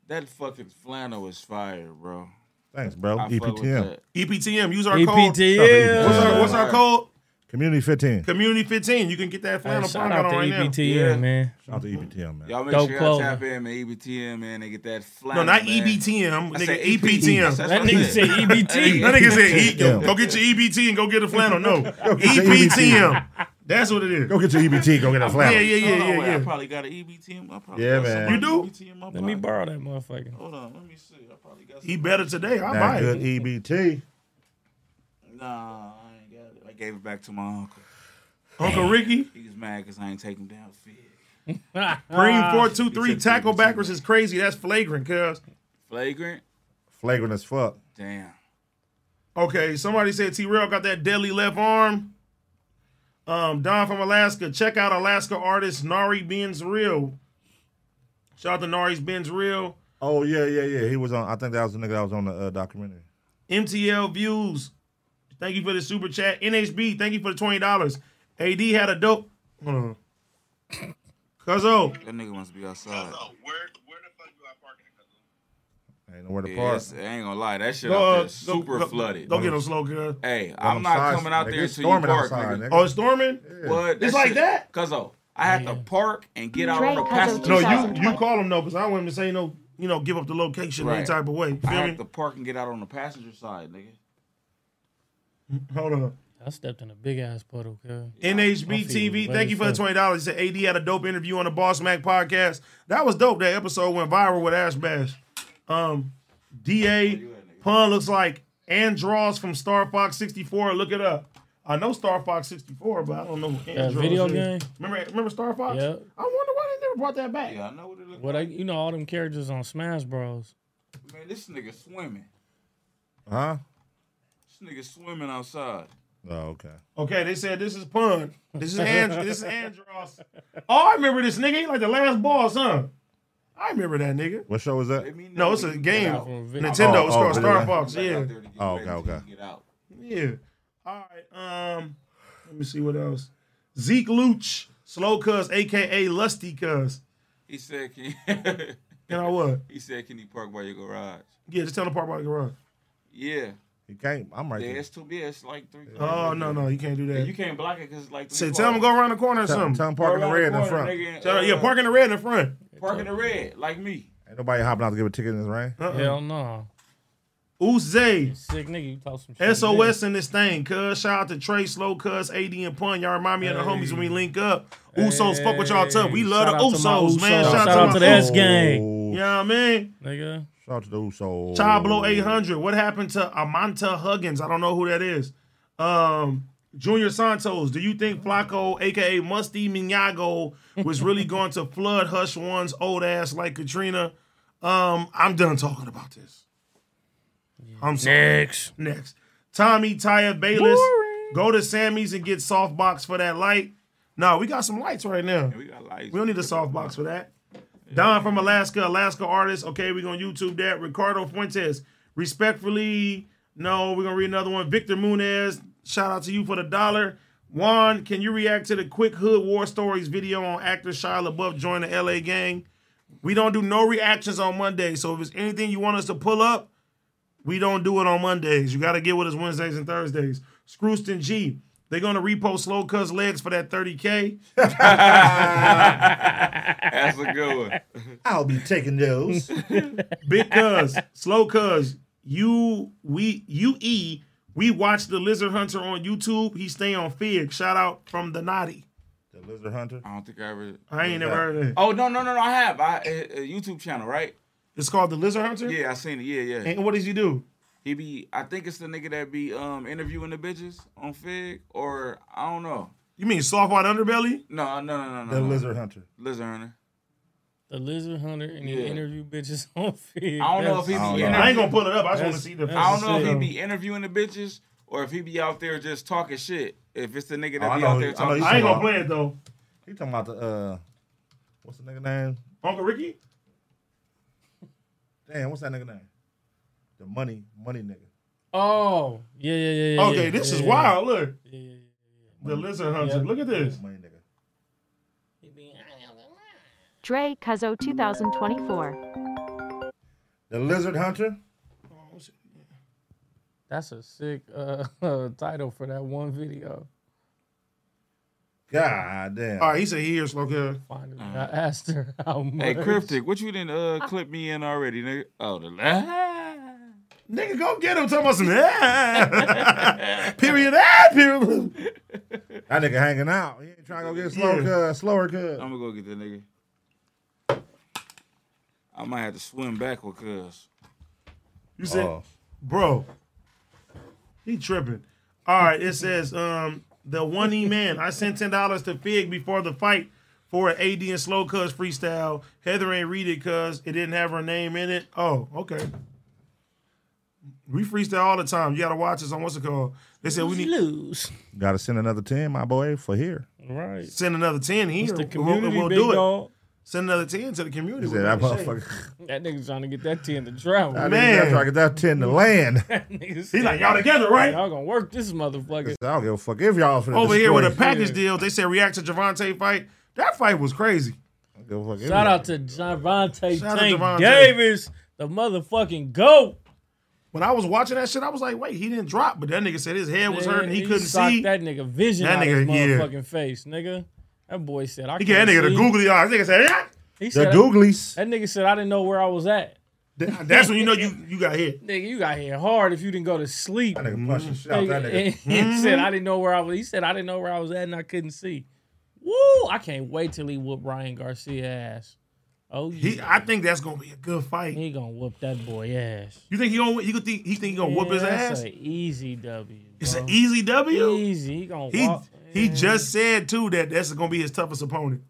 S1: That fucking flannel is fire, bro.
S3: Thanks, bro. E
S1: I fuck with
S3: EPTM.
S1: that.
S2: E EPTM, use our
S4: E
S2: code.
S4: EPTL.
S2: What's our, what's our code?
S3: Community 15.
S2: Community 15. You can get that
S4: Oh, Hey,
S2: flannel
S4: shout
S2: punk on
S4: out to E
S2: right now.
S4: EBTM,
S1: Yeah.
S4: man.
S3: Shout out to E EPTM, man.
S1: Y'all make
S4: Dope
S1: sure y'all
S4: clothing.
S1: tap in the EBTM man E and get that
S2: No,
S1: flannel.
S2: not E
S1: man.
S2: EBTM.
S1: I
S2: Nigga, E
S1: said
S3: E
S1: E
S2: EPTM.
S1: That's
S4: That
S1: what I
S4: nigga said E
S2: That
S4: EBT.
S2: nigga said, e-
S3: Yeah.
S2: go get your EBT and go get a flannel. No, E
S3: get your E
S2: EBTM. That's what it is.
S3: Go get your EBT. Go get a
S2: Yeah,
S3: flannel.
S2: yeah,
S1: Hold
S2: yeah,
S1: on, wait,
S2: yeah,
S1: I
S2: yeah.
S1: probably got E an EBTM. I probably
S3: Yeah,
S1: got E
S3: man.
S1: somebody
S2: You do?
S1: EBT in my
S4: Let me
S1: pocket.
S4: borrow that motherfucker.
S1: Hold on, let me see. I probably got.
S2: He
S1: Some...
S2: better today. I
S3: That
S2: buy
S3: good E
S2: it.
S3: EBT.
S1: Nah, I ain't got it. I gave it back to my uncle.
S2: Uncle Ricky,
S1: He's mad because I ain't take him down field.
S2: Green
S4: Ah,
S2: four two three
S1: said
S2: tackle
S1: EBT,
S2: backwards is crazy. That's flagrant, cuz.
S1: Flagrant.
S3: Flagrant as fuck.
S1: Damn.
S2: Okay, somebody said T Rail got that deadly left arm. Um, Don from Alaska. Check out Alaska artist Nari Benz Real. Shout out to Nari's Benz Real.
S3: Oh, yeah, yeah, yeah. He was on, I think that was the nigga that was on the uh, documentary.
S2: MTL Views. Thank you for the super chat. NHB, thank you for the twenty dollars. AD had a dope. Hold on. Cuzzo, uh,
S1: That nigga must be outside.
S3: Ain't nowhere to
S1: Yeah,
S3: park.
S1: it's- uh, I ain't gonna lie, that shit
S2: Go,
S1: out
S2: uh,
S1: there
S2: go-
S1: is super
S2: go-
S1: flooded.
S2: Don't get no slow, cuz.
S1: Hey,
S3: But
S1: I'm not
S3: sorry,
S1: coming out
S3: nigga,
S1: there
S3: it's
S1: until you
S3: storming
S1: park,
S3: outside,
S1: nigga.
S2: Oh, it's storming?
S1: What?
S2: It's like that?
S1: Cause oh, I had to park and get out on the
S9: Drake has a
S1: passenger
S2: No,
S1: side.
S2: you you call him though, because I don't want him to say no, you know, give up the location any
S1: Right.
S2: type of way. You
S1: I
S2: Feel me?
S1: had to park and get out on the passenger side, nigga.
S2: Hold on.
S4: I stepped in a big ass puddle, cuz.
S2: NHB
S4: I feel
S2: TV,
S4: way
S2: thank you for the
S4: fucked.
S2: twenty dollars. He said AD had a dope interview on the Boss Mac podcast. That was dope. That episode went viral with Ash Bash. Um, DA pun looks like Andros from Star Fox sixty four. Look it up. I know Star Fox sixty four, but I don't know what Andros
S4: video
S2: is.
S4: game?
S2: Remember, remember Star Fox?
S4: Yeah.
S2: I wonder why they never brought that back.
S1: Yeah, I know what it look
S4: What I,
S1: like.
S4: you know, all them characters on Smash Bros.
S1: Man, this nigga swimming.
S3: Huh?
S1: This nigga swimming outside.
S3: Oh, okay.
S2: Okay, they said this is pun. This is And- this is Andros. Oh, I remember this nigga. He like the last boss, huh? I remember that nigga.
S3: What show was that?
S1: Let me know
S2: No, it's
S1: when
S2: a
S1: you
S2: game.
S1: get out. Get
S2: Nintendo. it's
S3: Oh, oh,
S2: called Star
S3: yeah.
S2: Fox.
S1: back
S2: Yeah.
S1: out there to get
S3: Oh,
S1: ready
S3: okay,
S1: till
S3: okay.
S1: you Get out.
S2: Yeah. All right. Um, let me see what else. Zeke Luch, slow cuz, aka Lusty cuz.
S1: He said, "Can
S2: You know what?
S1: he said, can he park by your garage?"
S2: Yeah, just tell him part about the garage.
S1: Yeah,
S3: He can't. I'm right
S1: yeah,
S3: there.
S1: it's too big. It's like three.
S2: Oh no, no, you can't do
S1: you
S2: that.
S1: can't block it because it's like. Three
S2: Say, tell him go around the corner or
S3: Tell,
S2: something.
S3: tell him parking the red in front.
S2: Tell him- yeah, park in the red in front.
S1: Parking uh, the red, like me.
S3: Ain't nobody hopping out to give a ticket in this rain.
S4: Oh, Hell no.
S2: Uze,
S4: Sick nigga, you talk some shit.
S2: SOS in this thing, cuz. Shout out to Trey, Slow Cuz, AD, and Pun. Y'all remind me of the homies when we link up. Usos, fuck with y'all tough. We love
S4: Shout out
S2: the
S4: to my
S2: Usos, man.
S4: Usos.
S2: Shout,
S4: Shout out
S2: to
S4: to
S2: my
S4: the
S2: Usos.
S4: S gang.
S2: You know what I mean?
S4: Nigga.
S3: Shout out to the Usos.
S2: Tablo 800. What happened to Amanta Huggins? I don't know who that is. Um, Junior Santos. Do you think Flacco, aka Musty Miniago, was really going to flood Hush One's old ass like Katrina? Um, I'm done talking about this. I'm sorry.
S4: Next.
S2: Next. Tommy Taya Bayless. Go to Sammy's and get soft box for that light. No, we got some lights right now.
S1: And we got lights.
S2: We don't need a soft box for that. Don from Alaska, Alaska artist. Okay, we're gonna YouTube that. Ricardo Fuentes, respectfully. No, we're gonna read another one. Victor Munez, shout out to you for the dollar. Juan, can you react to the quick hood war stories video on actor Shia LaBeouf joining the LA gang? We don't do no reactions on Monday, so if it's anything you want us to pull up, we don't do it on Mondays. You got to get with us Wednesdays and Thursdays. Scrooston G, they're gonna repost Slow Cuz legs for that 30k.
S1: That's a good one.
S3: I'll be taking those.
S2: Big cuz, slow cuz, you we you e we watch the lizard hunter on YouTube. He stay on Fig. Shout out from the naughty.
S3: the Lizard Hunter.
S1: I don't think I ever.
S2: I ain't never heard of it.
S1: Oh no no no no! I have I a, a YouTube channel, right?
S2: It's called the lizard hunter.
S1: Yeah, I seen it. Yeah yeah.
S2: And what does he do?
S1: He be, I think it's the nigga that be um interviewing the bitches on Fig, or I don't know.
S2: You mean soft white underbelly?
S1: No, no, no, no, no.
S3: The
S1: no.
S3: Lizard Hunter.
S1: Lizard Hunter.
S4: The lizard hunter and he
S1: Yeah.
S4: interview bitches on feed.
S1: I don't know if he be
S3: I don't know.
S1: interviewing.
S2: I ain't gonna pull it up. I just want to
S4: That's-
S2: see the.
S4: that's
S1: I don't know if he
S4: shit.
S1: be interviewing the bitches or if he be out there just talking shit. If it's the nigga
S3: Oh, I
S1: that be
S3: know
S1: out
S3: who- I
S1: there
S3: know
S1: talking
S3: you
S2: I ain't
S1: shit.
S2: gonna play it though.
S3: He talking about the uh, what's the nigga name?
S2: Uncle Ricky.
S3: Damn, what's that nigga name? The money, money nigga.
S4: Oh, yeah, yeah, yeah. yeah
S2: Okay,
S4: yeah,
S2: this
S4: yeah,
S2: is
S4: yeah.
S2: wild. Look,
S4: Yeah, yeah, yeah.
S2: the lizard hunter.
S4: Yeah.
S2: Look at this.
S3: Money nigga.
S4: He be-
S9: Dre Cuzzo 2024.
S3: The lizard hunter.
S4: Oh, That's a sick uh, uh, title for that one video.
S3: God damn.
S2: All right, he said he hears slow Kill.
S4: Finally, I asked her how much.
S1: Mm. Hey, cryptic, what you didn't uh, clip me in already, nigga? Oh, the la-
S2: Nigga, go get him. Talking about some. "Ah." period. Ah, period.
S3: That nigga hanging out. He ain't trying to go get slow, cuz, slower, cuz.
S1: I'm gonna go get the nigga. I might have to swim back with cuz.
S3: Oh,
S2: You said,
S1: Oh.
S2: bro, he tripping. All right, it says um the one E man. I sent ten dollars to Fig before the fight for an AD and slow cuz freestyle. Heather ain't read it cuz it didn't have her name in it. Oh, okay. We freestyle all the time. You gotta watch us on what's it called? They said we need
S4: lose.
S3: Gotta send another 10, my boy, for here.
S4: Right.
S2: send another ten here.
S4: It's the
S2: We'll-
S4: community,
S2: we'll,
S4: big
S2: do it.
S4: dog.
S2: Send another ten to the community.
S3: He
S2: We'll
S3: said, that
S2: make it shake.
S3: motherfucker.
S4: That nigga trying to get that 10 to travel.
S3: That
S2: Man.
S3: nigga gotta try to get that 10 to land. I
S4: That nigga
S2: He's
S4: said,
S2: like, y'all together, right?
S4: Y'all gonna work this motherfucker.
S3: don't give a fuck if y'all finna
S2: Over here
S3: destroy
S2: with a
S3: us.
S2: package
S4: Yeah.
S2: deal. They said react to Javante fight. That fight was crazy.
S3: I don't give a fuck if
S4: Shout
S3: y'all-
S4: out to Javante
S2: Shout out to
S4: Tank
S2: Javante.
S4: Davis, the motherfucking GOAT.
S2: When I was watching that shit, I was like, wait, he didn't drop, but that nigga said his head was hurting.
S4: Man,
S2: He, couldn't
S4: socked
S2: see.
S4: that nigga vision
S2: That
S4: out of his
S2: nigga, yeah.
S4: motherfucking face, nigga. That boy said, I
S2: he gave that
S4: can't
S2: nigga the
S4: see.
S2: googly eyes. Nigga said, "Ah!"
S4: He
S3: the
S4: said,
S3: Googlies.
S4: That nigga said, I didn't know where I was at.
S2: That- that's when you know you, you got hit.
S4: Nigga, you got hit hard if you didn't go to sleep.
S3: That nigga punching shit out
S4: Nigga,
S3: that
S4: and
S3: nigga.
S4: he said,
S2: Mm-hmm.
S4: I didn't know where I was. He said, I didn't know where I was at and I couldn't see. Woo! I can't wait till he whoop Ryan Garcia ass. Oh, yeah.
S2: Mm-hmm. He,
S4: He,
S2: I think that's gonna be a good fight.
S4: gonna whoop that boy ass.
S2: You think he gonna you could think he think he gonna whoop
S4: Yeah,
S2: his
S4: that's
S2: ass?
S4: a easy W.
S2: It's
S4: bro.
S2: an easy W.
S4: Easy. He gonna
S2: He
S4: walk.
S2: he
S4: man,
S2: just said too that that's gonna be his toughest opponent.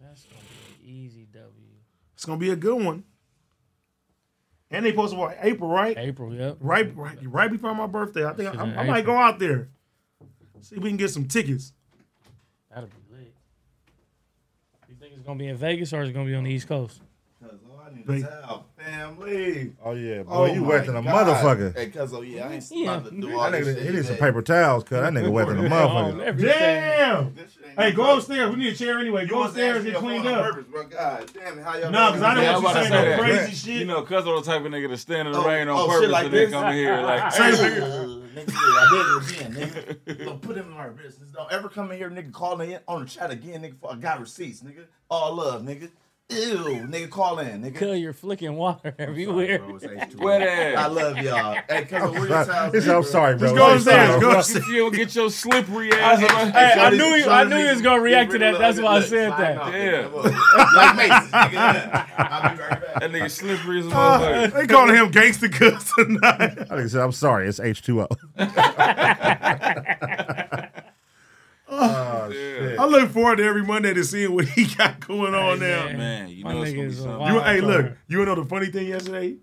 S4: That's gonna be an easy W.
S2: It's gonna be a good one. And they posted what April right?
S4: April, yep.
S2: Right, right, right before my birthday. I think I,
S4: Shit
S2: I,
S4: in
S2: I might
S4: April.
S2: go out there. See if we can get some tickets.
S4: That'll be lit. You think it's gonna be in Vegas or it's gonna be on the East Coast?
S2: They-
S7: Family.
S3: Oh, yeah, boy, you wet than a motherfucker.
S7: Hey, cuz, oh, yeah, I ain't
S4: Yeah.
S7: about to do all
S3: That
S7: this
S3: nigga,
S7: shit.
S3: he need some
S7: today.
S3: paper towels, cuz. That nigga wet than a
S4: Oh,
S3: motherfucker.
S4: everything.
S2: Damn.
S7: This shit ain't
S2: Hey,
S7: no
S2: go
S7: joke.
S2: upstairs. We need a chair anyway.
S7: You
S2: Go
S7: wasn't
S2: upstairs and
S7: asking your
S2: clean
S7: phone on
S2: up.
S7: Purpose, bro. God damn it, how y'all
S2: No, because I
S1: Yeah,
S2: didn't
S1: I'm
S2: want
S1: about to
S2: you saying no
S1: say that.
S2: crazy shit.
S1: You know, cuz the type of nigga to stand in the
S7: Oh,
S1: rain on
S7: oh, shit
S1: purpose
S7: like
S1: and then
S7: this?
S1: come in here like,
S7: Same nigga. nigga, I did it again, nigga. Look, put him in our business. Don't ever come in here, nigga, call in on the chat again, nigga, for I got receipts, nigga. All love, nigga. Ew, nigga, call in, nigga.
S4: Cause you're flicking water everywhere.
S1: wet
S7: I
S1: ass.
S7: love y'all. Hey,
S2: Oh,
S7: cuz, where's your house?
S3: He said, I'm sorry, bro.
S2: Just go
S3: I'm sorry,
S2: upstairs.
S3: bro.
S2: Go upstairs.
S1: If you don't get your slippery ass
S4: Hey,
S1: up.
S4: I knew he, I knew he was gonna react to that. That's why I said that.
S1: Yeah.
S7: Like Mason, nigga. I'll be right back.
S1: That nigga slippery as a motherfucker.
S2: They calling him gangster cuz tonight.
S3: That nigga said, I'm sorry, it's H2O. oh, shit.
S2: I look forward to every Monday to seeing what he got going on now.
S4: man.
S1: Man, you
S4: My
S1: know it's
S4: nigga
S1: gonna be
S4: is a
S1: something.
S4: wild
S2: You, hey, look,
S4: card.
S2: you know the funny thing yesterday?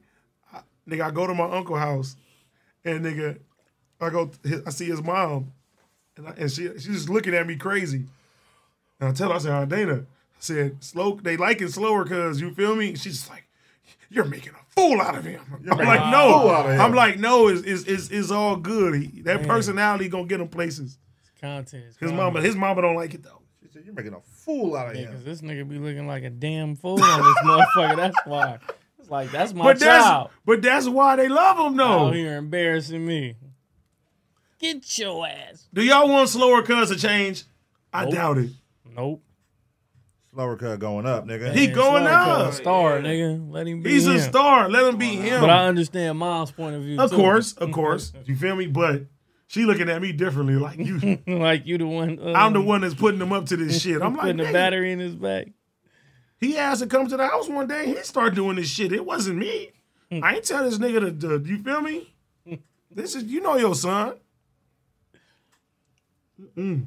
S2: I, nigga, I go to my uncle house and nigga, I go, his, I see his mom and, I, and she she's just looking at me crazy. And I tell her, I said, "Ah, Dana, I said, slow, they like it slower because you feel me? She's just like, you're making a fool out of him. I'm
S3: making
S2: like,
S3: a
S2: no.
S3: fool out of him.
S2: I'm like, no, it's, it's, it's, it's all good. He, that personality going to get him places.
S4: Content. is
S2: His
S4: coming.
S2: mama, his mama don't like it though.
S3: She said, You're making a fool out of
S4: Yeah, cause
S3: him.
S4: this nigga be looking like a damn fool on this motherfucker. That's why. It's like that's my
S2: But
S4: child.
S2: that's but that's why they love him though.
S4: Oh, you're embarrassing me. Get your ass.
S2: Do y'all want slower cuz to change? I
S4: Nope.
S2: doubt it.
S4: Nope.
S3: Slower cut going up, nigga.
S2: He
S4: Man,
S2: going
S4: Slaughter Cub
S2: up.
S4: a Star, nigga. Let him be.
S2: He's
S4: him.
S2: a star. Let him be him.
S4: But I understand mom's point of view.
S2: of
S4: too.
S2: course, of course. You feel me? But she looking at me differently. Like you,
S4: like you the one. Um,
S2: I'm the one that's putting him up to this shit. I'm like,
S4: putting the
S2: "Nigga,
S4: battery in his back.
S2: he asked to come to the house one day. He started doing this shit. It wasn't me.
S4: Hmm.
S2: I ain't tell this nigga to. do- you feel me? This is you know your son. Mm.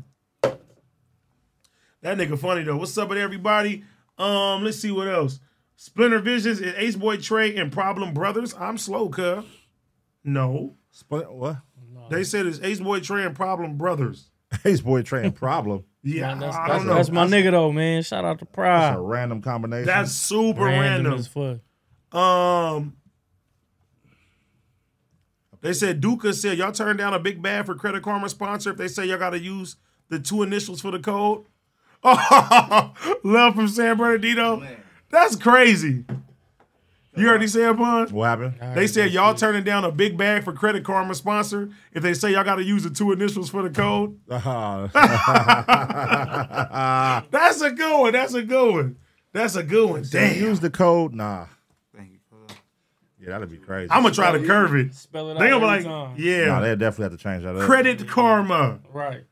S2: That nigga funny though. What's up with everybody? Um, let's see what else. Splinter Visions and Ace Boy Trey and Problem Brothers. I'm slow, cuz. No.
S3: Splinter, what?
S4: Oh.
S2: They said it's Ace Boy Trey and Problem Brothers.
S3: Ace Boy Train Problem.
S2: Yeah,
S4: Man, that's,
S2: I
S4: that's,
S2: don't know.
S4: that's my nigga though, man. Shout out to Pride.
S3: That's a random combination.
S2: That's super random.
S4: Random as fuck.
S2: Um, they said Duca said y'all turn down a big bad for Credit Karma sponsor if they say y'all got to use the two initials for the code. Oh, love from San Bernardino. That's crazy. You heard he said, Bun?
S3: What happened?
S2: They said y'all turning down a big bag for Credit Karma sponsor if they say y'all got to use the two initials for the code.
S3: Oh, Uh,
S2: That's a good one. That's a good one. That's a good one. Damn.
S3: Use the code. Nah. Yeah, that'd be crazy.
S2: I'm gonna try to curve it.
S4: Spell it out
S2: They gonna be
S4: every
S2: like,
S4: time.
S2: yeah,
S3: Nah, they definitely have to change that up.
S2: credit karma,
S4: Right.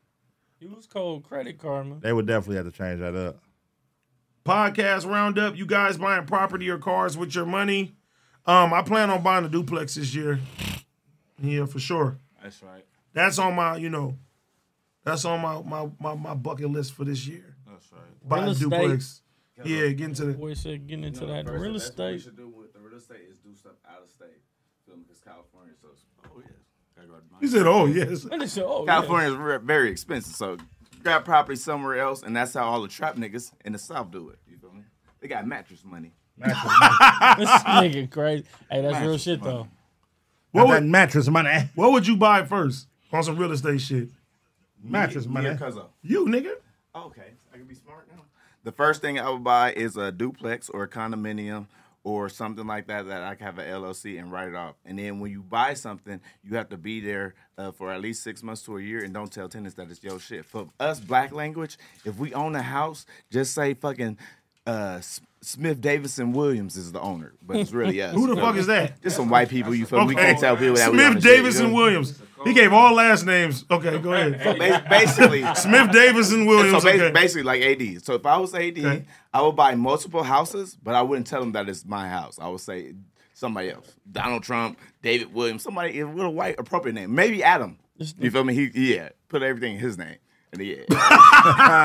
S4: Use code Credit Karma.
S3: They would definitely have to change that up.
S2: podcast roundup. You guys buying property or cars with your money? Um, I plan on buying a duplex this year. Yeah, for sure.
S1: That's right.
S2: That's on my, you know, that's on my my my, my bucket list for this year.
S1: That's right.
S2: Buying
S4: Real
S2: a
S4: estate.
S2: duplex. Yeah, get into the
S4: Boy said getting into that real
S10: We
S4: estate.
S10: should do with the real estate is do stuff out of state. Because California, so it's- oh yes. Gotta go to
S2: He
S10: Miami.
S2: said, "Oh yes."
S4: And they said, oh,
S10: California is re- very expensive, so grab property somewhere else, and that's how all the trap niggas in the South do it. You feel me? They got mattress money.
S4: yeah. this nigga crazy. Hey, that's real shit though.
S2: What
S3: Got that
S2: would-
S3: mattress money.
S2: What would you buy first on some real estate shit?
S3: Mattress money.
S10: Yeah, cuz of.
S2: You nigga.
S10: Okay, I can be smart now. The first thing I would buy is a duplex or a condominium or something like that that I can have an LLC and write it off. And then when you buy something, you have to be there uh, for at least six months to a year and don't tell tenants that it's your shit. For us, black language, if we own a house, just say fucking uh, S- Smith Davidson Williams is the owner, but it's really us.
S2: Who the fuck is that?
S10: Just some white people you feel we can't tell people that we own
S2: Smith
S10: the shit, you
S2: Davidson
S10: know?
S2: Williams. He gave all last names. Okay, go ahead.
S10: Ba- Basically,
S2: Smith Davidson Williams.
S10: so ba-
S2: okay.
S10: basically, like AD. So if I was AD,
S2: Okay.
S10: I would buy multiple houses, but I wouldn't tell them that it's my house. I would say somebody else, Donald Trump, David Williams, somebody with a white appropriate name, maybe Adam. You feel me? He yeah, put everything in his name. And yeah.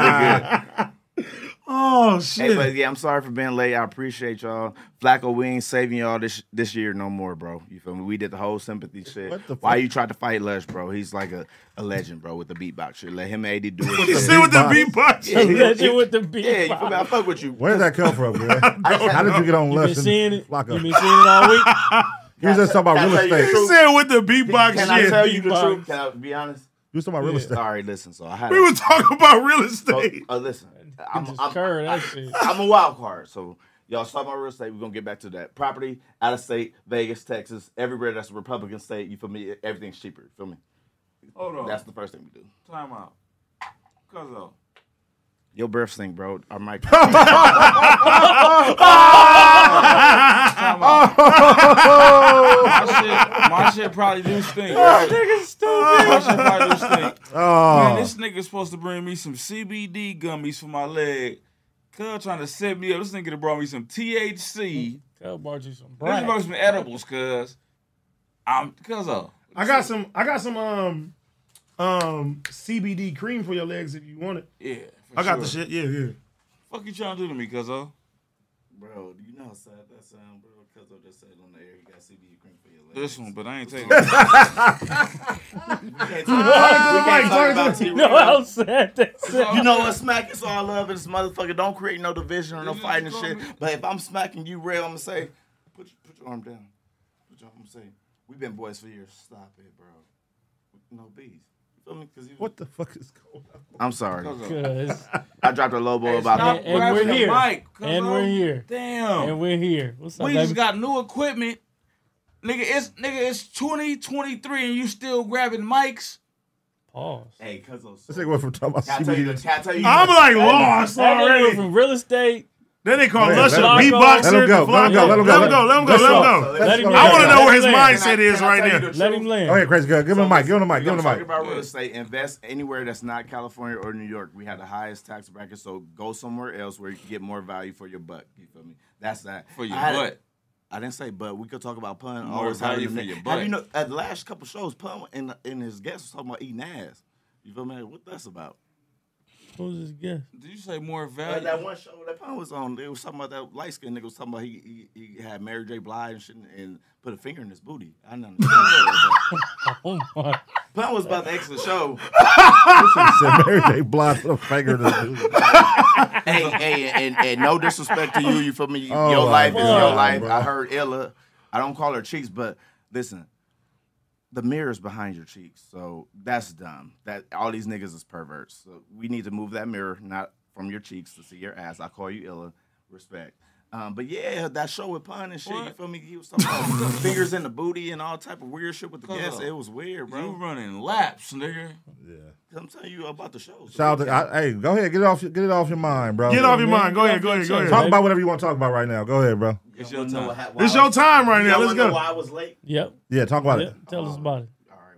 S10: We're good.
S2: Oh
S10: hey,
S2: shit.
S10: but yeah, I'm sorry for being late. I appreciate y'all. Flacco, we ain't saving y'all this this year no more, bro. You feel me? We did the whole sympathy shit.
S3: What the
S10: Why
S3: fuck?
S10: you tried to fight Lush, bro? He's like a, a legend, bro, with the beatbox shit. Let him AD do
S2: He
S10: it.
S2: said with the beatbox.
S10: Yeah, he-
S4: Legend with the beat.
S10: Yeah, you feel me? I fuck with you.
S3: Where did that come from, man? How did you get on
S4: You been
S3: less
S4: seeing
S3: than
S4: it?
S3: Flocka?
S4: You been seeing it all week?
S3: You was just talking about real
S10: Can I tell
S3: estate.
S10: you the
S2: He
S10: truth?
S2: said with the beatbox
S10: Can I
S2: shit.
S10: tell you the
S4: beatbox.
S10: truth? Can I be honest?
S3: You was talking about real estate.
S10: Sorry, listen. So I had.
S2: we were talking about real
S10: oh,
S2: estate.
S10: oh, listen.
S4: I'm
S10: I'm,
S4: just
S10: I'm,
S4: curved, that shit.
S10: I'm a wild card. So y'all saw my real estate. We're gonna get back to that. Property out of state, Vegas, Texas, everywhere that's a Republican state. You feel me? Everything's cheaper. You feel me?
S1: Hold on.
S10: That's the first thing we do.
S1: time out. Cuz of.
S10: Your breath stink, bro. Our mic.
S1: Time out. my, shit, my shit probably do stink.
S4: Nigga stupid.
S1: My shit probably do stink. Man,
S3: Oh,
S1: this nigga's supposed to bring me some CBD gummies for my leg. Cuz trying to set me up. This nigga done brought me some THC.
S4: Tell brought you some
S1: This is
S4: bread.
S1: supposed to be edibles, cuz. I'm cuz oh. of.
S2: I got some. I got some. Um, um, CBD cream for your legs if you want it.
S1: Yeah. for
S2: I got the
S1: sure.
S2: shit. Yeah, yeah.
S1: Fuck you trying to do to me, cuz oh. of.
S10: bro, do you know how sad that sound, bro? Because I just said on the air, you got CBD cream for your
S1: This one, but I ain't taking it.
S10: we can't talk about T.
S4: No, how sad that shit.
S10: You know what, smack is all love and this motherfucker. Don't create no division or no
S1: You
S10: fighting and
S1: just
S10: shit.
S1: told me-
S10: But if I'm smacking you real, I'm gonna say, put your, put your arm down. Put your arm, I'm gonna say, we've been boys for years. Stop it, bro. No bees. You feel me? 'Cause he was-
S3: what the fuck is going on?
S10: I'm sorry.
S1: oh.
S4: Cuz.
S10: I dropped a low ball
S4: not-
S10: about
S4: and we're
S1: grabbing the
S4: here.
S1: mic, 'cuz
S4: And we're
S1: I'm-
S4: here.
S1: Damn.
S4: And we're here. What's up,
S1: we
S4: baby?
S1: just got new equipment. Nigga, it's nigga, it's 2023 and you still grabbing mics.
S4: Pause.
S10: Hey, Cuzzo.
S3: This nigga went from talking about
S10: Can I tell you the
S3: CBD.
S10: can I tell you
S2: I'm
S10: the-
S2: like lost
S4: That nigga went
S2: already.
S4: from real estate.
S2: Then they call
S3: Man,
S2: Lush a
S3: let
S4: him-
S2: beatboxer.
S3: let him go,
S2: the
S3: let him
S2: fly-
S3: go, let
S2: Let
S3: him go,
S2: him go. Let him go. Let him go.
S4: Let him
S10: go.
S4: go.
S2: I want to know where his
S4: Let him land.
S2: mindset is
S10: Can I
S2: right
S10: tell you
S2: now.
S10: the
S4: Let
S10: truth?
S4: him land.
S3: Go ahead, crazy girl. Give him a mic. Give him a mic. Give him a
S10: talking
S3: mic.
S10: about real estate. Invest anywhere that's not California or New York. We had the highest tax bracket, so go somewhere else where you can get more value for your buck. You feel me? That's that.
S1: For your
S10: I had a-
S1: butt.
S10: I didn't say butt. We could talk about pun.
S1: More
S10: always
S1: value
S10: having
S1: for
S10: a-
S1: your
S10: Have
S1: butt.
S10: You know, at the last couple shows, pun in in his guest was talking about eating ass. You feel me? What that's about?
S4: What was his guess?
S1: Did you say more
S10: Uh,
S1: value?
S10: that one show that I was on, they was talking about that light skinned nigga was talking about he, he he had Mary J. Blige and shit and put a finger in his booty. I didn't understand.
S4: oh my!
S10: Pun was about to exit the show.
S3: said Mary J. Blige put a finger in the dude.
S10: hey, hey, and, and no disrespect to you, you feel me?
S3: Oh,
S10: your life is your
S3: bro.
S10: life. I heard Ella. I don't call her cheeks, but listen, the mirror's behind your cheeks, so that's dumb. That all these niggas is perverts. So we need to move that mirror, not from your cheeks to see your ass. I call you Ella. Respect. Um, but yeah, that show with pun and shit. You feel me? He was talking about fingers in the booty and all type of weird shit with the guests. It was weird, bro.
S1: You running laps, nigga.
S3: Yeah.
S10: I'm telling you about the shows.
S3: Shout out to, I, hey, go ahead, get it off, your- get it off your mind, bro.
S2: Get it off your mind. Go ahead, go ahead, go ahead.
S3: Talk about whatever you want to talk about right now. Go ahead, bro.
S1: It's your
S10: time.
S2: It's your time right now.
S10: Y'all
S2: Let's
S10: wanna know
S2: go.
S10: Why I was late?
S4: Yep.
S3: Yeah, talk about it.
S4: Yep. Tell us about it.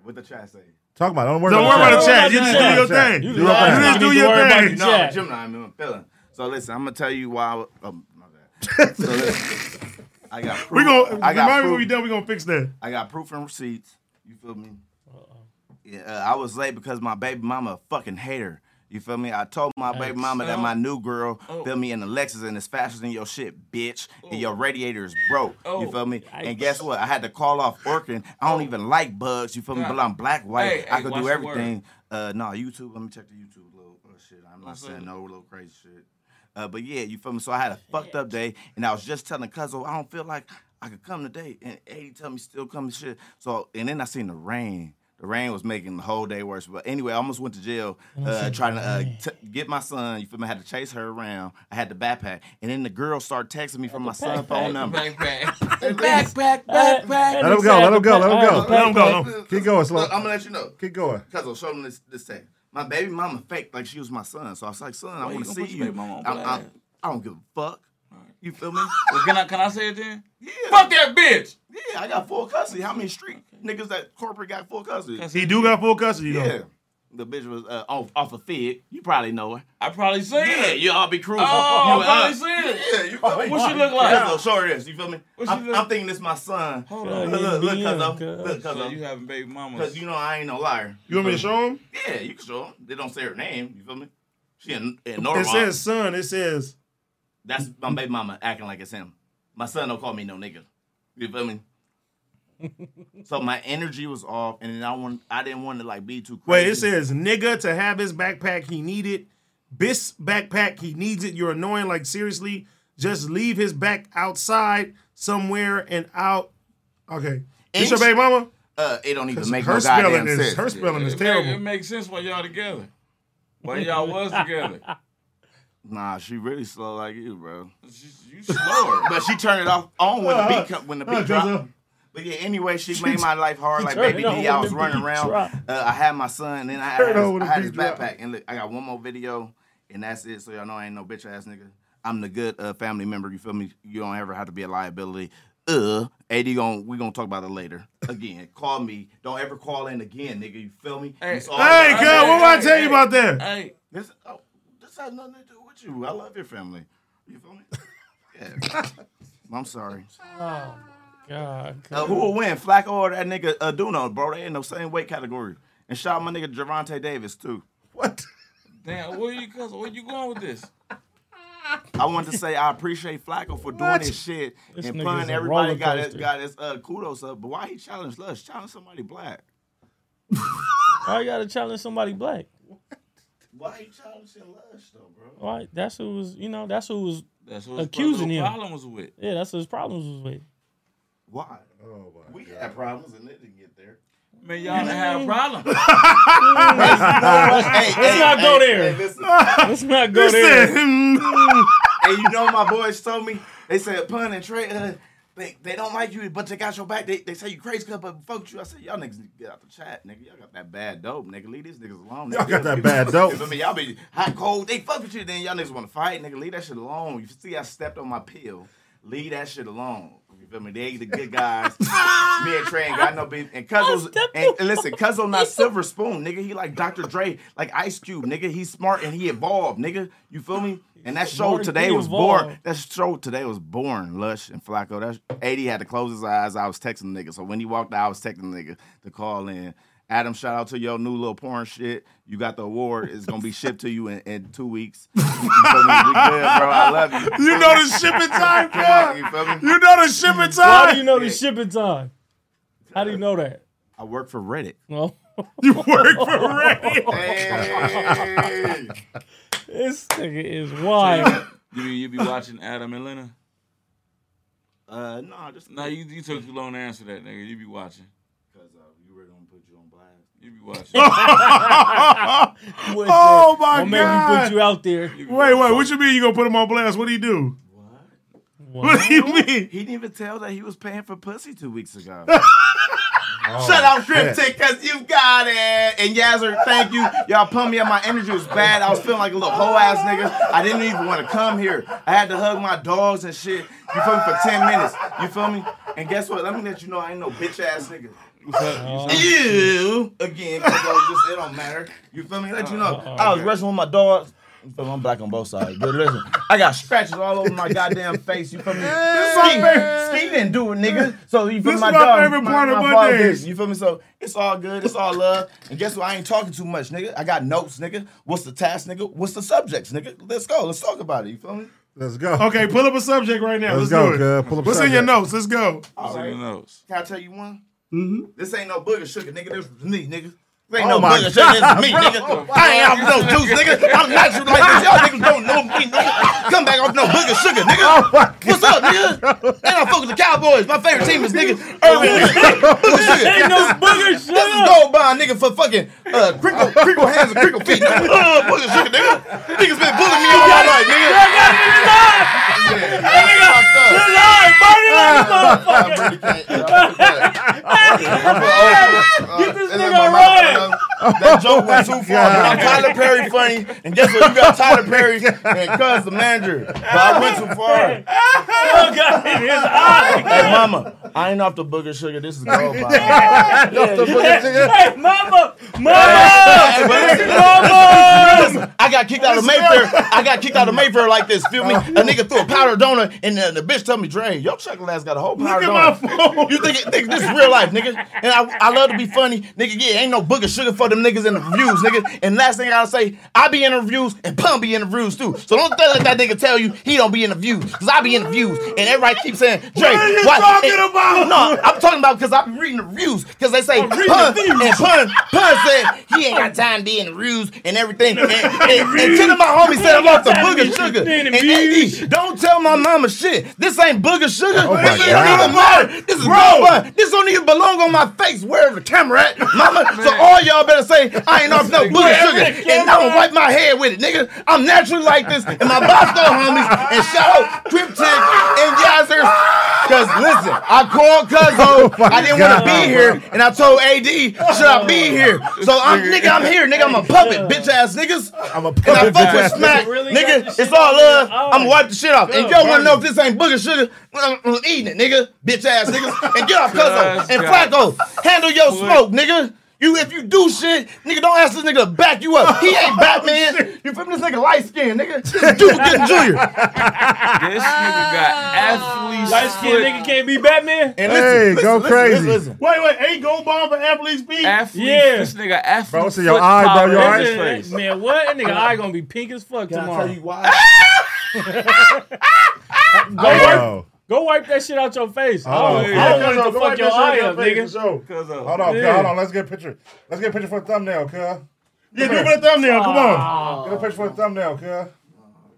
S10: What the chat say?
S3: Talk about it. Don't worry
S2: Don't
S3: about
S2: worry
S3: it.
S2: about the chat. You
S4: Don't
S2: just
S4: worry
S2: do your
S4: about the
S2: thing.
S4: chat.
S2: You
S4: You
S10: lying.
S2: just do
S4: Don't
S2: your
S4: worry about
S2: thing.
S4: it.
S10: No,
S4: Jack.
S10: Gemini, I'm feeling. So listen, I'm gonna tell you why. Um, my bad. So listen, I got proof.
S2: We gonna
S10: I got
S2: remind me when we
S10: proof.
S2: done. We gonna fix that.
S10: I got proof and receipts. You feel me? Yeah, uh, I was late because my baby mama a fucking hater. You feel me? I told my baby mama that my new girl,
S1: Oh.
S10: feel me, and the Lexus and it's faster than your shit, bitch. And your radiator is broke. You
S1: Oh.
S10: feel me? And guess what? I had to call off working. I don't even like bugs. You feel me? But I'm black, white.
S1: Hey,
S10: I
S1: hey,
S10: could
S1: watch
S10: do
S1: the word.
S10: everything. Uh, no, YouTube. Let me check the YouTube little uh, shit. I'm not
S1: What's up?
S10: saying no little crazy shit. Uh, but yeah, you feel me? So I had a fucked up day, and I was just telling Cuzzo I don't feel like I could come today, and Eddie tell me still come and shit. So and then I seen the rain. The rain was making the whole day worse. But anyway, I almost went to jail
S1: Oh,
S10: uh, trying to uh, t- get my son. You feel me? I had to chase her around. I had the backpack, and then the girl started texting me from my son's phone number.
S1: Backpack, backpack, backpack.
S3: Let him go. Let him go. Let him go.
S4: Let him go.
S3: Keep going, Slow.
S10: Look, I'm gonna let you know.
S3: Keep going.
S10: Cause I'll show them this this thing. My baby mama faked like she was my son. So I was like, son, I
S1: Why you
S10: want
S1: gonna
S10: to see
S1: put your
S10: you.
S1: baby mama on
S10: I'm- I'm-
S1: blast?
S10: I don't give a fuck. You feel me?
S1: Well, can I can I say it then?
S10: yeah.
S1: Fuck that bitch.
S10: Yeah, I got full custody. How many street niggas that corporate got full custody?
S2: He do got full custody
S10: yeah.
S2: though.
S10: The bitch was uh, off off a fig. You probably know her.
S1: I probably seen
S10: Yeah,
S1: it.
S10: you all be cruising.
S1: Oh,
S10: you
S1: I probably
S10: uh,
S1: seen it.
S10: Yeah, you feel me?
S1: What she look like?
S10: Cuzzo, show her this. You feel me?
S1: What she
S10: I'm,
S1: look-
S10: I'm thinking this my son. Hold
S4: on.
S10: Look, look, look,
S4: Yeah,
S10: Cuzzo.
S4: cuz.
S10: Look,
S1: So
S10: Cuzzo.
S1: you having baby mamas?
S10: Cause you know I ain't no liar.
S2: You want me to show him?
S10: Yeah, you can show them. They don't say her name. You feel me? She in, in
S2: It
S10: Norwalk.
S2: says son. It says
S10: That's my baby mama acting like it's him. My son don't call me no nigga. You feel me? so my energy was off, and then I want I didn't want to like be too crazy.
S2: Wait, it says nigga to have his backpack he needed. This backpack he needs it. You're annoying. Like seriously, just leave his back outside somewhere and out. Okay, this your
S10: Inch-
S2: baby mama.
S10: uh, it don't even make
S2: her
S10: no
S2: spelling
S10: goddamn
S2: is
S10: sense.
S2: her spelling is
S1: It make- It
S2: terrible.
S1: makes sense when y'all together. When y'all was together.
S10: Nah, she really slow like you, bro.
S1: You, you slower.
S10: But she turned it off on when the beat co- when the
S2: uh,
S10: beat dropped. But yeah, anyway, she made my life hard. Like
S4: turned
S10: baby
S4: it on
S10: D, I
S4: when
S10: was
S4: the
S10: running
S4: beat
S10: around. Uh,
S4: dropped.
S10: I had my son, and then I
S3: Turned
S10: had
S3: it on when
S10: his, I
S3: the
S10: had his
S3: beat dropped.
S10: backpack. And look, I got one more video, and that's it. So y'all know I ain't no bitch ass nigga. I'm the good uh, family member. You feel me? You don't ever have to be a liability. Uh, AD gon' we gonna talk about it later. Again, call me. Don't ever call in again, nigga. You feel me?
S1: Hey.
S10: It's all-
S2: Hey,
S1: Hey,
S2: girl, what did I
S1: hey,
S2: tell you
S1: hey.
S2: about that?
S1: hey,
S10: This, oh, this has nothing to do with you. I love your family. You feel me? yeah. I'm sorry.
S4: God.
S10: Uh, who will win, Flacco or that nigga uh, Duno, bro? They in the same weight category. And shout out my nigga Javante Davis too.
S3: What?
S1: damn, where you cuz where you going with this?
S10: I want to say I appreciate Flacco for doing this shit
S4: This
S10: and
S4: nigga is
S10: pun.
S4: a
S10: Everybody
S4: roller
S10: got his,
S4: coaster.
S10: got his uh, kudos up, but why he challenged us? Challenge somebody black.
S4: Why you gotta challenge somebody black?
S10: Why he challenging Lush though, bro?
S4: Why? That's who was. You know. That's who was.
S1: That's what his
S4: Accusing
S1: little
S4: him.
S1: problem was with.
S4: Yeah. That's what his problems was with.
S10: Why?
S3: Oh, my
S10: We had problems and it didn't get there.
S1: Man, y'all done had a problem.
S4: Let's
S10: hey,
S4: not go there.
S10: Hey, listen.
S4: Let's not go there.
S10: And you know what my boys told me they said pun and Trey, uh, they they don't like you, but they got your back. They, they say you crazy, cuz, but fuck you. I said y'all niggas need to get out the chat, nigga. Y'all got that bad dope, nigga. Leave these niggas alone. Nigga.
S3: Y'all got that bad dope.
S10: I mean, y'all be hot cold. They fuck with you, then y'all niggas want to fight, nigga. Leave that shit alone. You see, I stepped on my pill. Leave that shit alone. You feel me? They the good guys. me and Trey ain't got no beef. And Cuzzo's
S4: stepped
S10: and, and listen, Cuzzo not silver spoon, nigga. He like Dr. Dre, like Ice Cube, nigga. He's smart and he evolved, nigga. You feel me? And that show
S4: Marty
S10: today
S4: P.
S10: was born.
S4: evolved.
S10: That show today was born. Lush and Flacco. That 80 had to close his eyes. I was texting the nigga. So when he walked out, I was texting the nigga to call in. Adam, shout out to your new little porn shit. You got the award. It's gonna be shipped to you in, in two weeks. You feel me? We good, bro. I love you.
S2: You know the shipping time,
S10: Come on,
S2: bro. You know the shipping time.
S4: Why do you know the shipping time? How do you know that?
S10: I work for Reddit.
S4: Well,
S2: you work for Reddit.
S4: This nigga is wild.
S1: You be, you be watching Adam and Lena?
S10: Uh, no, nah, just
S1: no. You, you took too long to answer that, nigga. You be watching.
S10: Cause uh, you were gonna put you on blast.
S1: You be
S4: Oh.
S1: watching.
S2: Oh my
S4: Well, man, we
S2: god!
S4: put you out there.
S2: wait, wait. What you mean you gonna put him on blast? What do you do? What? What do you mean?
S10: He didn't even tell that he was paying for pussy two weeks ago. Shut up, Cryptic, because you got it. And Yazzer, thank you. Y'all pumped me up. My energy was bad. I was feeling like a little whole ass nigga. I didn't even want to come here. I had to hug my dogs and shit. You feel me? For 10 minutes. You feel me? And guess what? Let me let you know I ain't no bitch ass nigga. You again, 'cause I was just, it don't matter. You feel me? Let you know. I was wrestling with my dogs. You feel me? I'm black on both sides. But listen, I got scratches all over my goddamn face. You feel me?
S2: my
S10: Ski,
S2: favorite-
S10: Ski didn't do it, nigga. So you feel
S2: This
S10: me? My,
S2: is my
S10: dog,
S2: favorite part of
S10: father
S2: Mondays.
S10: did it. You feel me? So it's all good. It's all love. And guess what? I ain't talking too much, nigga. I got notes, nigga. What's the task, nigga? What's the subjects, nigga? Let's go. Let's talk about it. You feel me?
S3: Let's go.
S2: Okay, pull up a subject right now. Let's,
S3: Let's go,
S2: do it.
S3: cuz. Pull up a
S2: What's in your
S3: subject.
S2: notes? Let's go.
S10: All right.
S1: knows?
S10: Can I tell you one? Mm-hmm. This ain't no booger sugar, nigga. This is me, nigga. This ain't
S3: Oh
S10: no
S3: my
S10: booger sugar. This is me,
S3: God, Oh
S10: nigga. I ain't off no juice, nigga. I'm natural like this. Y'all niggas don't know me, nigga. Come back off no booger sugar,
S3: Oh
S10: nigga. What's up, nigga? And I fuck with the Cowboys. My favorite team is nigga Irvin. booger sugar.
S4: Ain't no booger
S10: This is
S4: shit.
S10: gold bond, nigga, for fucking uh, crinkle, crinkle hands and crinkle feet. Nigga. Uh, booger sugar, nigga. Niggas been bullying me all my life, nigga. Yeah, fucked up. I really can't. yo.
S4: Get this
S10: It ain't
S4: nigga
S10: my
S4: a
S10: mouth,
S4: run.
S10: but, uh, That joke went too far, but I'm Tyler Perry funny, and guess what? You got Tyler Perry and Cuz the manager, but I went too far.
S4: Oh, God, in his eye.
S10: Hey, mama, I ain't off the booger sugar. This is gold. Bob.
S3: Off the booger sugar.
S4: Hey, mama, mama,
S10: Hey, but listen,
S4: mama.
S10: listen, I got kicked out of Mayfair. I got kicked out of Mayfair like this. Feel me? A nigga threw a powder donut, and uh, the bitch told me, "Dre, your chocolate ass got a whole powder donut." You think, it- think this is real life, nigga? And I, I love to be funny, nigga. Yeah, ain't no booger sugar for them niggas in the reviews, nigga. And last thing I'll say, I be in the reviews and Pun be in the reviews too. So don't let that nigga tell you he don't be in the views, cause I be in the views, and everybody keeps saying, Dre,
S2: What are you
S10: why-
S2: talking
S10: and-
S2: about?
S10: No, I'm talking about because I be reading the reviews, cause they say
S2: reading
S10: Pun
S2: the reviews.
S10: and Pun Pun said he ain't got time to be in the reviews and everything. And, and, and ten of my homies said I'm off the booger sugar.
S4: in
S10: And
S4: the reviews.
S10: AD, don't tell my mama shit. This ain't booger sugar.
S3: Oh my
S10: this
S3: God.
S10: don't even matter. This is gold bun. This don't even belong on my face. Wherever the camera at, mama. So all y'all better say I ain't off no booger
S4: Wherever
S10: sugar,
S4: the
S10: and I don't wipe my head with it, nigga. I'm naturally like this, and my Bosco homies, and shout out Cryptic and Yazzer. Cause listen, I called Cuzzo.
S3: my
S10: I didn't want to
S3: God,
S10: be here, and I told AD, should I be here? So I'm Oh. nigga, I'm here, nigga. I'm a puppet, bitch ass niggas. I'm a puppet. And I fuck with Smack,
S4: Really got
S10: nigga.
S4: this
S10: It's
S4: shit
S10: all
S4: on your
S10: love.
S4: eye.
S10: I'm wipe the shit off. And
S4: Good
S10: y'all wanna know if this ain't booger sugar? I'm, I'm eating it, nigga. Bitch ass niggas. And get off Cuzzo
S1: Yes,
S10: and
S1: God.
S10: Flacco. Handle your smoke, nigga. You if you do shit, nigga, don't ask this nigga to back you up. He ain't Batman. You feel me? This nigga light skin, nigga. This is duplicate Junior.
S1: This nigga got athlete's
S4: Light skinned
S1: foot.
S4: nigga can't be Batman.
S10: And
S3: Hey, go crazy.
S2: Wait, wait. Ain't gold bomb for athlete's feet?
S1: Athlete,
S4: Yeah.
S1: This nigga athlete.
S3: Bro, what's in your
S1: foot
S3: eye, bro?
S1: power
S3: You
S1: in
S3: alright?
S1: his
S4: Listen,
S1: face.
S4: Man, what? That nigga eye gonna be pink as fuck tomorrow.
S10: why?
S4: Go wipe,
S3: Oh.
S4: go wipe that shit out your face.
S3: Oh,
S4: I don't,
S3: yeah.
S4: I don't want it to fuck your eye up, nigga.
S1: Cuz of-
S3: Hold on, cuz.
S4: Yeah.
S3: hold on. Let's get a picture. Let's get a picture for a thumbnail, cuz.
S2: Yeah, do it for the thumbnail. Come on.
S3: Get a picture for a thumbnail, cuz.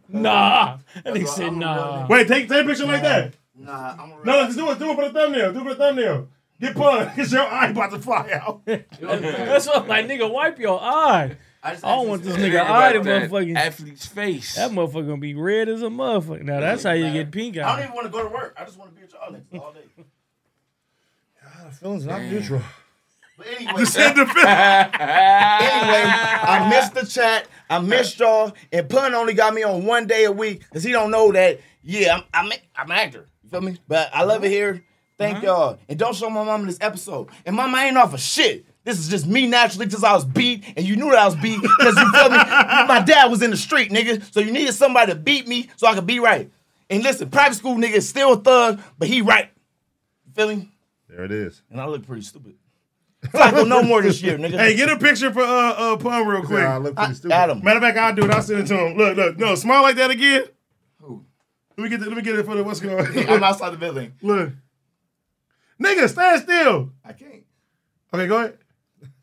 S4: Nah. That nigga said nah.
S2: Wait, take take a picture like that.
S10: Nah, I'm
S2: No, let's do it. Do it for the thumbnail. Do it for the thumbnail. Get pun, cause your eye about to fly out.
S4: That's what I'm like, nigga, wipe your eye.
S10: just
S4: I don't want this nigga
S1: Think
S4: eye to
S1: about that
S4: motherfucking.
S1: Athlete's face.
S4: That motherfucker gonna be red as a motherfucker. Now that's how you get pink
S10: I don't
S4: eye.
S10: even want to go to work. I just want to be with y'all niggas all day.
S3: Feelings not neutral.
S10: But anyway, anyway, I missed the chat. I missed y'all. And Pun only got me on one day a week because he don't know that. Yeah, I'm I'm, a, I'm an actor. You feel me? But I love it here. Thank y'all. And don't show my mama this episode. And mama ain't off of shit. This is just me naturally because I was beat, and you knew that I was beat because you feel me. My dad was in the street, nigga. So you needed somebody to beat me so I could be right. And listen, private school nigga is still a thug, but he right. You feel me?
S3: There it is.
S10: And I look pretty stupid. Flacco no more this year, nigga.
S2: Hey, get a picture for uh uh pun real quick.
S10: I look pretty I- stupid. Adam.
S2: Matter of fact, I'll do it. I'll send it to him. Look, look, no, smile like that again. Let me get the, let me get it for the what's going on.
S10: I'm outside the building.
S2: Look. Nigga, stand still.
S10: I can't.
S2: Okay, go ahead.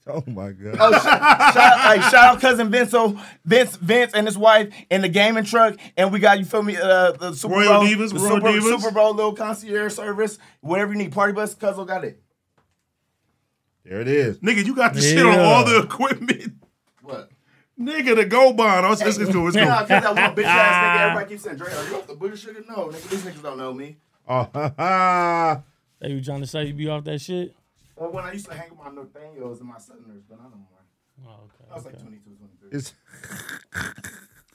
S3: Oh my god.
S10: Oh, sh- shout, hey, shout out cousin Vinso, Vince, Vince, and his wife in the gaming truck, and we got you feel me, uh, the Super
S2: Royal
S10: Bowl,
S2: Divas,
S10: the
S2: Royal
S10: Super,
S2: Divas.
S10: Super Bowl little concierge service, whatever you need, party bus, cousin got it.
S3: There it is.
S2: Nigga, you got the shit on
S3: Yeah.
S2: all the equipment.
S10: What?
S2: Nigga, the gold bond. Oh, it's, it's, it's cool. It's cool.
S10: Nah, 'cause that one bitch ass nigga, everybody keeps saying, Dre, are you off the booty sugar? No, nigga, these niggas don't know me.
S3: Oh,
S4: They you trying to say you be off that shit?
S10: Or when I used to hang with my Nathaniels and my Southerners, but I don't more.
S4: Oh, okay.
S10: I was like 22, 23.
S3: It's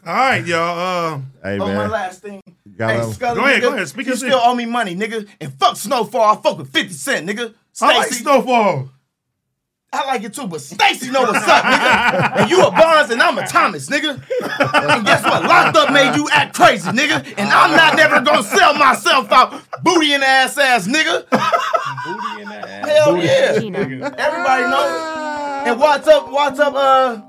S2: All right, y'all. Uh,
S3: hey
S10: oh, my
S3: man.
S10: last thing.
S3: Got
S10: hey,
S3: him.
S10: Scully,
S2: Go ahead,
S10: nigga,
S2: go ahead, speak
S10: you
S2: your shit.
S10: still owe me money, nigga. And fuck Snowfall. I fuck with 50 Cent, nigga.
S2: I like
S10: Stacey-
S2: Snowfall.
S10: I like it too, but Stacy know what's up, nigga. And you a Bonds and I'm a Thomas, nigga. And guess what? Locked up made you act crazy, nigga. And I'm not never gonna sell myself out, booty and ass ass, nigga.
S4: Booty in that ass.
S10: Hell
S4: Booty.
S10: yeah,
S4: Nigga.
S10: everybody
S3: Ah.
S10: know. And what's up? What's up? Uh,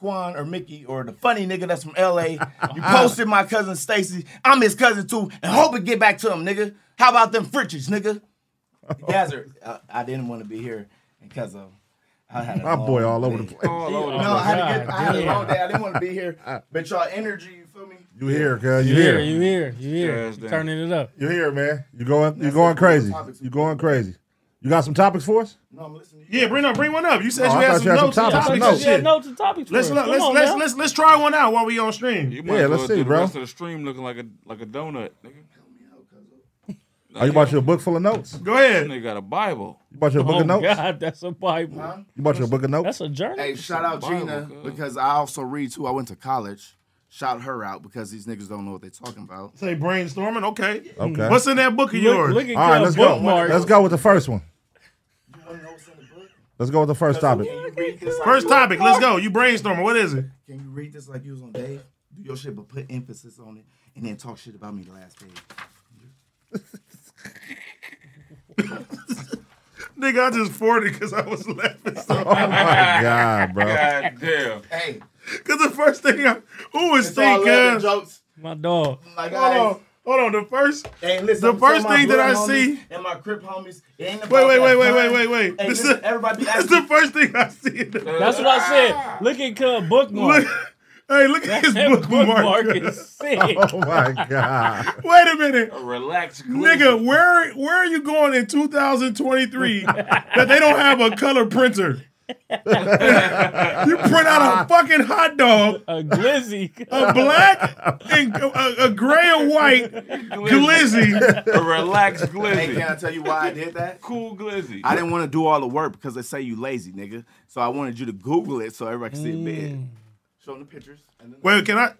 S10: Quan or Mickey or the funny nigga that's from L.A. You posted my cousin Stacy. I'm his cousin too, and hope it get back to him, nigga. How about them fridges, nigga? You guys are. I, I didn't want to be here because of. I had a
S3: My boy
S10: long
S3: all over the
S10: day.
S3: place. All
S4: over the
S10: No, I had, a good,
S4: place.
S10: I had a
S4: God
S10: long day. I didn't want to be here, but y'all energy, you feel me?
S3: You here, cuz.
S4: You
S3: You
S4: here,
S3: here.
S4: you here, you here.
S1: Yes, damn.
S4: Turning it up.
S3: You here, man. You going you going crazy. You going crazy. You got some topics for us?
S10: No, I'm listening.
S2: Yeah, bring up, bring one up. You said
S3: Oh,
S2: you
S3: I
S2: had
S3: thought
S2: some
S3: you had some
S2: notes. and
S3: topics.
S2: topics
S3: No.
S2: and shit.
S4: Yeah, notes and topics.
S2: Let's,
S4: for
S2: let's
S4: us.
S2: let's
S4: Come on
S2: let's,
S4: now.
S2: let's let's try one out while we on stream.
S1: You might
S3: Yeah,
S1: as
S3: let's
S1: well
S3: see,
S1: do the
S3: bro.
S1: Rest of the stream looking like a like a donut, nigga.
S3: Oh, you bought you a book full of notes?
S2: Go ahead.
S1: Nigga got a Bible.
S3: You bought you a book
S4: Oh
S3: of notes?
S4: God, that's a Bible.
S3: You bought you a book of notes?
S4: That's a journey.
S10: Hey, shout out
S1: Bible,
S10: Gina
S1: girl.
S10: because I also read too. I went to college. Shout her out because these niggas don't know what they talking about.
S2: Say brainstorming. Okay.
S3: Okay.
S2: What's in that book of
S4: Look,
S2: yours?
S4: look at
S3: All right,
S4: your
S3: let's go.
S4: bookmark.
S3: Let's go with the first one.
S10: You wanna know what's in the book?
S3: Let's go with the first topic.
S10: Can you read this like
S2: First
S10: you-
S2: topic. Let's go. You brainstorming. What is it?
S10: Can you read this like you was on Dave? Do your shit, but put emphasis on it, and then talk shit about me the last page.
S2: Nigga, I just forwarded because I was laughing. So
S3: Oh my God, bro.
S1: God damn.
S10: Hey,
S2: Because the first thing I, who is
S10: it's all
S2: thinking?
S10: love
S2: Hold
S10: and jokes.
S4: My dog.
S2: on,
S10: Like, guys,
S2: hold on. The first,
S10: hey, listen,
S2: The
S10: to
S2: first
S10: my
S2: thing that
S10: blood
S2: I
S10: homies
S2: see-
S10: and my crip homies, it ain't about
S2: wait,
S10: that
S2: wait, wait,
S10: crime.
S2: wait, wait, wait.
S10: Hey,
S2: This
S10: listen,
S2: is-
S10: everybody be
S2: that's
S10: asking.
S2: the first thing I see. in the-
S4: That's what I said. Look at Cub bookmark.
S2: Look, hey, look at his
S4: that
S2: bookmark.
S4: is sick.
S3: Oh my God.
S2: Wait a minute.
S1: A relaxed
S2: Nigga, where where are you going in 2023 that they don't have a color printer? you print out a fucking hot dog,
S4: A glizzy.
S2: a black and a, a gray and white glizzy.
S1: a relaxed
S10: Hey, can I
S1: glizzy.
S10: tell you why I did that?
S1: cool glizzy.
S10: I didn't want to do all the work because they say you lazy, nigga. So I wanted you to Google it so everybody can see it big. Show them the pictures. And then
S2: Mm. Wait, can I?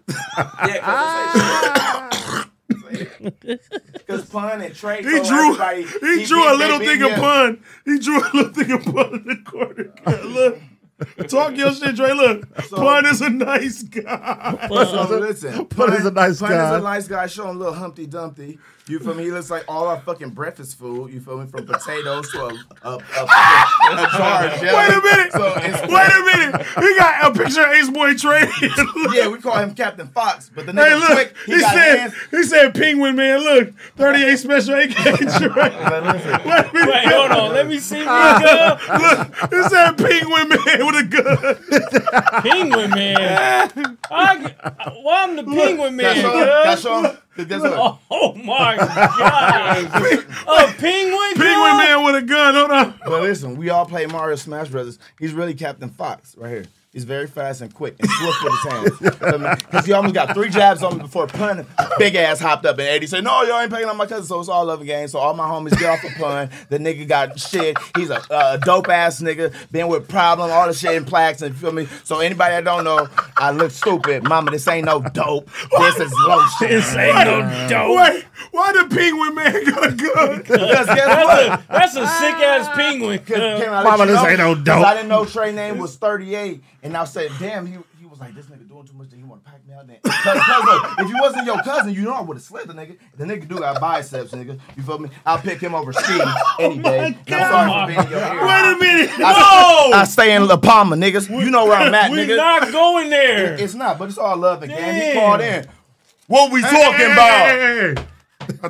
S1: Yeah, 'cause
S10: Because pun and
S2: He
S10: Trey. told
S2: drew
S10: everybody
S2: he drew a
S10: beat-
S2: little
S10: they
S2: thing
S10: beat
S2: of
S10: me up.
S2: pun. He drew a little thing of pun in the corner. Look. Talk your shit, Dre. Look, Pun is a nice guy.
S10: So listen,
S3: Pun is a nice
S10: Pun
S3: guy.
S10: is a nice guy. Show him little Humpty Dumpty. You feel me? He looks like all our fucking breakfast food. You feel me? From potatoes to a, a, a, fucking- a jar of jelly.
S2: Wait a minute.
S10: So it's,
S2: Wait a minute. He got a picture of Ace Boy Trey. Look.
S10: yeah, we call him Captain Fox, but the nigga
S2: Hey, look,
S10: quick.
S2: he,
S10: got
S2: said,
S10: hands.
S2: he said, Penguin man, look, 38 special AK Trey. Let me
S4: Wait,
S2: go.
S4: hold on. Let me see me, Cub.
S2: Look, he said Penguin man with a gun.
S4: Penguin man. I, get- why I'm the penguin man?
S10: That's all-
S4: Cub?
S10: that's all- that's all.
S4: Oh, my god! A penguin.
S2: Penguin
S4: Cub?
S2: man with a gun. Hold on.
S10: But listen, we all play Mario Smash Brothers. He's really Captain Fox right here. He's very fast and quick and swift with his hands. Because he almost got three jabs on me before pun. Big ass hopped up and Eddie said, No, y'all ain't picking on my cousin. So it's all love and game. So all my homies get off of pun. The nigga got shit. He's a uh, dope ass nigga. Been with problem, all the shit in plaques and feel me. So anybody that don't know, I look stupid. Mama, this ain't no dope. This is lotion.
S4: This ain't no dope.
S2: Wait, why the Penguin man got a gun?
S10: Because guess what?
S4: That's a, that's a sick ass penguin.
S10: Can,
S4: Cub.
S10: can I let
S3: Mama,
S10: you
S2: "Oh,
S3: this
S10: know?
S3: ain't no
S10: 'Cause
S3: dope.
S10: I didn't know Trey name was 38, and I said, damn, he, he was like, this nigga doing doing too much. Then you want to pack me out there. Cause, cause look, if you wasn't your cousin, you know I would have slid the nigga. The nigga do got biceps, nigga. You feel me? I'll pick him over Steve
S2: Oh
S10: any day. And I'm sorry for being your hero.
S5: Wait a minute.
S10: I, I stay in La Palma, niggas. you know where I'm at,
S4: we
S10: nigga.
S4: not going there.
S10: It- it's not, but it's all love and game. He
S4: Damn.
S10: called in. What we talking about?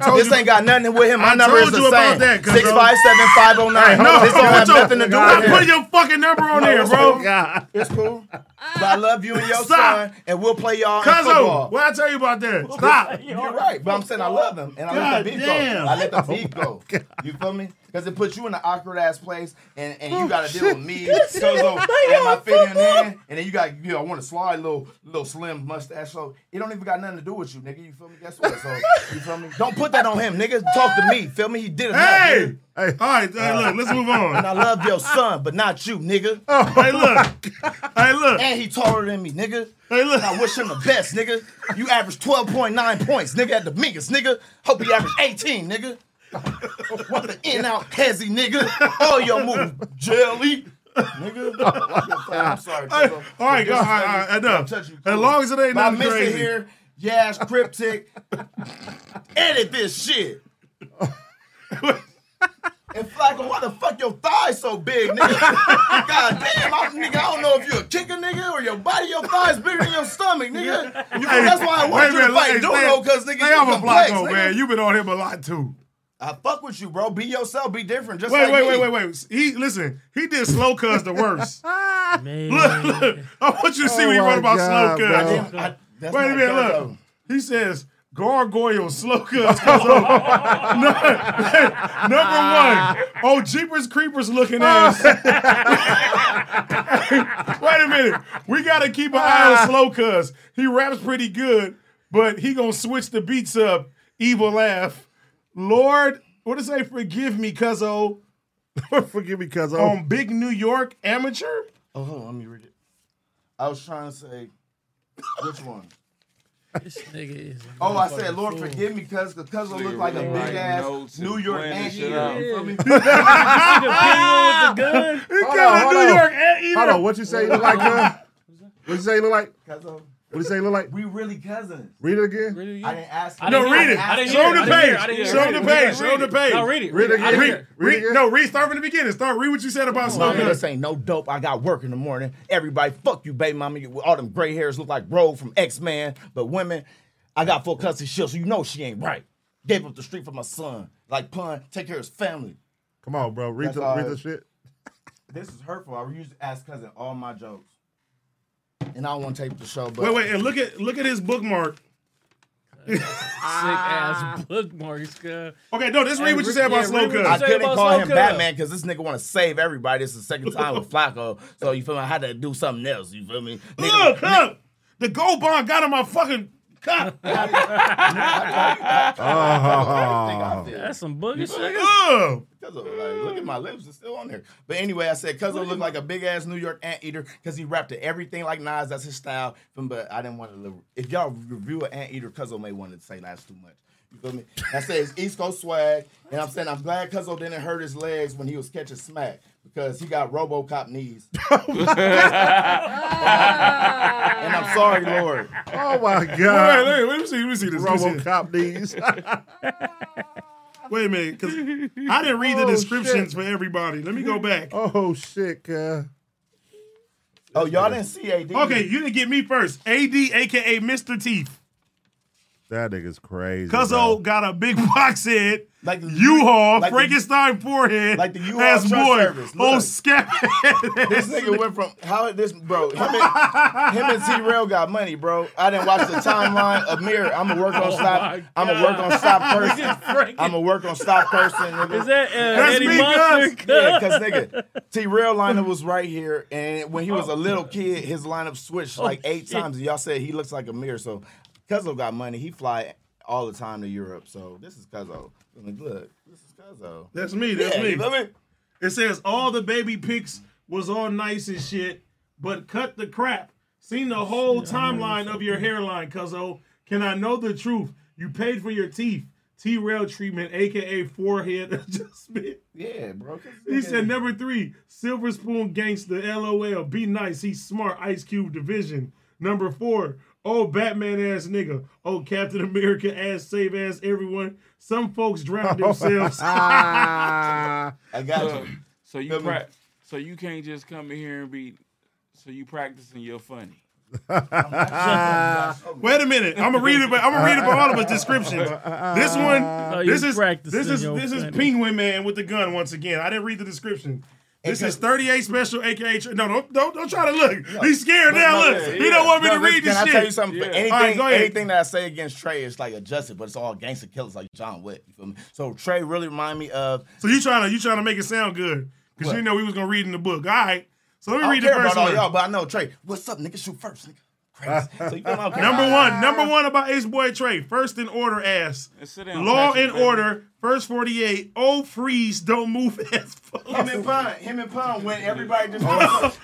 S2: told
S10: this
S2: you-
S10: ain't got nothing with him. My
S2: I
S10: number
S2: told
S10: is the
S2: you about
S10: same.
S2: that, cuz,
S10: Six five seven five zero nine.
S2: no,
S10: This don't
S2: put
S10: have
S2: your-
S10: nothing to do
S2: Stop
S10: with Oh,
S2: putting
S10: him.
S2: your fucking number on
S10: No,
S2: there,
S10: it's
S2: bro.
S10: cool. It's cool. But I love you and your
S2: Stop.
S10: son, and we'll play y'all in
S2: Cuzzo,
S10: football.
S2: what I tell you about that? Stop. Oh
S10: You're right, but I'm saying I love him, and I let the beat
S2: Goddamn.
S10: go. I let the beat go. You feel me? Because it puts you in an awkward ass place, and, and
S2: Oh,
S10: you got to deal with me, Cuzzo, and my fit in hand, and then you got you know, I want to slide little little slim mustache. So it don't even got nothing to do with you, nigga. You feel me? Guess what? So you feel me? Don't put that on him, nigga. Talk to me. Feel me? He did it.
S2: Hey! Hey, all right, hey, look, let's move on.
S10: And I love your son, but not you, nigga.
S2: hey, look. Hey, look.
S10: And he taller than me, nigga. Hey, look. I wish him the best, nigga. You average 12.9 points, nigga, at the biggest, nigga. Hope he averaged 18, nigga. What the in out hezzy, nigga. All your moves, jelly. Nigga, I'm sorry.
S2: Hey,
S10: Tito.
S2: all right,
S10: But
S2: go- all
S10: this
S2: right, all
S10: thing is-
S2: right, enough.
S10: I'll touch you,
S2: As
S10: cool.
S2: long as it ain't
S10: But I
S2: nothing
S10: miss it
S2: crazy.
S10: here. Yes, cryptic. Edit this shit. And Flacco, why the fuck your thighs so big, nigga? God damn, I, nigga, I don't know if you're a kicker, nigga, or your body, your thighs bigger than your stomach, nigga. You, that's why I want you to fight Duno, because nigga,
S2: Hey,
S10: you
S2: I'm a
S10: complex,
S2: Blanco,
S10: nigga.
S2: man. You've been on him a lot, too.
S10: I fuck with you, bro. Be yourself. Be different. Just
S2: wait,
S10: like
S2: wait,
S10: me.
S2: wait, wait, wait. He listen. He did slow cuz the worst. Look, look. I want you to see
S5: Oh
S2: what he
S5: my
S2: wrote about
S5: God,
S2: slow
S5: bro.
S2: cuz. Wait
S10: That's my
S2: a minute,
S10: cut,
S2: look.
S10: though.
S2: He says gargoyle slow cuz. Number one, oh Jeepers Creepers looking ass. Wait a minute, we gotta keep an eye
S5: Ah.
S2: on slow cuz. He raps pretty good, but he gonna switch the beats up. Evil laugh. Lord, what does say? Forgive me, cuzzo.
S3: Forgive me, cuz
S2: On Big New York Amateur?
S10: Oh, hold on, let me read it. I was trying to say, which one?
S4: This nigga is.
S10: Oh, I said, Lord, forgive me, cuz, cuz I look like a big ass
S1: notes
S10: New
S1: and
S10: York
S1: planning shit
S10: anteater.
S1: out.
S10: You feel me?
S4: Ah! with the gun.
S3: He
S10: Hold on, hold on.
S2: eh,
S3: Hold on, what you say you look like, cuz? What you say you look like?
S10: Cuzzo,
S3: What you say you look like?
S10: we really cousins.
S3: Read it again.
S10: I didn't ask
S4: I
S10: him.
S2: No,
S4: didn't
S2: read
S4: hear
S2: it.
S4: it. I didn't
S2: Show
S4: hear it.
S2: him
S4: I
S2: the
S4: didn't hear
S2: page.
S4: it. I didn't hear it.
S2: Show him the
S4: Read it.
S2: page. Show him the
S4: Read it.
S2: page.
S4: No, read it.
S3: Read it
S4: I didn't
S3: again.
S4: hear
S2: Read,
S4: it.
S2: read,
S3: Read it
S2: no, read. Start from the beginning. Start read what you said about
S10: No,
S2: Snoop.
S10: this ain't no dope. I got work in the morning. Everybody, fuck you, baby mama. You, all them gray hairs look like Rogue from X Men. But women, I got full custody shit, so you know she ain't right. Gave up the street for my son. Like pun, take care of his family.
S3: Come on, bro. Read
S10: That's
S3: the
S10: all
S3: read
S10: right.
S3: the shit.
S10: This is hurtful. I used to ask cousin all my jokes, and I don't want to tape the show. But
S2: Wait, wait, and look at look at his bookmark.
S4: Sick ass bookmarks, cuz.
S2: Okay, no, just read
S4: Hey,
S2: what you
S4: re-
S2: said about
S4: yeah,
S2: Slow
S4: read what
S10: I
S2: Cuz.
S4: you
S10: couldn't
S4: about
S10: call
S4: Slow
S10: him
S4: Cuz?
S10: Batman because this nigga want to save everybody. This is the second time with Flacco, so you feel me? I had to do something else. You feel me? Nigga,
S2: Look, look. The gold bond got on my fucking cup.
S10: think I
S3: Oh,
S10: feel.
S4: That's some booger shit.
S2: Ugh.
S10: Cuzzo, like, look at my lips, it's still on there. But anyway, I said Cuzzo looked like a big ass New York anteater because he rapped to everything like Nas. That's his style. But I didn't want to. Live. If y'all review an anteater, Cuzzo may want to say that's too much. You feel me? I said it's East Coast swag, and I'm saying I'm glad Cuzzo didn't hurt his legs when he was catching smack because he got RoboCop knees.
S2: Oh
S10: and I'm sorry, Lord.
S3: oh my
S2: Wait,
S3: god.
S2: wait, wait, let me see. Let me see this. Let me see this.
S3: RoboCop knees.
S2: Wait a minute, because I didn't read the
S3: Oh,
S2: descriptions
S3: shit.
S2: for everybody. Let me go back.
S3: oh shit, cuz.
S10: Oh, y'all didn't see AD.
S2: Okay, you didn't get me first. AD, aka Mr. Teeth.
S3: That nigga's crazy.
S2: Cuzzo
S3: bro.
S2: got a big box head.
S10: Like the-
S2: U-Haul,
S10: like the-
S2: Frankenstein forehead,
S10: like the U-Haul
S2: ass
S10: truck
S2: boy,
S10: service. Look.
S2: old scat.
S10: This nigga went from how this bro him and, him and T-Rail got money, bro. I didn't watch the timeline. Amir, I'm a work
S2: Oh
S10: on stop. I'm a work on stop person. I'm a work on stop person. nigga.
S4: Is that uh,
S2: That's
S4: Eddie
S2: me,
S4: Munster?
S2: Gus.
S10: Yeah, cause uh, nigga, T-Rail lineup was right here, and when he
S2: Oh.
S10: was a little kid, his lineup switched like eight times. And y'all said he looks like Amir, so Cuzzo got money. He fly all the time to Europe, so this is Cuzzo. I mean, look, this is Cuzzo.
S2: That's me. That's
S10: Yeah,
S2: me.
S10: you feel me?
S2: It says all the baby pics was all nice and shit, but cut the crap. Seen the whole timeline of your hairline, cuzzo. Can I know the truth? You paid for your teeth. T rail treatment, aka forehead adjustment.
S10: Yeah, bro. 'cause
S2: He
S10: nigga-
S2: said number three, Silver Spoon Gangster, LOL. Be nice, he's smart, Ice Cube division. Number four, oh Batman ass nigga. Oh Captain America ass save ass everyone. Some folks drown themselves.
S1: I got
S10: Uh,
S1: you. So you pra- so you can't just come in here and be so you practicing your funny.
S2: Wait a minute. I'm gonna read it, but I'm gonna read it for all of us descriptions. This one,
S1: So
S2: this
S1: Oh, you
S2: is
S1: practicing
S2: this is
S1: your
S2: this is
S1: plan.
S2: Penguin Man with the gun once again. I didn't read the description. This is 38 special, aka tr- no, don't don't, don't try to look. He's scared
S10: No,
S2: now.
S10: no,
S2: look,
S10: yeah,
S2: he
S10: yeah.
S2: don't want me
S10: No,
S2: to
S10: listen,
S2: read this
S10: Can
S2: shit.
S10: I tell you something? For anything,
S2: All right, go ahead.
S10: anything that I say against Trey is like adjusted, but it's all gangster killers like John Wick. You feel me? So Trey really remind me of.
S2: So you trying to you trying to make it sound good because you know we was gonna read in the book. All right, so let me
S10: I don't
S2: read the
S10: care
S2: first
S10: about all
S2: one.
S10: y'all, but I know Trey. What's up, nigga? Shoot first, nigga. Crazy. so you feel me? I don't care.
S2: Number one, number one about Ace Boy Trey. First in order ass.
S1: sit down,
S2: Law
S1: Patrick,
S2: and
S1: baby.
S2: order. First 48. Oh, freeze. Don't move ass.
S10: Him and Pun, him and Pun. When everybody just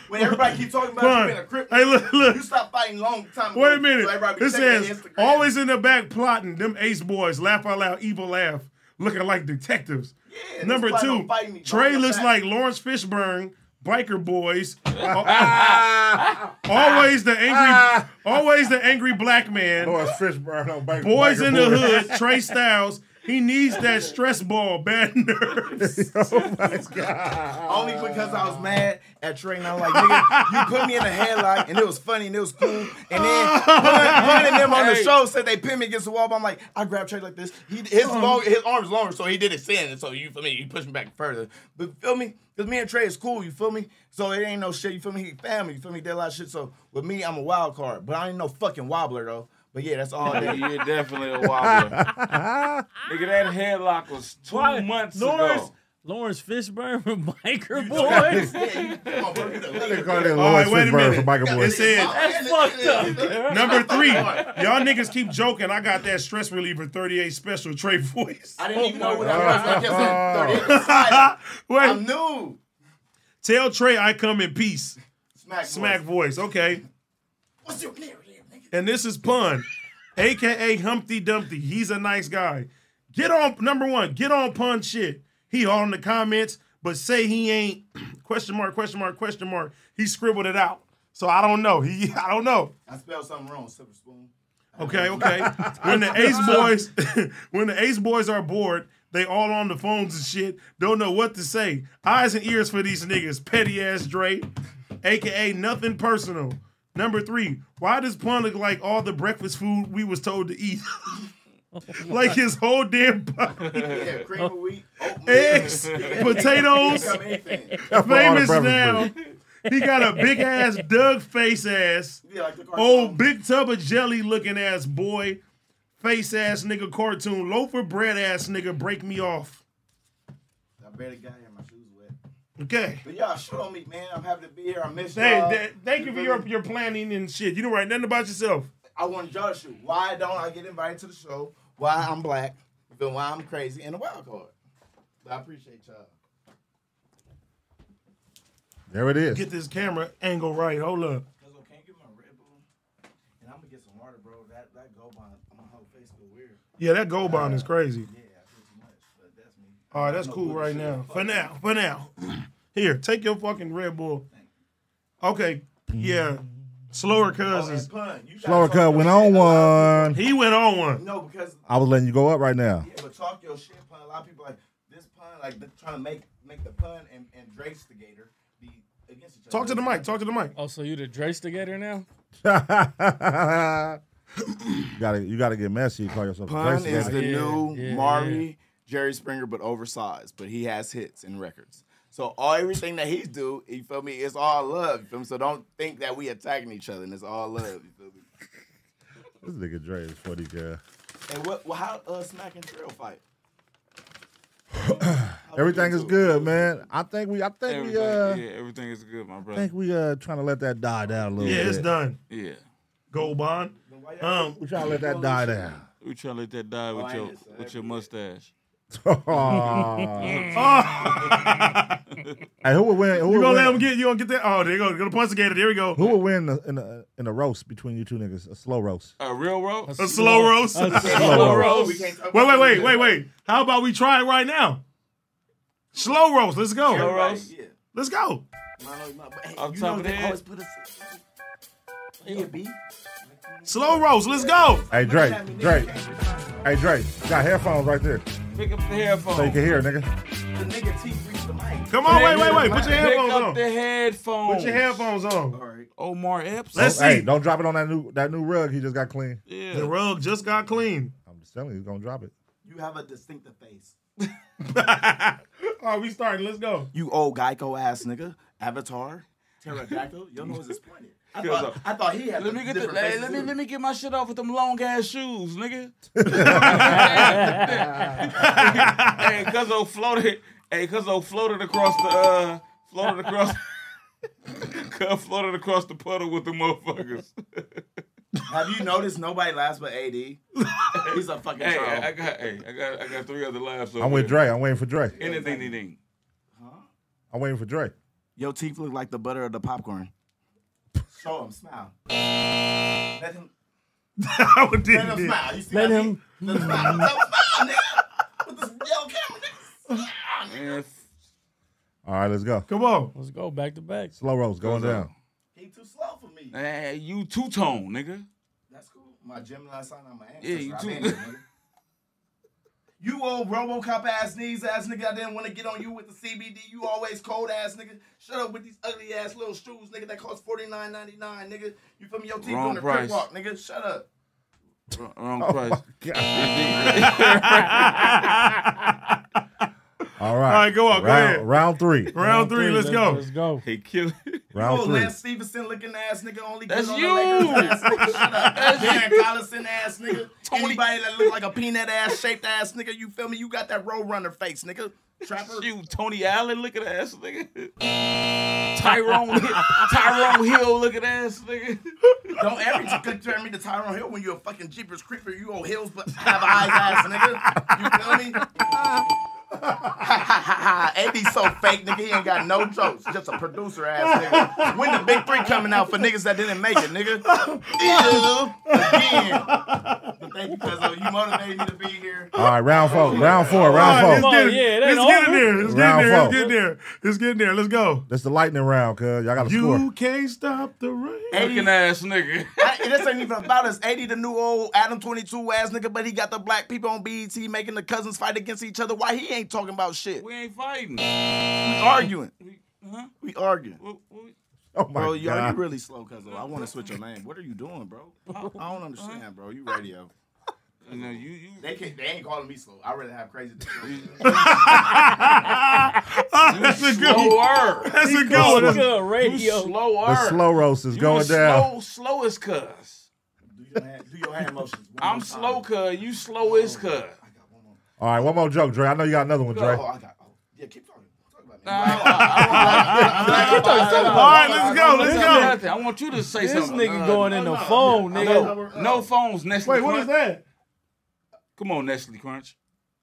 S10: when everybody keep talking about
S2: Oh. Pun.
S10: you being a crip,
S2: Hey, look, look.
S10: you stop fighting long time.
S2: Wait
S10: ago,
S2: a
S10: So everybody
S2: minute.
S10: be
S2: This
S10: checking their
S2: says
S10: Instagram.
S2: always in the back plotting. Them Ace Boys laugh out loud, evil laugh, looking like detectives.
S10: that's
S2: Number
S10: why
S2: two,
S10: don't fight me,
S2: Trey
S10: dog.
S2: looks like Lawrence Fishburne. Biker boys, Al- always the angry, always the angry black man.
S3: Lawrence Fishburne, no, biker-
S2: Boys
S3: biker
S2: in the
S3: boys.
S2: hood, Trey Styles. He needs that stress ball, bad nerves. oh my god!
S10: Only because I was mad at Trey and I'm like, nigga, you put me in a headlock and it was funny and it was cool. And then one of them on the
S1: Hey.
S10: show said they pinned me against the wall, but I'm like, I grabbed Trey like this. He, his long, his arm's longer, so he did it sin. And so you feel me, you push me back further. But feel me? Because me and Trey is cool, you feel me? So it ain't no shit, you feel me? He family, you feel me? Did a lot of shit. So with me, I'm a wild card. But I ain't no fucking wobbler though. But yeah, that's all that.
S1: You're definitely a wobbler. Nigga, that headlock was two months
S4: Lawrence,
S1: ago.
S4: Lawrence Fishburne from Biker Boys.
S2: All right, wait a minute. It said
S4: That's fucked up.
S2: number three. Y'all niggas keep joking. I got that stress reliever 38 special Trey voice.
S10: I didn't even know what that was. I kept saying,
S2: Wait.
S10: I'm new.
S2: Tell Trey I come in peace.
S10: Smack,
S2: Smack voice. Okay.
S10: What's your name?
S2: And this is Pun, aka Humpty Dumpty. He's a nice guy. Get on number one. Get on Pun shit. He all in the comments, but say he ain't. question mark. Question mark. Question mark. He scribbled it out. So I don't know. He I don't know.
S10: I spelled something wrong, Silver Spoon.
S2: Okay, okay. When the Ace Boys, when the Ace Boys are bored, they all on the phones and shit. Don't know what to say. Eyes and ears for these niggas. Petty ass Dre, aka nothing personal. Number three, why does Pun look like all the breakfast food we was told to eat? like his whole damn body.
S10: Yeah, cream of wheat, oatmeal.
S2: Eggs, potatoes,
S10: Become anything.
S2: famous now. He got a big ass Doug face ass, old big tub of jelly looking ass boy, face ass nigga cartoon, loaf of bread ass nigga, break me off.
S10: I barely got here. My shoes wet.
S2: Okay.
S10: But y'all shoot on me, man. I'm happy to be here. I miss
S2: Hey,
S10: y'all.
S2: th- thank you for your, your planning and shit. You don't write nothing about yourself.
S10: I want y'all to shoot. Why don't I get invited to the show? Why I'm black? But why I'm crazy and a wild card? I appreciate y'all.
S3: There it is.
S2: Get this camera angle right. Hold up.
S10: Cuzzo, can you get my Red Bull? And I'm gonna get some water, bro. That that go by my whole face feel weird.
S2: Yeah, that gold bond
S10: Uh,
S2: is crazy. All right, that's
S10: No,
S2: cool
S10: but
S2: right
S10: shit,
S2: now.
S10: fuck
S2: For
S10: it.
S2: now, for now. Here, take your fucking Red Bull. Okay, yeah. Slower
S10: Oh,
S2: cousins.
S3: Slower cut went on one.
S2: He went on one.
S10: No, because
S3: I was letting you go up right now.
S10: yeah, but talk your shit pun. A lot of people like this pun, like they're trying to make make the pun and and Drake's the Gator be against each other.
S2: Talk to the mic. Talk to the mic.
S4: Oh, so you the Drace together now?
S3: You gotta, you gotta get messy. You call yourself. a
S11: Pun
S3: racist.
S11: is the new
S4: yeah,
S11: Mari Jerry Springer, but oversized. But he has hits and records. So all everything that he's do, you feel me, it's all love. You feel me? So don't think that we attacking each other and it's all love. You feel me?
S3: This nigga Dre is funny, girl.
S11: And what? Well, how uh, smack and trail fight?
S3: Everything is good, man. I think we, I think
S1: Everything,
S3: we, uh,
S1: yeah, everything is good, my
S3: I
S1: brother.
S3: think we, uh, trying to let that die down a little
S2: Yeah,
S3: bit.
S2: it's done.
S1: Yeah.
S2: Gold bond. Um,
S3: We trying to let that die down.
S1: We trying to let that
S10: Oh,
S1: die with your with your mustache.
S3: hey, who would win?
S2: you
S3: Who would
S2: gonna let
S3: win?
S2: him get? You gonna get that? Oh, there you go. Gonna punch the gator. There we go.
S3: Who would win in a, in a in a roast between you two niggas? A slow roast.
S1: A real roast?
S2: A slow roast.
S3: A slow roast.
S2: Wait, wait, wait, wait, wait. How about we try it right now? Slow roast. Let's go.
S1: Slow roast?
S2: Let's go.
S10: Mine always- my- but hey,
S1: Off
S10: you
S1: top
S10: know
S1: of
S10: they
S1: the head?
S10: always put a Yeah, B.
S2: Slow roast. Let's go.
S3: Hey, Drake, Drake. Hey, Drake, got headphones right there.
S1: Pick up the headphones.
S3: So you can hear, nigga.
S10: The nigga teeth reached the mic.
S2: Come on, Oh, wait, wait, wait. Put your
S1: Pick
S2: headphones
S1: up
S2: on.
S1: the headphones.
S2: Put your headphones on. All
S10: right.
S1: Omar Epps.
S2: Let's
S3: Don't- Hey,
S2: see.
S3: don't drop it on that new that new rug he just got clean.
S1: Yeah.
S2: The rug just got clean.
S3: I'm just telling you, he's gonna drop it.
S10: You have a distinctive face.
S2: All right, we starting. Let's go.
S12: You old Geico ass nigga. Avatar. Pterodactyl. Your nose is pointed. I
S1: He
S12: thought,
S1: was a-
S12: I thought he had
S1: Let me get the,
S12: different
S1: let,
S12: faces
S1: let me
S12: too.
S1: let me get my shit off with them long ass shoes, nigga. hey, Cuzzo floated. Hey, Cuzzo floated across the uh, floated across. Cuz floated across the puddle with the motherfuckers.
S12: Have you noticed nobody laughs but AD? He's a fucking
S1: Hey,
S12: troll.
S1: I I got hey, I got I got three other lives. over
S3: I'm with
S1: here.
S3: Dre. I'm waiting for Dre.
S1: Anything, anything.
S3: I'm waiting for Dre.
S12: Your teeth look like the butter of the popcorn.
S10: Show him. Smile. Let him.
S2: I would
S10: Let him smile. You see Let him. Let him smile. Let him smile, nigga. With this yellow camera, nigga. Smile, nigga.
S3: All right, let's go.
S2: Come on.
S4: Let's go back to back.
S3: Slow roast going
S1: Goes
S3: down.
S10: He too slow for me.
S1: Hey, you two tone, nigga.
S10: That's cool. My Gemini sign on my ancestor.
S1: Yeah, you
S10: I'm
S1: too.
S10: in it, nigga. You old RoboCop ass knees ass nigga. I didn't want to get on you with the CBD. You always cold ass nigga. Shut up with these ugly ass little shoes, nigga. That cost forty nine ninety nine, nigga. You from your teeth
S1: Wrong
S10: on the
S1: price.
S10: crib walk, nigga. Shut up.
S1: Wrong- Wrong
S3: Oh
S1: price.
S3: my All right.
S2: All right, go on, go
S3: Round,
S2: ahead.
S3: round three.
S2: Round three. Let's go.
S4: Let's go.
S1: He killing.
S3: round
S10: oh,
S3: three.
S10: Lance Stevenson looking ass nigga. Only
S1: That's
S10: good on
S1: you.
S10: The Lakers ass nigga. Shut up. Darren Collison ass nigga. Anybody that look like a peanut ass shaped ass nigga. You feel me? You got that Roadrunner face, nigga. Trapper.
S1: You Tony Allen looking ass nigga. Tyrone Tyrone Hill looking ass nigga.
S10: Don't ever compare me to Tyrone Hill when you're a fucking Jeepers Creeper. You old hills but have eyes ass nigga. You feel me? AD's so fake, nigga. He ain't got no jokes. Just a producer ass nigga. When the big three coming out for niggas that didn't make it, nigga? Ew. Again. But thank you, cuz you motivated me to be here.
S3: All right, round four. Round four.
S2: All right,
S3: Round
S2: let's
S3: four.
S4: Come
S2: get
S4: on,
S2: it.
S4: yeah, it ain't
S2: Let's get in
S4: over.
S2: there. Let's get
S3: Round
S2: in there. Let's
S3: four.
S2: get in there. Let's get in there. Let's go.
S3: That's the lightning round, cuz. Y'all got to score.
S2: You can't stop the rain.
S1: Looking ass nigga.
S10: I, this ain't even about us. 80, the new old Adam 22 ass nigga, but he got the black people on BET making the cousins fight against each other. Why he ain't talking about shit? We
S1: We ain't fighting.
S10: arguing.
S1: Huh?
S10: We arguing.
S1: What- what-
S3: Oh, my
S12: bro, you
S3: God.
S12: already really slow, cuz I want to switch your name. What are you doing, bro? I don't understand, bro. You radio.
S1: You know, you you
S10: They can they ain't calling me slow. I really have crazy.
S2: That's a good one.
S1: slower.
S2: That's a good one.
S4: Good
S1: You
S4: radio.
S1: slower.
S3: The slow roast is
S1: You
S3: going
S1: was
S3: down.
S1: Slow, slow as cuz.
S10: do, your hand, do your hand motions. one
S1: I'm
S10: more
S1: slow
S10: time.
S1: cuz. You slow as cuz.
S10: I got one more.
S3: All right, one more joke, Dre. I know you got another one, Dre.
S10: Oh, I got. Oh, yeah, keep talking. Talk about me.
S2: All right, let's go. Let's go.
S1: I want you to say
S4: This
S1: something.
S4: nigga
S1: Uh,
S4: going in the phone, nigga.
S1: No, no phones, Nestle
S2: Wait, what is
S1: Crunch.
S2: that?
S1: Come on, Nestle Crunch.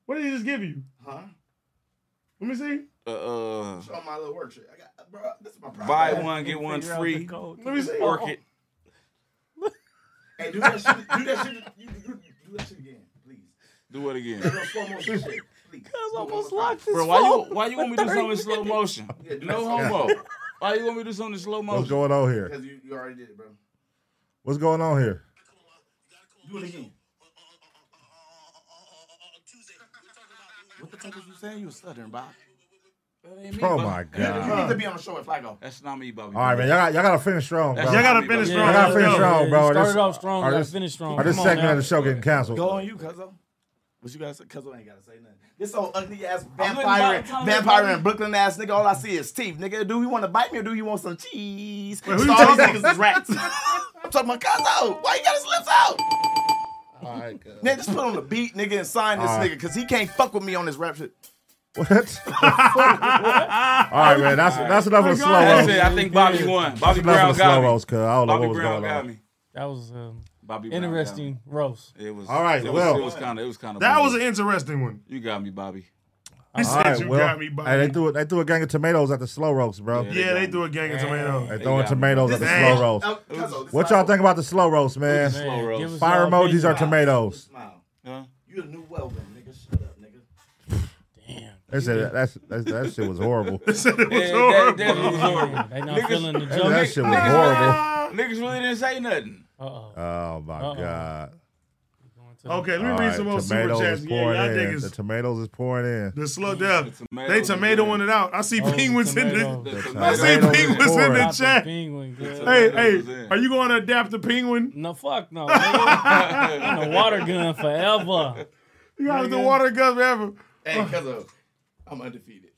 S2: What did he just give you?
S10: Huh?
S2: Let me see.
S1: Uh, uh,
S10: Show my little work shit. I got, uh, bro. This is my problem.
S1: buy one, get one free.
S2: Let me see.
S1: Orchid.
S10: Hey, do that shit. Do that shit. You, you, do that shit again, please.
S1: Do it again.
S10: Real slow motion shit, please.
S4: I
S10: Do one
S4: almost
S10: more time.
S4: locked his
S1: Bro, why you why you want me to do something in slow motion?
S10: Yeah,
S1: No
S10: do that slow
S1: homo. Why you want me to do something in slow
S3: What's
S1: motion?
S3: going on here?
S10: Because you, you already did it, bro.
S3: What's going on here?
S10: Do it again. What the fuck was you saying? You was stuttering, Bob.
S3: Oh, my
S10: You
S3: God.
S10: need to be on the show with Flacco.
S1: That's not me, Bobby.
S3: All right, man. Y'all got, y'all got to finish strong, bro.
S1: That's-
S2: Y'all
S3: Y'all
S2: gotta finish
S4: Yeah,
S2: strong.
S3: gotta
S4: yeah,
S2: Let's
S3: finish
S4: yeah,
S2: go.
S3: strong,
S4: yeah.
S3: bro.
S4: You
S3: This-
S4: started off strong,
S3: or
S4: gotta
S3: this-
S4: finish strong.
S3: Or this
S4: Come on
S3: segment
S4: now.
S3: of the show getting canceled.
S10: Go on you, Cuzzo. What you guys say? Cuzzo ain't gotta say nothing. This old ugly ass
S1: I'm looking
S10: vampire,
S1: by the time they
S10: vampire
S1: bite
S10: and Brooklyn ass nigga. All I see is teeth, nigga. Do you want to bite me or do you want some cheese?
S2: who you
S10: So all these
S2: talking
S10: niggas is rats. I'm talking about Cuzzo. Why you got his lips out?
S3: All right, cuz.
S10: Nigga, just put on the beat, nigga, and sign this
S3: Alright.
S10: nigga, cause he can't fuck with me on this rap shit.
S3: What? All right, man. That's that's enough of the slow
S1: That's it.
S3: roast.
S1: I think Bobby won. Bobby
S3: Enough
S1: Brown
S3: of the slow
S1: got me.
S3: roast, cuz. I don't know
S1: Bobby
S3: what was
S1: Brown
S3: going
S1: got
S3: on.
S1: me.
S4: That was um,
S1: Bobby Brown. got me.
S4: interesting roast.
S1: It was
S3: All right,
S1: It was,
S3: well.
S1: it was kind of. It was kind of.
S2: That was an interesting one.
S1: You got me, Bobby.
S2: He
S3: All
S2: said
S3: right,
S2: you
S3: well,
S2: got me,
S3: hey,
S2: buddy.
S3: they threw it. They threw a gang of tomatoes at the slow roast, bro.
S1: Yeah,
S2: yeah, they threw a gang of tomatoes.
S3: They
S1: They
S3: throwing
S1: got me.
S3: tomatoes at the
S2: Damn.
S3: slow roast.
S10: Oh, Cuzzo, this
S3: What
S10: my-
S3: y'all think about the slow roast, man?
S1: Slow
S4: Man,
S1: roast.
S4: give us
S3: Fire
S4: your
S3: emojis
S4: opinion.
S3: are tomatoes.
S10: Smile.
S1: Huh?
S10: You a new welcome, nigga. Shut up, nigga.
S3: They said that's, that's that shit was horrible.
S1: Yeah, that, that was horrible.
S4: They not
S1: Niggas-
S4: feeling the
S3: That
S4: joke.
S3: shit was horrible.
S1: Niggas really didn't say nothing.
S4: Uh-oh.
S3: Oh my god.
S2: Okay, let me
S3: All
S2: read
S3: right,
S2: some more super
S3: tomatoes
S2: chats.
S3: is
S2: Yeah, y'all
S3: pouring in. The
S2: niggas.
S3: tomatoes is pouring in.
S2: The slow down.
S3: tomatoes
S2: They
S3: is
S2: tomatoing it out. I see
S3: Oh, the
S2: penguins in the.
S3: tomatoes. The
S2: I see
S3: tomatoes is
S2: penguins in
S3: pouring.
S2: the
S3: Stop the
S2: chat.
S4: penguin, girl.
S2: hey,
S4: Tomatoes
S2: hey, are you going to adapt the penguin?
S4: No, fuck no. I'm a water gun forever.
S2: You got the
S10: Nigga.
S2: water gun forever.
S10: Hey, because of I'm undefeated.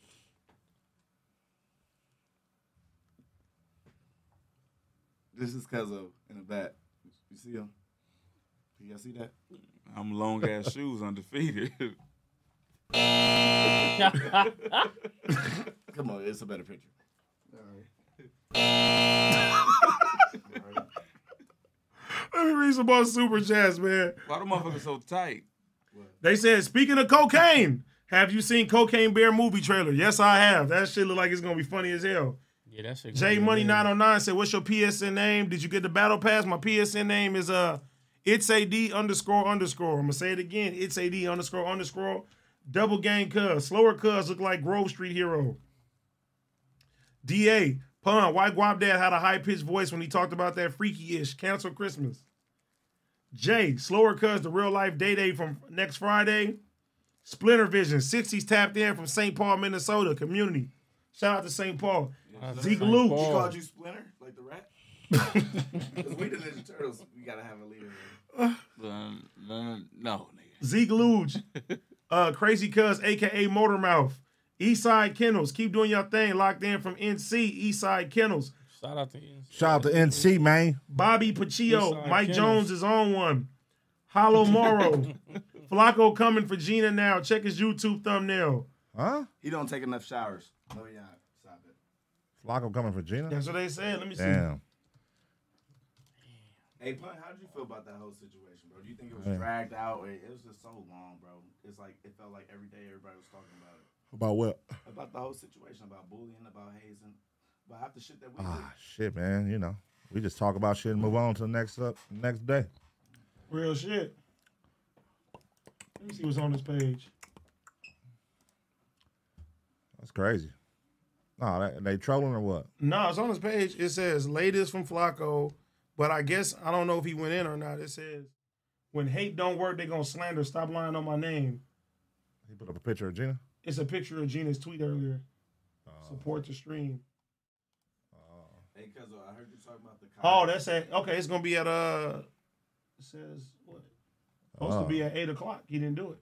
S10: This is because of in the back. You see him? Do y'all see that?
S1: I'm long ass shoes undefeated.
S10: Come on, it's a better picture.
S2: Let me read some more super chats, man.
S1: Why the motherfuckers so tight?
S2: They said, speaking of cocaine, have you seen Cocaine Bear movie trailer? Yes, I have. That shit look like it's gonna be funny as hell.
S4: Yeah, that shit.
S2: J
S4: gonna be
S2: Money
S4: weird.
S2: nine oh nine said, "What's your PSN name? Did you get the battle pass? My PSN name is uh, it's a D underscore underscore. I'm gonna say it again. It's a D underscore underscore. Double gang cuz slower cuz look like Grove Street hero. Da pun. Why Guap Dad had a high pitched voice when he talked about that freaky ish cancel Christmas. J slower cuz the real life day day from next Friday. Splinter Vision 60s tapped in from St. Paul, Minnesota community. Shout out to St. Paul. Zeke Luke.
S10: He called you Splinter, like the rat. Because we the Ninja Turtles, we gotta have a leader.
S1: Um, no, no,
S2: Zeke Luge, uh, Crazy Cuz, aka Motormouth, Eastside Kennels, keep doing your thing. Locked in from NC, Eastside Kennels,
S4: Shout out to you.
S3: Shout out to NC man.
S2: Bobby Pacillo,
S4: Eastside
S2: Mike
S4: Kennels.
S2: Jones is on one, Hollow Morrow, Flacco coming for Gina now. Check his YouTube thumbnail.
S3: Huh?
S10: He don't take enough showers. No, Oh, yeah, stop it.
S3: Flacco coming for Gina.
S2: That's what they said. Let me see.
S3: Damn.
S10: Hey, Blunt, how did you feel about that whole situation, bro? Do you think it was
S3: Man.
S10: dragged out? Or it was just so long, bro. It's like it felt like every day everybody was talking about it.
S3: About what?
S10: About the whole situation, about bullying, about hazing, about half the shit that we did.
S3: Ah, shit, man. You know, we just talk about shit and move on to the next up next day.
S2: Real shit. Let me see what's on this page.
S3: That's crazy. Nah, that, they trolling or what?
S2: No, it's on his page. It says latest from Flacco, but I guess I don't know if he went in or not. It says when hate don't work, they gonna slander. Stop lying on my name.
S3: He put up a picture of Gina.
S2: It's a picture of Gina's tweet earlier. Support the stream.
S10: Hey, cuz I heard you talking about the
S2: Oh, that's at okay. It's gonna be at uh. It says what? Supposed
S3: Oh.
S2: to be at eight o'clock. He didn't do it.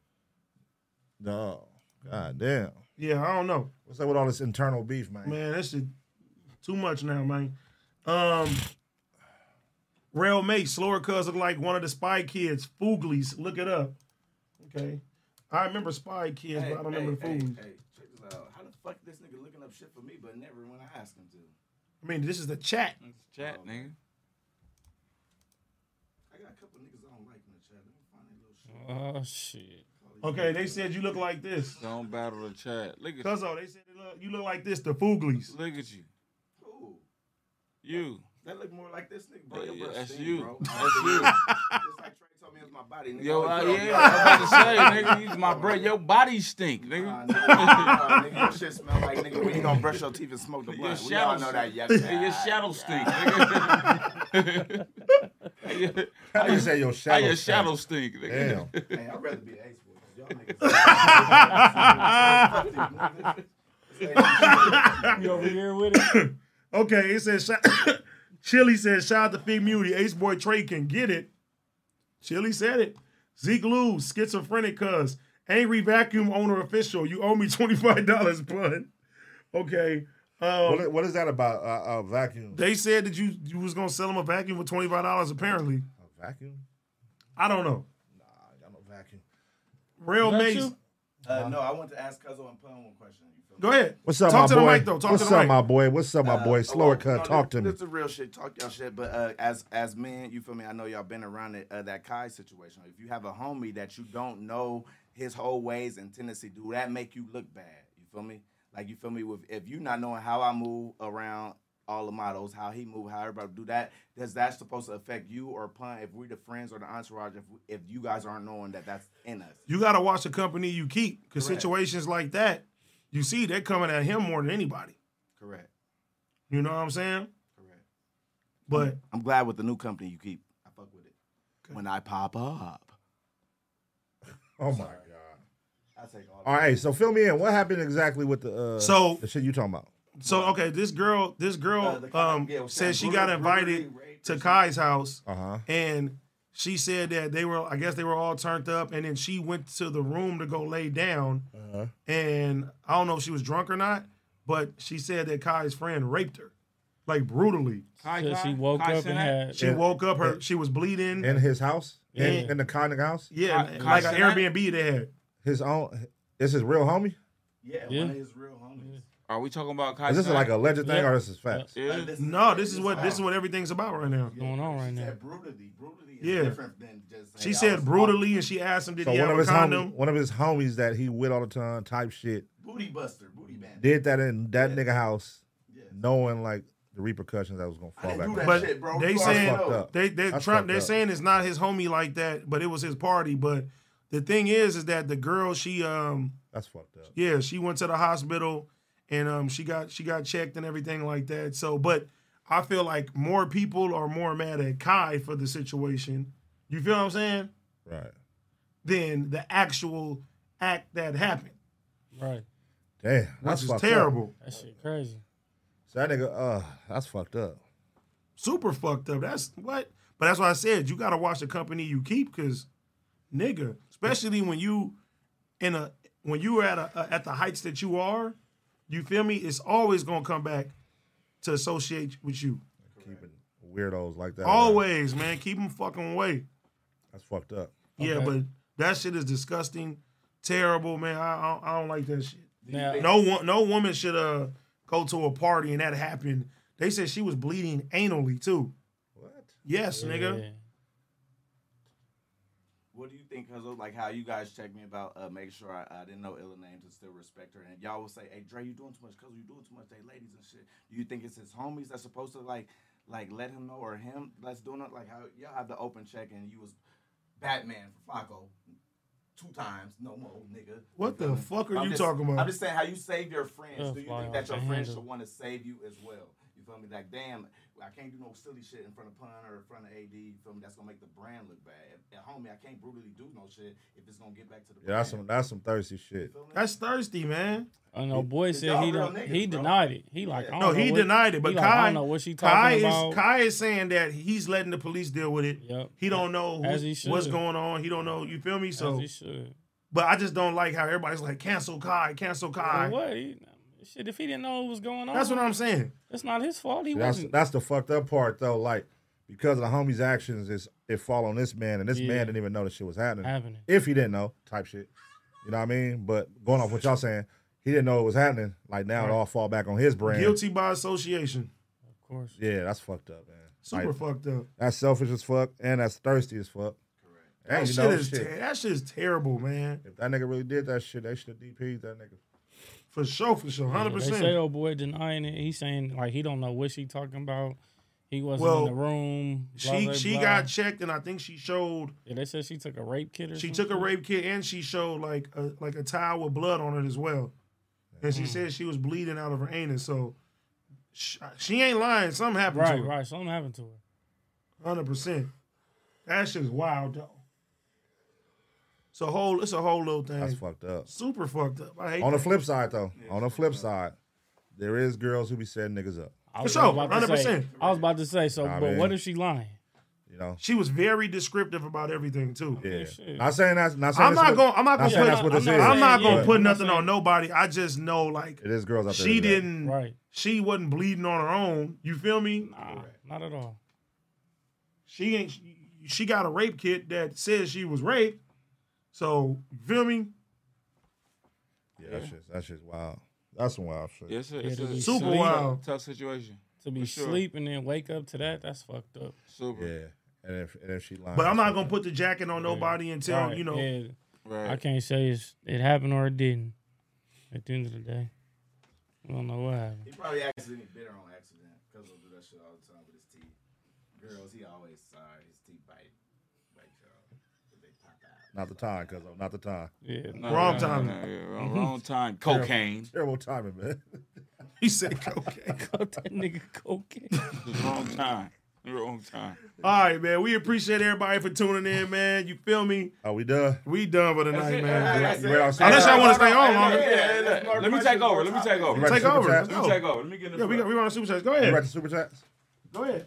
S3: No. God damn.
S2: Yeah, I don't know.
S3: What's up with all this internal beef, man?
S2: Man, that shit too much now, man. Um, Rail Mate, slower cuz look like one of the Spy Kids, Fooglies. Look it up. Okay. I remember Spy Kids,
S10: Hey,
S2: but I don't
S10: hey,
S2: remember
S10: hey,
S2: Fooglies.
S10: hey, check this out. How the fuck this nigga looking up shit for me, but never when I ask him to?
S2: I mean, this is the chat.
S1: chat, nigga.
S10: I got a couple niggas I don't like in the chat. Let me find that
S4: Oh
S10: little shit.
S4: shit.
S2: Okay, they said you look like this.
S1: Don't battle the chat. Look at
S2: Cuzzo, they said they look- you look like this, the Fooglies.
S1: Look at you.
S10: Ooh,
S1: You.
S10: that look more like this nigga, bro.
S1: Yeah,
S10: Your
S1: Oh, yeah,
S10: breath
S1: that's
S10: stink,
S1: you.
S10: Bro.
S1: That's you.
S10: It's like Trey told me it's my body, nigga.
S1: Yo,
S10: I
S1: uh,
S10: was like,
S1: yeah,
S10: bro,
S1: I'm about to say, nigga, you my breath. Your body stink,
S10: Nah,
S1: nigga.
S10: nigga, nah, nigga, your shit smell like nigga when you gonna brush your teeth and smoke the
S1: Your
S10: blunt. We all
S1: shadow
S10: know that. Yeah,
S1: stink. Your shadow stink, nigga. How your-
S3: How you say your
S1: how
S3: shadow
S1: your
S3: stink?
S1: shadow stink, nigga.
S10: Hey, I'd rather be the ace boy. Y'all niggas.
S4: You over here with it?
S2: Okay, it says sh- Chili says shout out to Fig Muty. Ace Boy Trey can get it. Chili said it. Zeke Lou, schizophrenic cuz. Angry vacuum owner official. You owe me $25, bud. Okay. Um,
S3: What, what is that about? A uh, uh, vacuum?
S2: they said that you, you was gonna sell him a vacuum for $25, apparently.
S3: A vacuum?
S2: I don't know.
S3: I got no vacuum.
S2: Real
S10: Is that
S2: Mace.
S10: you?
S3: Uh-huh.
S10: Uh, no, I want to ask Cuzzo and Pun one question. You feel me?
S2: Go ahead.
S3: What's up,
S2: Talk
S3: my
S2: to
S3: boy?
S2: the mic though. Talk
S3: What's
S2: to
S3: up,
S2: the mic.
S3: my boy? What's up, my boy?
S10: Uh,
S3: Slower,
S10: well,
S3: cut.
S10: no,
S3: Talk
S10: this-
S3: to me.
S10: This is real shit. Talk y'all shit. But uh, as as men, you feel me? I know y'all been around it, uh, that Kai situation. If you have a homie that you don't know his whole ways and tendency, do that make you look bad? You feel me? Like you feel me? With if you not knowing how I move around all the models, how he move, how everybody do that, does that supposed to affect you or pun? If we're the friends or the entourage, if if you guys aren't knowing that that's in us,
S2: You gotta watch the company you keep. Cause
S10: Correct.
S2: situations like that, you see, they're coming at him more than anybody.
S10: correct?
S2: You know what I'm saying? Correct. But
S10: I'm glad with the new company you keep. I fuck with it. When I pop up,
S3: Oh my.
S10: I take all.
S3: All right, so fill me in. What happened exactly with the uh,
S2: So-
S3: the shit you talking about?
S2: So okay, this girl, this
S10: Uh,
S2: girl um, said she got invited to Kai's house,
S3: Uh-huh.
S2: and she said that they were, I guess they were all turned up, and then she went to the room to go lay down,
S3: Uh-huh.
S2: and I don't know if she was drunk or not, but she said that Kai's friend raped her, like brutally.
S1: Kai- So she Kai- woke Kai up and Cenat? had-
S2: she woke up, her she was bleeding
S3: in his house, in,
S2: Yeah.
S3: in the Connick house.
S2: Yeah, Kai- Kai like an Cenat? Airbnb they had.
S3: His own. This is real homie.
S10: Yeah,
S1: Yeah.
S10: one of his real homies.
S1: Are we talking about Kai?
S3: Is this
S1: Cenat?
S3: like a alleged thing or this is facts?
S1: Yeah.
S2: No, this is what this is what everything's about right now.
S4: going on right now?
S10: Brutally, brutally is
S2: Yeah,
S10: different than just.
S2: she
S10: hey, I
S2: said
S10: was-
S2: brutally, and she asked him, "Did
S3: So
S2: he
S3: one
S2: have
S3: of
S2: a
S3: his
S2: condom?"
S3: homies, one of his homies that he with all the time, type shit,
S10: Booty buster, booty bandit.
S3: did that in that nigga house, knowing like the repercussions that was gonna fall back. on him.
S2: But they
S3: That's
S2: saying
S3: fucked up.
S2: they they
S3: That's
S2: Trump
S3: fucked
S2: they're
S3: up.
S2: saying it's not his homie like that, but it was his party. But the thing is, is that the girl she um
S3: that's fucked up.
S2: yeah she went to the hospital and um she got she got checked and everything like that. So, but I feel like more people are more mad at Kai for the situation. You feel what I'm saying?
S3: Right.
S2: Than the actual act that happened.
S4: Right.
S3: Damn,
S2: Which
S3: that's
S2: is
S3: fucked
S2: terrible.
S4: That shit crazy.
S3: Up. So that nigga, uh, that's fucked up.
S2: super fucked up. That's what. But that's why I said you gotta watch the company you keep, cause nigga, especially when you in a when you are at a, at the heights that you are, you feel me? It's always gonna come back to associate with you.
S3: Keeping weirdos like that.
S2: Always, man. Keep them fucking away.
S3: That's fucked up.
S2: Yeah, but
S3: Okay.
S2: that shit is disgusting, terrible, man. I I, don't- I don't like that shit.
S4: Now-
S2: no one, no woman should uh go to a party and that happened. They said she was bleeding anally too.
S3: What?
S2: Yes, nigga.
S10: What do you think, Cuzzo? Like how you guys checked me about uh, making sure I, I didn't know Illa names and still respect her. And y'all will say, "Hey, Dre, you doing too much, Cuzzo. You doing too much. They ladies and shit." Do you think it's his homies that's supposed to like, like let him know or him that's doing it? Like how y'all have the open check and you was Batman for Flacco two times, no more, nigga.
S2: What the fuck are
S10: Mm-hmm. I'm
S2: you
S10: just-
S2: talking about?
S10: I'm just saying how you save your friends.
S2: Yeah,
S10: do you
S2: fly
S10: think
S2: off
S10: that your
S2: the
S10: friends
S2: handle.
S10: should want to save you as well? You feel me? Like, damn, I can't do no silly shit in front of Pun or in front of AD. You feel me? That's gonna make the brand look bad. At home, I can't brutally do no shit if it's gonna get back to the.
S3: Yeah, that's some that's some thirsty shit.
S2: That's thirsty, man.
S4: I know. Boy said
S2: y'all
S4: he
S2: real
S4: don't,
S2: niggas,
S4: he
S2: bro.
S4: denied it. He like I don't
S2: No,
S4: know
S2: he
S4: what-
S2: denied it. But
S4: he
S2: Kai,
S4: like, I don't know what she
S2: Kai
S4: talking
S2: is
S4: about.
S2: Kai is saying that he's letting the police deal with it. He don't know
S4: As
S2: who-
S4: he should.
S2: what's going on. He don't know. You feel me? So,
S4: he should.
S2: but I just don't like how everybody's like cancel Kai, cancel Kai.
S4: Well, what? He- shit, if he didn't know what was going on,
S2: That's what I'm saying.
S4: It's not his fault. He
S3: that's
S4: wasn't.
S3: that's the fucked up part though. Like because of the homie's actions, it's, it fall on this man, and this
S4: Yeah.
S3: man didn't even know the shit was happening.
S4: Happening.
S3: If he didn't know, type shit. You know what I mean? But going off what y'all saying, he didn't know it was happening. Like now it all fall back on his brand.
S2: Guilty by association.
S4: Of course.
S3: Yeah, that's fucked up, man.
S2: Super
S3: Like,
S2: fucked up.
S3: That's selfish as fuck, and that's thirsty as fuck. Correct.
S2: That shit is ter- that shit is terrible, man.
S3: If that nigga really did that shit, they should have DP'd that nigga.
S2: For sure, for sure, hundred
S4: They say
S2: percent.
S4: old boy denying it. He's saying like he don't know what she talking about. He wasn't
S2: Well,
S4: in the room. blah,
S2: She
S4: blah,
S2: she
S4: blah.
S2: got checked, and I think she showed.
S4: Yeah, they said she took a rape kit. Or
S2: She
S4: some
S2: took a
S4: shit.
S2: rape kit, and she showed like a like a towel with blood on it as well. And
S3: Mm.
S2: she said she was bleeding out of her anus, so she, she ain't lying. Something happened
S4: Right,
S2: to her.
S4: right. Something happened to her.
S2: Hundred percent. That shit's wild though. It's a whole. It's a whole little thing.
S3: That's fucked up.
S2: Super fucked up. I hate
S3: On the
S2: that.
S3: flip side, though, on the flip side, there is girls who be setting niggas up.
S4: I
S2: For
S4: was
S2: sure,
S4: about to say-
S2: 100%.
S4: I was about to say so,
S3: Nah,
S4: but
S3: man.
S4: what if she lying?
S3: You know,
S2: She was very descriptive about everything too.
S3: yeah.
S4: shit.
S3: Not saying that's not saying
S2: I'm
S3: that's
S2: not
S3: what-
S2: gonna. I'm not gonna.
S3: saying
S2: put,
S3: that's what
S2: I'm
S3: this
S2: not,
S3: is.
S2: I'm not gonna
S3: but
S2: put nothing on nobody. I just know like
S3: It is girls out there.
S2: she
S3: that do that.
S2: didn't. Right. She wasn't bleeding on her own. You feel me?
S4: Nah, not at all.
S2: She ain't. She got a rape kit that says she was raped. So you feel me?
S3: Yeah, that shit's that shit's wild. That's some wild shit.
S1: Yes, sir. It's
S4: to
S1: a,
S4: be
S1: it's
S4: super
S1: a
S4: wild.
S1: Tough situation.
S4: To be
S1: For sure.
S4: sleep and then wake up to that, that's fucked up.
S1: Super.
S3: Yeah, and if and if she lying,
S2: But I'm not gonna put the jacket on nobody and tell
S4: Right,
S2: you know.
S4: yeah.
S1: Right.
S4: I can't say it's, it happened or it didn't. At the end of the day, I don't know what happened.
S10: He probably accidentally bit her on accident. Cuzzo do that shit all the time with his teeth. Girls, he always sorry his teeth bite. Bite y'all. If They pop out.
S3: Not the time, cuz not the time.
S4: Yeah,
S1: No, Wrong no, no, timing. no, yeah, wrong- wrong time.
S3: Terrible-
S1: Cocaine.
S3: Terrible, timing, man.
S2: He said cocaine.
S4: that nigga cocaine.
S1: It's the wrong time. Wrong time.
S2: All right, man. We appreciate everybody for tuning in, man. You feel me?
S3: Are we done?
S2: We done for the
S1: That's
S2: night,
S1: it.
S2: man.
S1: That's it.
S2: Unless y'all want to stay on,
S1: Yeah,
S2: homie.
S1: yeah, yeah, yeah. Let me take over. Let me take over.
S2: Take over. Let's
S1: Let me
S2: go.
S1: take over. Let me get in
S2: Yeah,
S1: the
S2: we
S1: front.
S2: got we run the super chats. Go
S3: You
S2: ahead.
S3: read the super chats?
S2: Go ahead.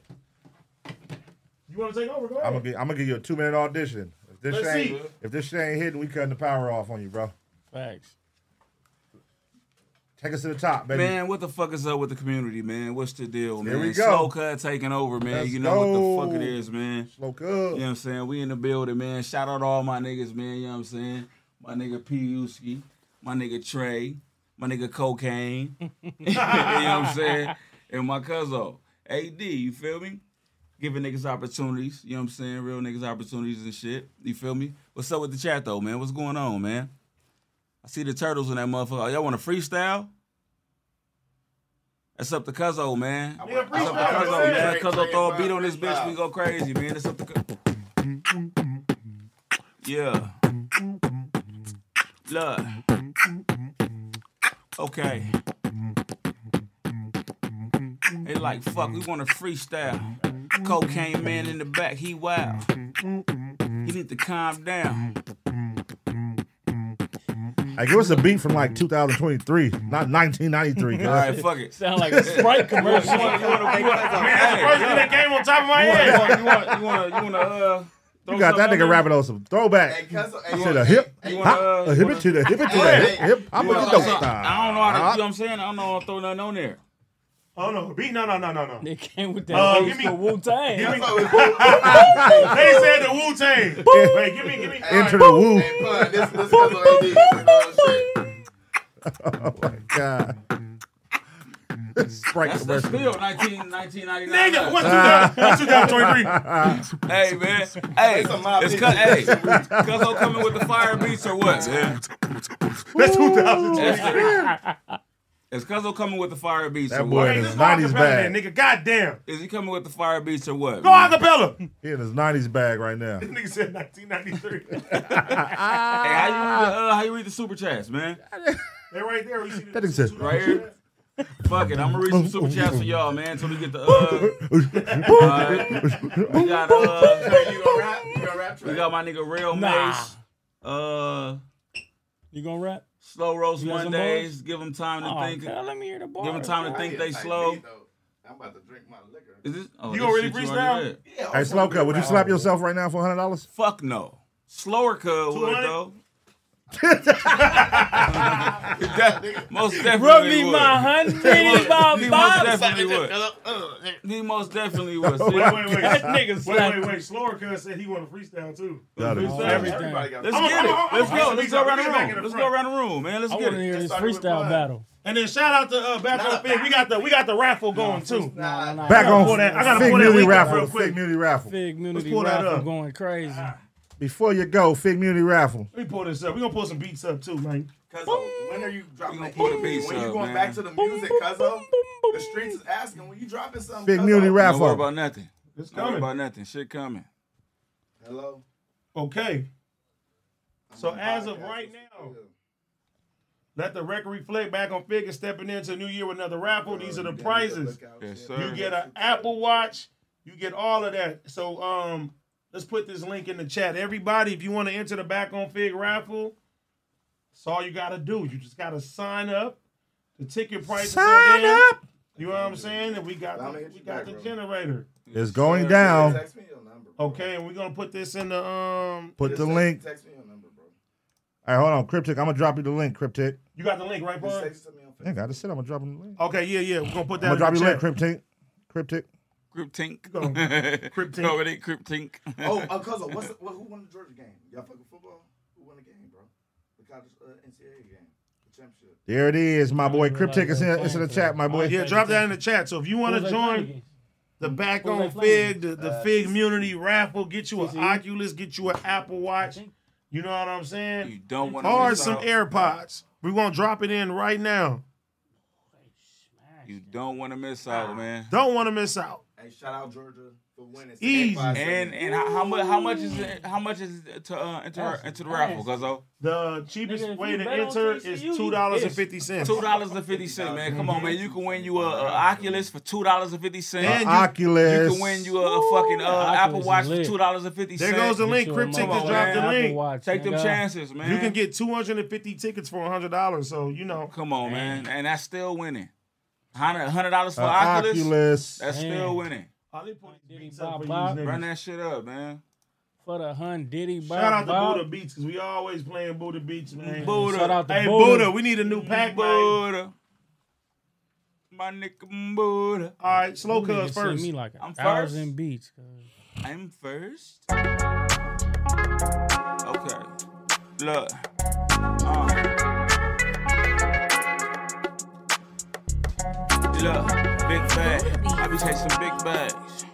S2: You want to take over? Go
S3: I'm
S2: ahead.
S3: gonna give, I'm gonna give you a two minute audition. If this
S2: Let's
S3: shit ain't,
S2: see.
S3: if this shit ain't hitting, we cutting the power off on you, bro.
S4: Facts.
S3: Take us to the top, baby.
S1: Man, what the fuck is up with the community, man? What's the deal,
S3: Here
S1: man?
S3: we go.
S1: Slow cut taking over, man.
S3: Let's
S1: you know what the
S3: go.
S1: fuck it is, man.
S3: Slow cut.
S1: You know what I'm saying? We in the building, man. Shout out to all my niggas, man. You know what I'm saying? My nigga P. Uski, my nigga Trey, my nigga Cocaine. you know what I'm saying? And my cousin, AD, you feel me? Giving niggas opportunities, you know what I'm saying? Real niggas opportunities and shit. You feel me? What's up with the chat though, man? What's going on, man? I see the turtles in that motherfucker. Y'all want to freestyle? That's up to Cuzzo, man.
S2: Yeah, freestyle,
S1: That's up to Cuzzo,
S2: go ahead.
S1: man. Cuzzo
S2: Freestyle,
S1: throw a
S2: bro.
S1: beat on this bitch, we
S2: Freestyle.
S1: go crazy, man. That's up to Cuzzo. Yeah. Look. Okay. They like, fuck, we want to freestyle. Cocaine man in the back, he wild. He need to calm down.
S3: Hey, give us a beat from like 2023, not 1993. cuz.
S1: All right, fuck it.
S4: Sound like a Sprite commercial.
S1: You wanna- you wanna- you wanna-
S2: Man, that's the first thing that came on top of my
S1: You
S2: head.
S1: wanna- You want, you want, you want to, uh,
S3: You got that nigga rapping on some throwback. to the hip,
S1: you
S3: hop,
S1: wanna, uh,
S3: a hip it to the hip it to the Uh-huh. hip, hip hop
S1: you wanna
S3: it to
S1: throw
S3: dope
S1: something? I don't know how to, you know
S3: style.
S1: what I'm saying? I don't know how to throw nothing on there.
S2: Oh no, beat no no no no no.
S4: They came with that
S2: Uh,
S4: uh,
S2: give me-
S4: for Wu Tang.
S2: Give me, they said the Wu Tang. Hey, give me, give me.
S3: Enter the woo.
S13: this, this is what they
S3: Oh my god. Sprite
S1: That's, that's still
S3: commercial.
S1: 19, 1999.
S2: Nigga, what's 2000 what's 2023?
S1: Hey, man. Hey, it's cu- hey, Cuzzo coming with the fire beats or what? man?
S2: That's 2023.
S1: That's it. Is Cuzzo coming with the fire beats
S3: That
S1: or
S3: boy
S1: what?
S3: in his 90s bag.
S2: Nigga, goddamn.
S1: Is he coming with the fire beats or what?
S2: Go
S1: man?
S2: acapella.
S3: He in his 90s bag right now.
S2: This nigga said 1993.
S1: Hey, how you read the, uh, how you read the super chats, man?
S2: They right there. You see the
S3: That nigga said,
S1: Right here. Fuck it, I'm gonna read some super chats for y'all, man, until we get the. Uh, all right. we got uh,
S13: You gonna rap? You gonna rap?
S1: we got my nigga Real
S4: Nah.
S1: Mace. Uh,
S4: You gonna rap?
S1: slow roast
S4: You got some
S1: Mondays. Give them time to
S4: Oh,
S1: think.
S4: God, let me hear the bar.
S1: Give them time to think they slow.
S13: I'm about to drink my liquor.
S1: Is this? Oh,
S2: You
S1: this
S2: gonna really
S1: shit you
S2: freestyle?
S1: already read.
S3: Hey, Slow Cut, would you slap yourself right now for $100?
S1: Fuck no. Slower cuz would
S2: 200?
S1: though. That- most definitely
S4: Rub me
S1: would.
S4: my hundred, my
S1: He most
S4: bob.
S1: definitely would. He most definitely would.
S3: Wait,
S1: Let's
S2: Wait, wait, wait.
S4: That nigga
S2: Wait, wait,
S4: slapped.
S2: wait. Slower Cuz said he want to freestyle too.
S3: Got it.
S4: Everything.
S13: Everybody got
S1: get
S2: I'm a- I'm a-
S1: it.
S2: I'm a-
S1: Let's go.
S2: I'm a-
S1: Let's go around
S2: I'm a-
S1: the
S2: I'm a-
S1: room. Let's go around the room, man. Let's
S4: I
S1: get
S4: want to
S1: it.
S4: hear this
S13: started with
S4: freestyle
S13: mine.
S4: battle.
S2: And then shout out to uh, Back on Fig. We got the we got the raffle going too.
S4: Nah, nah,
S3: Back
S4: nah.
S3: on
S2: pull that- I gotta
S3: Fig
S2: pull that
S3: Muni
S2: link up
S3: Raffle.
S2: real quick.
S3: Fig Muni Raffle.
S4: Fig Munity
S2: pull that
S4: rap.
S2: up.
S4: I'm going crazy.
S3: Before you go, Fig Muni Raffle.
S2: Let me pull this up. We gonna pull some beats up too, man.
S13: Cuzzo, uh, when are you dropping
S1: gonna
S13: the
S1: pull the
S13: EP?
S1: bass
S13: When you
S1: up,
S13: going
S1: man.
S13: back to the music, Cuzzo? The streets is asking when you dropping something. uh,
S3: Fig
S13: Cuzzo?
S3: Muni
S1: Don't worry
S3: Raffle.
S1: about nothing.
S2: It's
S1: Don't worry
S2: coming.
S1: about nothing. Shit coming.
S13: Hello.
S2: Okay. So
S13: I'm
S2: as of
S13: podcasting.
S2: right now, let the record reflect back on Fig and stepping into the new year with another raffle. These are the prizes.
S1: Yes, sir.
S2: You get an Apple Watch. You get all of that. So um, let's put this link in the chat. Everybody, if you want to enter the back on Fig raffle, that's all you gotta do. You just gotta sign up. The ticket prices are
S3: Sign
S2: there.
S3: up.
S2: You know what I'm saying? And we got
S13: I'ma
S2: the,
S13: hit
S2: we
S13: you
S2: got
S13: back,
S2: the
S13: bro.
S2: generator.
S3: It's
S1: sir.
S3: going down.
S13: Text me your number. bro.
S2: Okay, and we're gonna put this in the um.
S3: Put
S13: Just
S3: the
S13: text-
S3: link.
S13: Text me your number, bro.
S3: All right, hold on. Cryptic, I'm going to drop you the link, Cryptic.
S2: You got the link right,
S13: Just
S2: Paul?
S13: text it to me on
S3: Dang,
S13: Facebook.
S3: I just said I'm going to drop him the link.
S2: Okay, yeah, yeah. We're gonna put that.
S3: I'm
S2: in
S3: going to drop
S2: the
S3: you the link,
S2: chat.
S3: Cryptic. Cryptic.
S1: Cryptink.
S2: Go. Cryptink.
S1: Over there, Cryptink.
S13: Oh, uh, Cuzzo, what's the, well, who won the Georgia game? Y'all fucking football? Who won the game, bro? The college uh, NCAA game, the championship.
S3: There it is, my boy.
S4: even realize
S3: Cryptic is
S4: they
S3: in,
S4: were
S3: it's in the
S4: playing for
S3: chat, my
S4: that.
S3: boy.
S2: Oh, Yeah, drop that in the chat. So if you want to join the back
S4: Who's
S2: on
S4: Mm-hmm. they playing? Uh,
S2: Fig, the, the Fig Community raffle, get you an Oculus, get you an Apple Watch. You know what I'm
S1: You
S2: saying?
S1: don't want to
S2: Or
S1: miss
S2: some
S1: out.
S2: AirPods. We're gonna drop it in right now.
S1: You don't want to miss out, man.
S2: Don't want to miss out.
S10: Hey, shout out Georgia for winning.
S1: Easy. And and how, how much how much is it, how much is it to uh, into, our- into the raffle, Guzzo?
S2: The cheapest way to enter is two dollars and fifty cents.
S1: Two dollars and fifty cents, man. Come on, man. You can win you a, a Oculus for two dollars and fifty cents.
S2: And you-
S1: You
S3: Oculus.
S1: can win you a fucking uh,
S3: Oculus
S1: Apple
S3: is
S1: Watch for
S3: lit.
S1: two dollars and fifty cents.
S2: There goes the link. Cryptic just dropped the link.
S1: Take them chances, man.
S2: You can get two hundred and fifty tickets for hundred dollars. So you know.
S1: Come on, man. And that's still winning. Hundred hundred dollars for
S2: Uh,
S1: Oculus.
S2: Oculus.
S1: That's
S2: Man.
S1: still winning.
S4: Bop, bop.
S1: Run that shit up, man.
S4: For the hun Diddy bop,
S2: Shout out to
S4: bop.
S2: Buddha Beats because we always playing Buddha Beats, man.
S4: Buddha. Shout out to
S2: hey
S4: Buddha.
S2: Buddha. we need a new
S1: Mm-hmm.
S2: pack, Buddha.
S1: My nigga Buddha.
S2: All right, slow
S4: You niggas
S2: cuz
S4: send
S2: first.
S4: Me like
S1: I'm
S4: a
S1: first.
S4: thousand beats.
S1: I'm first. Okay. Look. Uh. Look, big bag. I be chasing big bags.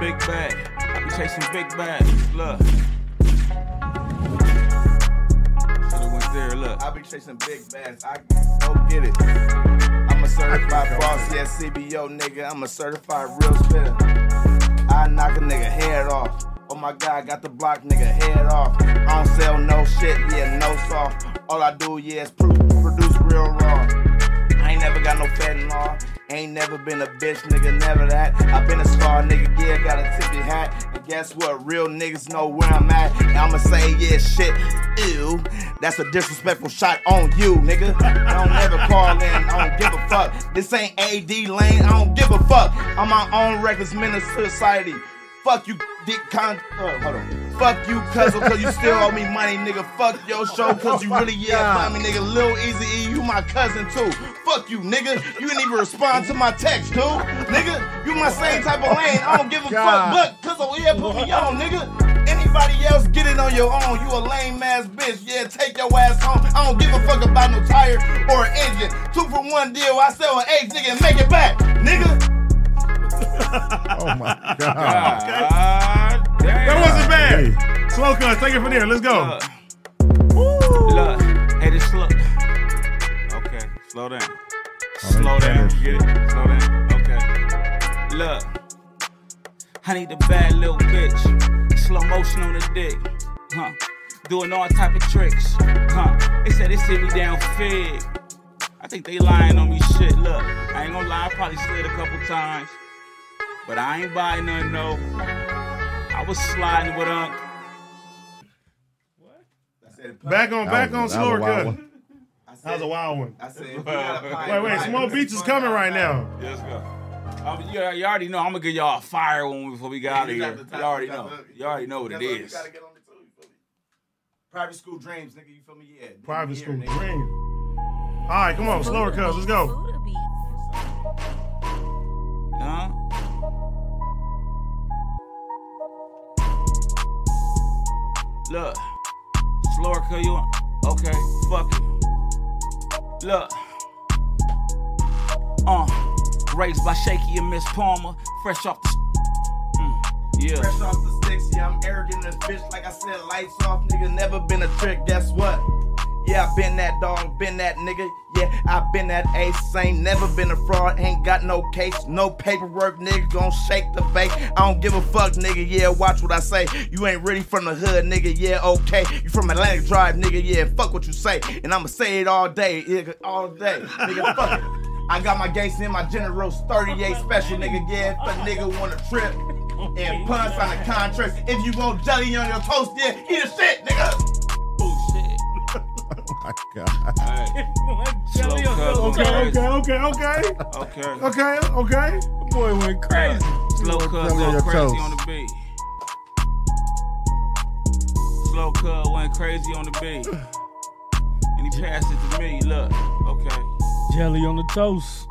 S1: Big bag. I be chasing big bags. Look. Should've went there. Look.
S10: I be chasing big bands. I go get it. I'm a certified boss, yeah, CBO nigga. I'm a certified real spitter. I knock a nigga head off. Oh my god, got the block nigga head off. I don't sell no shit, yeah, no soft. All I do, yeah, is pro- produce real raw. I ain't never got no fentanyl. Ain't never been a bitch, nigga, never that. I been a star, nigga, yeah, got a tippy hat. And guess what? Real niggas know where I'm at. And I'ma say, yeah, shit, ew. That's a disrespectful shot on you, nigga. I don't ever call in, I don't give a fuck. This ain't AD lane, I don't give a fuck. I'm my own reckless menace to society. Fuck you, dick con. Uh, hold on. Fuck you, cuz, cause you still owe me money, nigga. Fuck your show, cause you really, yeah, find me, nigga. Lil Easy E, you my cousin too. Fuck you, nigga. You didn't even respond to my text, dude. Nigga, you my same type of lane. I don't give a
S5: God.
S10: fuck, but cuz over here, put me on, nigga. Anybody else get it on your own. You a lame ass bitch. Yeah, take your ass home. I don't give a fuck about no tire or an engine. Two for one deal. I sell an egg, nigga, and make it back, nigga.
S3: Oh my god.
S1: Ah,
S2: That wasn't bad. Slow cuz, take it from there. Let's go.
S1: Look, hey, this slow. Okay, slow down. Slow down. You get it? Slow down. Okay. Look, I need a bad little bitch. Slow motion on the dick. Huh. Doing all type of tricks. Huh. They said they sit me down fig. I think they lying on me shit. Look, I ain't gonna lie, I probably slid a couple times. But I ain't buying nothing, no. I was sliding with Unc.
S2: Back on,
S1: That
S2: back
S1: was-
S2: on
S1: that was
S2: slow
S1: a wild
S2: cuz.
S1: one.
S2: That was a wild one.
S10: I said,
S2: Wait, wait, small beats is coming right now.
S1: Yeah, let's go. Um, you, you already know I'm gonna give y'all a fire one before we get out of here. You already know. You already know what it
S10: That's
S1: is.
S10: You gotta get on the too, you feel me? Private school dreams, nigga. You feel me? Yeah.
S2: Private school dream. All right, come on, slower cuz. Let's go.
S1: Huh? Look, slower cause you want. Okay, fuck it. Look. Uh, raised by Shaky and Miss Palmer, fresh off the. Mm, yeah.
S10: Fresh off the sticks, yeah, I'm arrogant as bitch. Like I said, lights off, nigga. Never been a trick. Guess what? Yeah, I been that dog, been that nigga. Yeah, I been that ace. Ain't never been a fraud, ain't got no case, no paperwork, nigga. Gon' shake the bank. I don't give a fuck, nigga. Yeah, watch what I say. You ain't really from the hood, nigga. Yeah, okay. You from Atlantic Drive, nigga. Yeah, fuck what you say. And I'ma say it all day, nigga, all day, nigga. Fuck it. I got my gangsta in my generals, 38 special, nigga. Yeah, if a nigga want a trip and punch on the contract. If you want jelly on your toast, yeah, eat a shit, nigga.
S3: Oh my god.
S4: Jelly on toast.
S2: Okay, okay, okay, okay.
S1: Okay.
S2: Okay, okay. Boy went crazy.
S1: Slow cuz
S2: Tell me your
S1: went crazy
S2: toes.
S1: on the beat. Slow cuz went crazy on the beat. And he passed it to me. Look, okay.
S4: Jelly on the toast.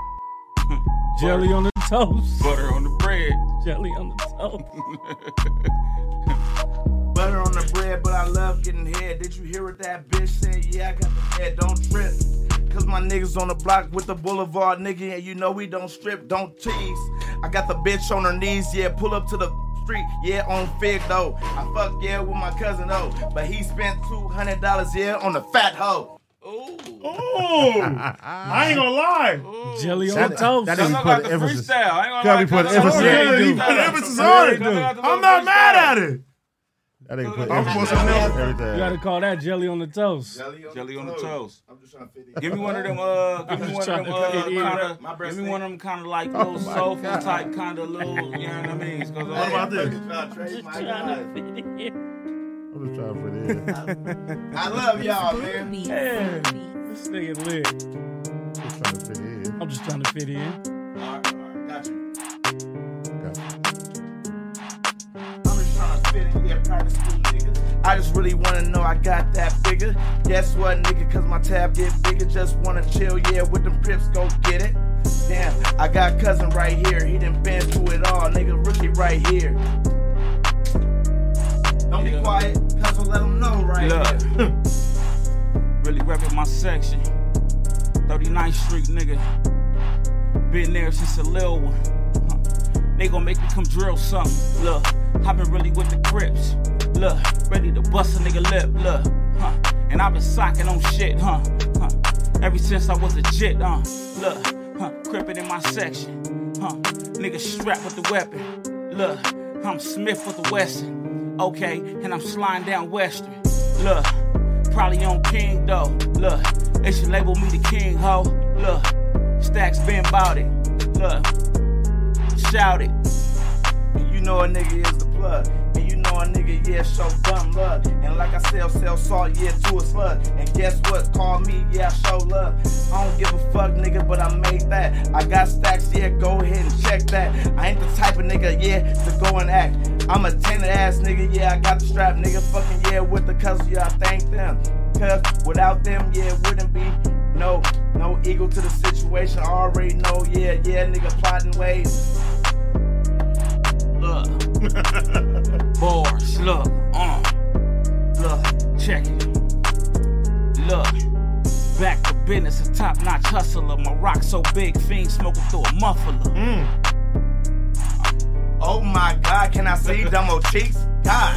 S4: Jelly on the toast.
S1: Butter on the bread.
S4: Jelly on the toast.
S10: Butter on the bread, but I love getting head. Did you hear what that bitch said? Yeah, I got the head, don't trip. Cause my niggas on the block with the boulevard nigga, and you know we don't strip, don't tease. I got the bitch on her knees, yeah, pull up to the street, yeah, on fig though. I fuck yeah with my cousin though, but he spent $200, yeah, on the fat hoe.
S1: Ooh.
S2: I ain't gonna lie.
S4: Jelly
S2: That-
S4: on toast.
S2: that didn't Cuz I put got the emphasis- freestyle. I ain't gonna cuz we lie, put cuz I emphasis- already
S4: Yeah,
S2: do.
S4: you put
S2: Yeah,
S4: emphasis
S2: yeah,
S4: on it.
S2: cuz I got the
S4: I'm
S2: little
S4: not mad
S2: freestyle.
S4: at it.
S3: That ain't put
S4: I'm
S3: emphasis
S4: supposed to
S3: on
S4: know.
S3: everything.
S4: You gotta call that jelly on the toast. Jelly
S1: on, Jelly on the toast.
S7: I'm just trying to fit
S1: Give me one of them. Uh, give me one of them. Uh, kinda, give me one of them kind of
S4: Oh
S1: like little soulful type kind of little. You know what I mean? 'Cause What
S3: about this?
S1: I'm
S3: just trying to fit in.
S7: I love y'all, man.
S4: Yeah. This nigga lit. I'm just trying to fit in.
S10: I just really wanna know I got that figure. Guess what, nigga? Cause my tab get bigger. Just wanna chill, yeah, with them prips, go get it. Damn, I got cousin right here. He done been through it all, nigga. Rookie right here.
S7: Don't be quiet, cause we'll let them know right
S1: Look. really repping my section. 39th Street, nigga. Been there since a little one. Huh. They gon' make me come drill something. Look, i been really with the Crips. Look, ready to bust a nigga lip. Look, huh. And i been socking on shit, huh. huh. Ever since I was a jit, huh. Look, huh. Crippin' in my section, huh. Nigga strapped with the weapon. Look, I'm Smith with the Wesson. Okay, and I'm sliding down Western. Look, probably on King though. Look, they should label me the King ho. Look, Stacks been bout it. Look, shout it.
S10: And you know a nigga is the plug. And you know a nigga, yeah, show dumb love. And like I sell, sell salt, yeah, to a slug. And guess what? Call me, yeah, I show love. I don't give a fuck, nigga, but I made that. I got stacks, yeah, go ahead and check that. I ain't the type of nigga, yeah, to go and act. I'm a tenant ass nigga, yeah, I got the strap, nigga. Fucking yeah, with the cuz, yeah, I thank them. Cuz without them, yeah, it wouldn't be no, no ego to the situation. I already know, yeah, yeah, nigga, plotting ways.
S1: Look, bars. Look, uh, look, check it. Look, back to business. A top-notch hustler. My rock so big, fiend smoking through a muffler.
S10: Oh my God, can I see them old cheeks? God,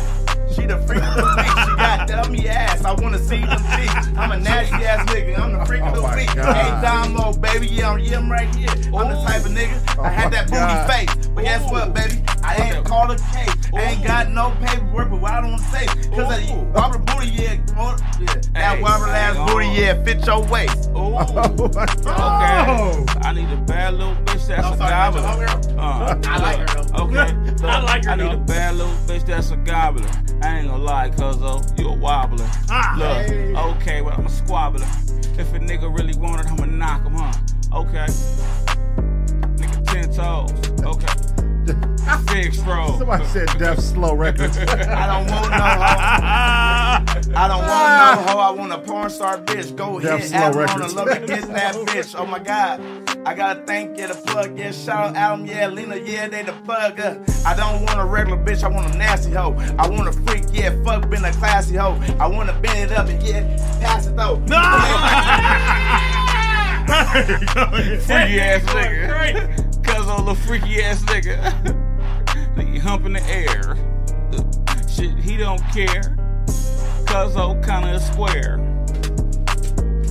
S10: she the freak of the week. She got dummy ass. I wanna see them cheeks. I'm a nasty ass nigga. I'm the freak of the
S1: Oh
S10: week.
S14: God.
S10: Hey Damo, baby, yeah, I'm, yeah, I'm right here. I'm the type of
S1: Oh
S10: nigga. I had that booty
S14: God.
S10: face, but guess what, baby? I ain't called a case. I ain't got no paperwork, but what I don't wanna say, cause that whopper booty, yeah, oh, yeah. that
S1: Hey, oh.
S10: whopper
S1: hang
S10: ass booty,
S1: on.
S10: yeah, fit your waist.
S1: Ooh.
S3: Oh,
S1: Okay. I need a bad little bitch that's a gobbler. Uh,
S10: I like her
S1: though. Okay. I like her I need a bad little bitch that's a gobbler. I ain't gonna lie, cuzzo, you a wobbler.
S10: Ah.
S1: Look,
S10: Hey.
S1: okay, well, I'm a squabbler. If a nigga really want it, I'ma knock him, huh? Okay. Nigga, 10 toes. Okay. Fix roll.
S3: Somebody said Def Slow Records.
S10: I don't want no hoe. I don't want no hoe. I want a porn star bitch. Go
S3: Def
S10: ahead,
S3: Slow
S10: Adam on
S3: Records.
S10: the love and get that bitch. Oh my God. I gotta thank you, the plug, yeah, shout out Adam, yeah, Lena, yeah, they the plug. Uh, I don't want a regular bitch, I want a nasty hoe. I want a freak, yeah, fuck, been a classy hoe. I wanna bend it up and yeah, pass it though. No!
S1: freaky ass nigga. Cuz old little freaky ass nigga. Nigga humping the air. Shit, he don't care. Cuz old kinda a square.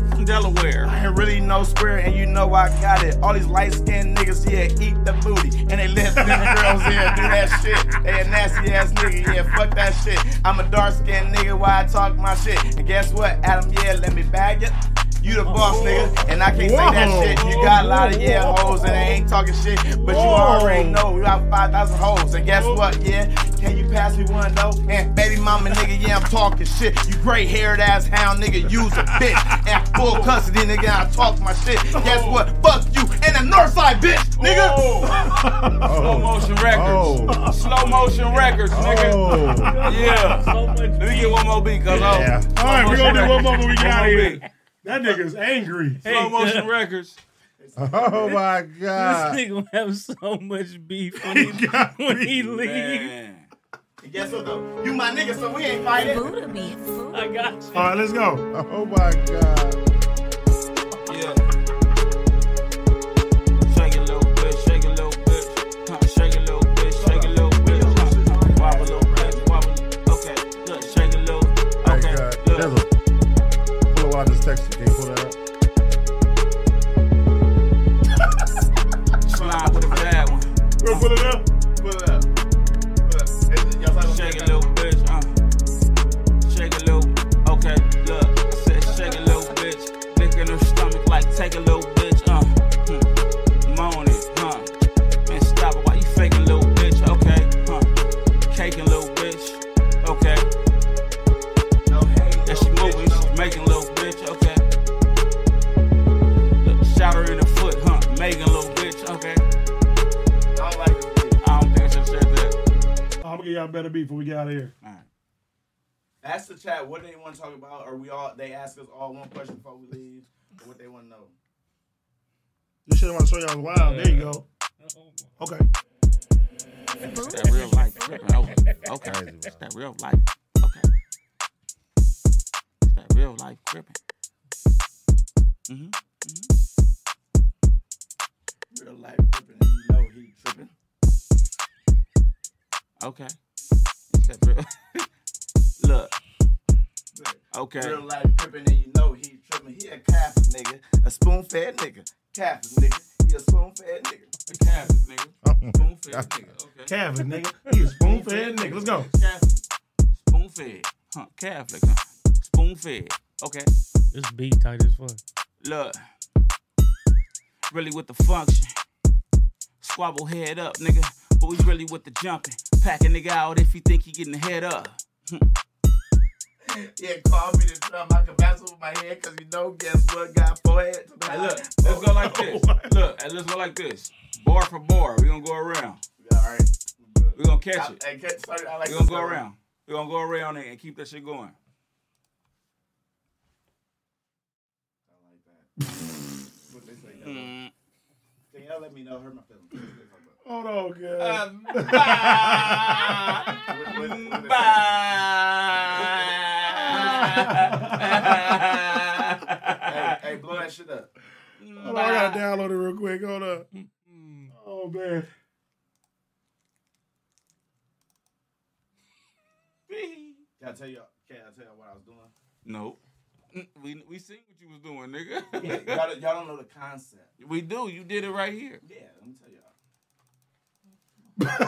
S1: From Delaware.
S10: I ain't really no square, and you know I got it. All these light skinned niggas, yeah, eat the booty. And they let them girls, yeah, do that shit. They a nasty ass nigga, yeah, fuck that shit. I'm a dark skinned nigga, why I talk my shit. And guess what, Adam, yeah, let me bag it. You the boss, nigga, and I can't say that
S14: Whoa.
S10: shit. You got a lot of yeah hoes, and they ain't talking shit. But Oh, you already know we got 5,000 hoes. And guess what, yeah? Can you pass me one though? And baby mama, nigga, yeah, I'm talking shit. You gray haired ass hound, nigga, use a bitch. And full custody, nigga, I talk my shit. Guess what? Fuck you and the north side, bitch, nigga.
S3: Oh.
S1: Slow motion records. Slow motion records, nigga.
S3: Oh.
S1: Yeah. Let me get one more beat, oh. cuz
S2: Yeah. All right, we're gonna do one more when we get out of here.
S1: That nigga's angry. Slow
S2: Hey.
S1: motion records.
S3: Oh my
S4: This
S3: god.
S4: nigga have so much beef when he, when he leave.
S10: And guess what though? You my nigga, so we ain't fighting.
S4: I got you.
S2: All right, let's go.
S3: Oh my god.
S1: Yeah. Shake it, little bitch. Shake it, little bitch. Huh, Shake it, little bitch. Shake it, little bitch. Huh, Wobble, little bitch. Wobble. Okay. Look, shake it, little.
S3: Hey, uh, Dizzle. Pull up what I just texted you. Can you pull that up?
S13: We'll pull it up. Pull it up.
S1: Shake it, little bitch. Uh. Shake it, little. Okay, look. I said shake it, little bitch. Licking her stomach like take a little bitch. Uh. Hmm. Moan it, huh? And stop it. Why you faking, little bitch? Okay, huh? Caking, little bitch. Okay. Yeah, she moving. She making, little bitch. Okay. Look, shot her in the foot, huh? Megan, little bitch. Okay. I don't like this bitch. I don't think I should have said that.
S2: I'm gonna get y'all a better beat before we get out of here.
S10: Ask the chat what they want to talk about, or we all they ask us all one question before we leave, or what they want to know.
S2: This shit I want to show y'all was wild. There you go. Okay.
S1: It's that real life. tripping over. Okay. It's that real life. Okay. It's that real life crippin'. Mm-hmm.
S10: Real life tripping, and you know he tripping.
S1: Okay. It's that real. Look. Okay.
S10: Real life tripping, and you know he tripping. He a Catholic nigga, a spoon fed nigga, Catholic nigga. He a spoon fed nigga, a Catholic
S2: Uh-uh.
S10: nigga, spoon fed nigga. Okay.
S2: Catholic, nigga. He a spoon fed nigga. Let's go.
S1: Catholic. Spoon fed. Huh. Catholic. Huh. Spoon fed. Okay.
S4: This beat tight as fuck.
S1: Look, really with the function. Squabble head up, nigga. But we really with the jumping. Pack a nigga out if you think he getting the head up.
S10: Yeah, call me the drum. I can bounce with my head, cause you know, guess what? Got forehead.
S1: Hey, look,
S10: Oh,
S1: let's go like this. Look, hey, let's go like this. Bar for bar, we gonna go around.
S10: Yeah, all right.
S1: We gonna catch it.
S10: Hey, catch, sorry, I like
S1: we gonna
S10: this
S1: go
S10: one.
S1: around. We gonna go around and and keep that shit going.
S10: What they say, y'all? Can y'all let me know? Hurt my feelings.
S2: Hold on, good.
S10: hey, hey, blow that shit up.
S2: Hold on, I gotta download it real quick. Hold up. Oh man.
S10: Can I tell y'all? Can I tell y'all what I was doing?
S1: Nope. Mm, We we seen what you was doing, nigga.
S10: y'all, don't- y'all don't know the concept.
S1: We do. You did it right here.
S10: Yeah, let me tell y'all.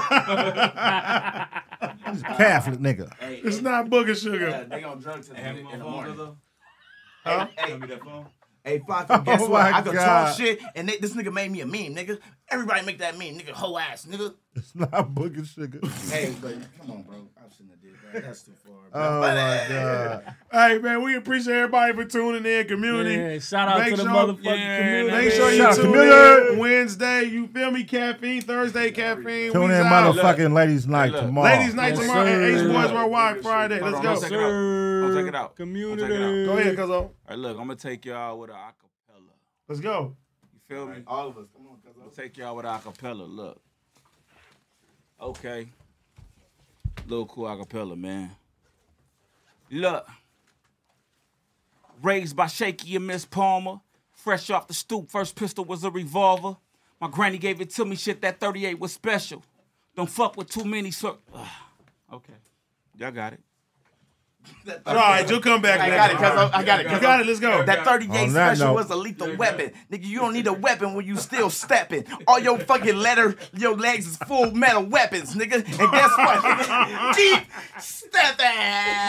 S3: He's a Catholic nigga.
S10: Hey,
S2: It's
S10: hey,
S2: not booger sugar.
S10: Yeah, they gonna drug to the in, in the morning.
S2: Huh?
S10: Hey, hey, Hey, Flocko, guess
S3: Oh
S10: what?
S3: my
S10: I could
S3: God.
S10: talk shit, and they, this nigga made me a meme, nigga. Everybody make that meme, nigga. Whole ass, nigga.
S3: It's not booger sugar.
S10: Hey, but come on, bro. I shouldn't have did that. That's too far. Bro.
S3: Oh my god.
S2: Hey man, we appreciate everybody for tuning in, community.
S4: Yeah, shout out
S2: Make
S4: to the
S2: sure-
S4: motherfucking
S1: Yeah,
S4: community.
S2: Make sure you
S3: Shout out
S2: tune
S3: community.
S2: in Wednesday. You feel me? Caffeine Thursday, caffeine.
S3: Tune
S2: We's
S3: in,
S2: out.
S3: motherfucking ladies' night
S1: look.
S3: tomorrow.
S2: Ladies' night
S4: Yes,
S2: tomorrow.
S4: sir.
S2: and Ace
S4: Hold
S2: Boys
S4: on,
S2: Worldwide Friday. Let's
S1: Hold on, one
S2: go.
S1: second. I'll take it out.
S4: Community.
S1: I'll take it
S2: Go ahead, Cuzzo.
S1: All right, look, I'm gonna take y'all with an acapella.
S2: Let's go.
S1: You feel me?
S10: All of us, come on, cuz.
S1: I'll take y'all with an acapella. Look. Okay. Little cool acapella, man. Look. Raised by Shaky and Miss Palmer. Fresh off the stoop, first pistol was a revolver. My granny gave it to me, shit, that 38 was special. Don't fuck with too many, sir. okay. Y'all got it.
S2: All right, you'll come back.
S10: I
S2: next
S10: got it,
S2: time.
S10: cuz. I got it, cuz.
S2: You got it. Let's go.
S10: That
S3: On
S10: 38
S3: that
S10: special
S3: note-
S10: was a lethal weapon. Nigga, you don't need a weapon when you still stepping. All your fucking letter, your legs is full metal weapons, nigga. And guess what? Keep stepping.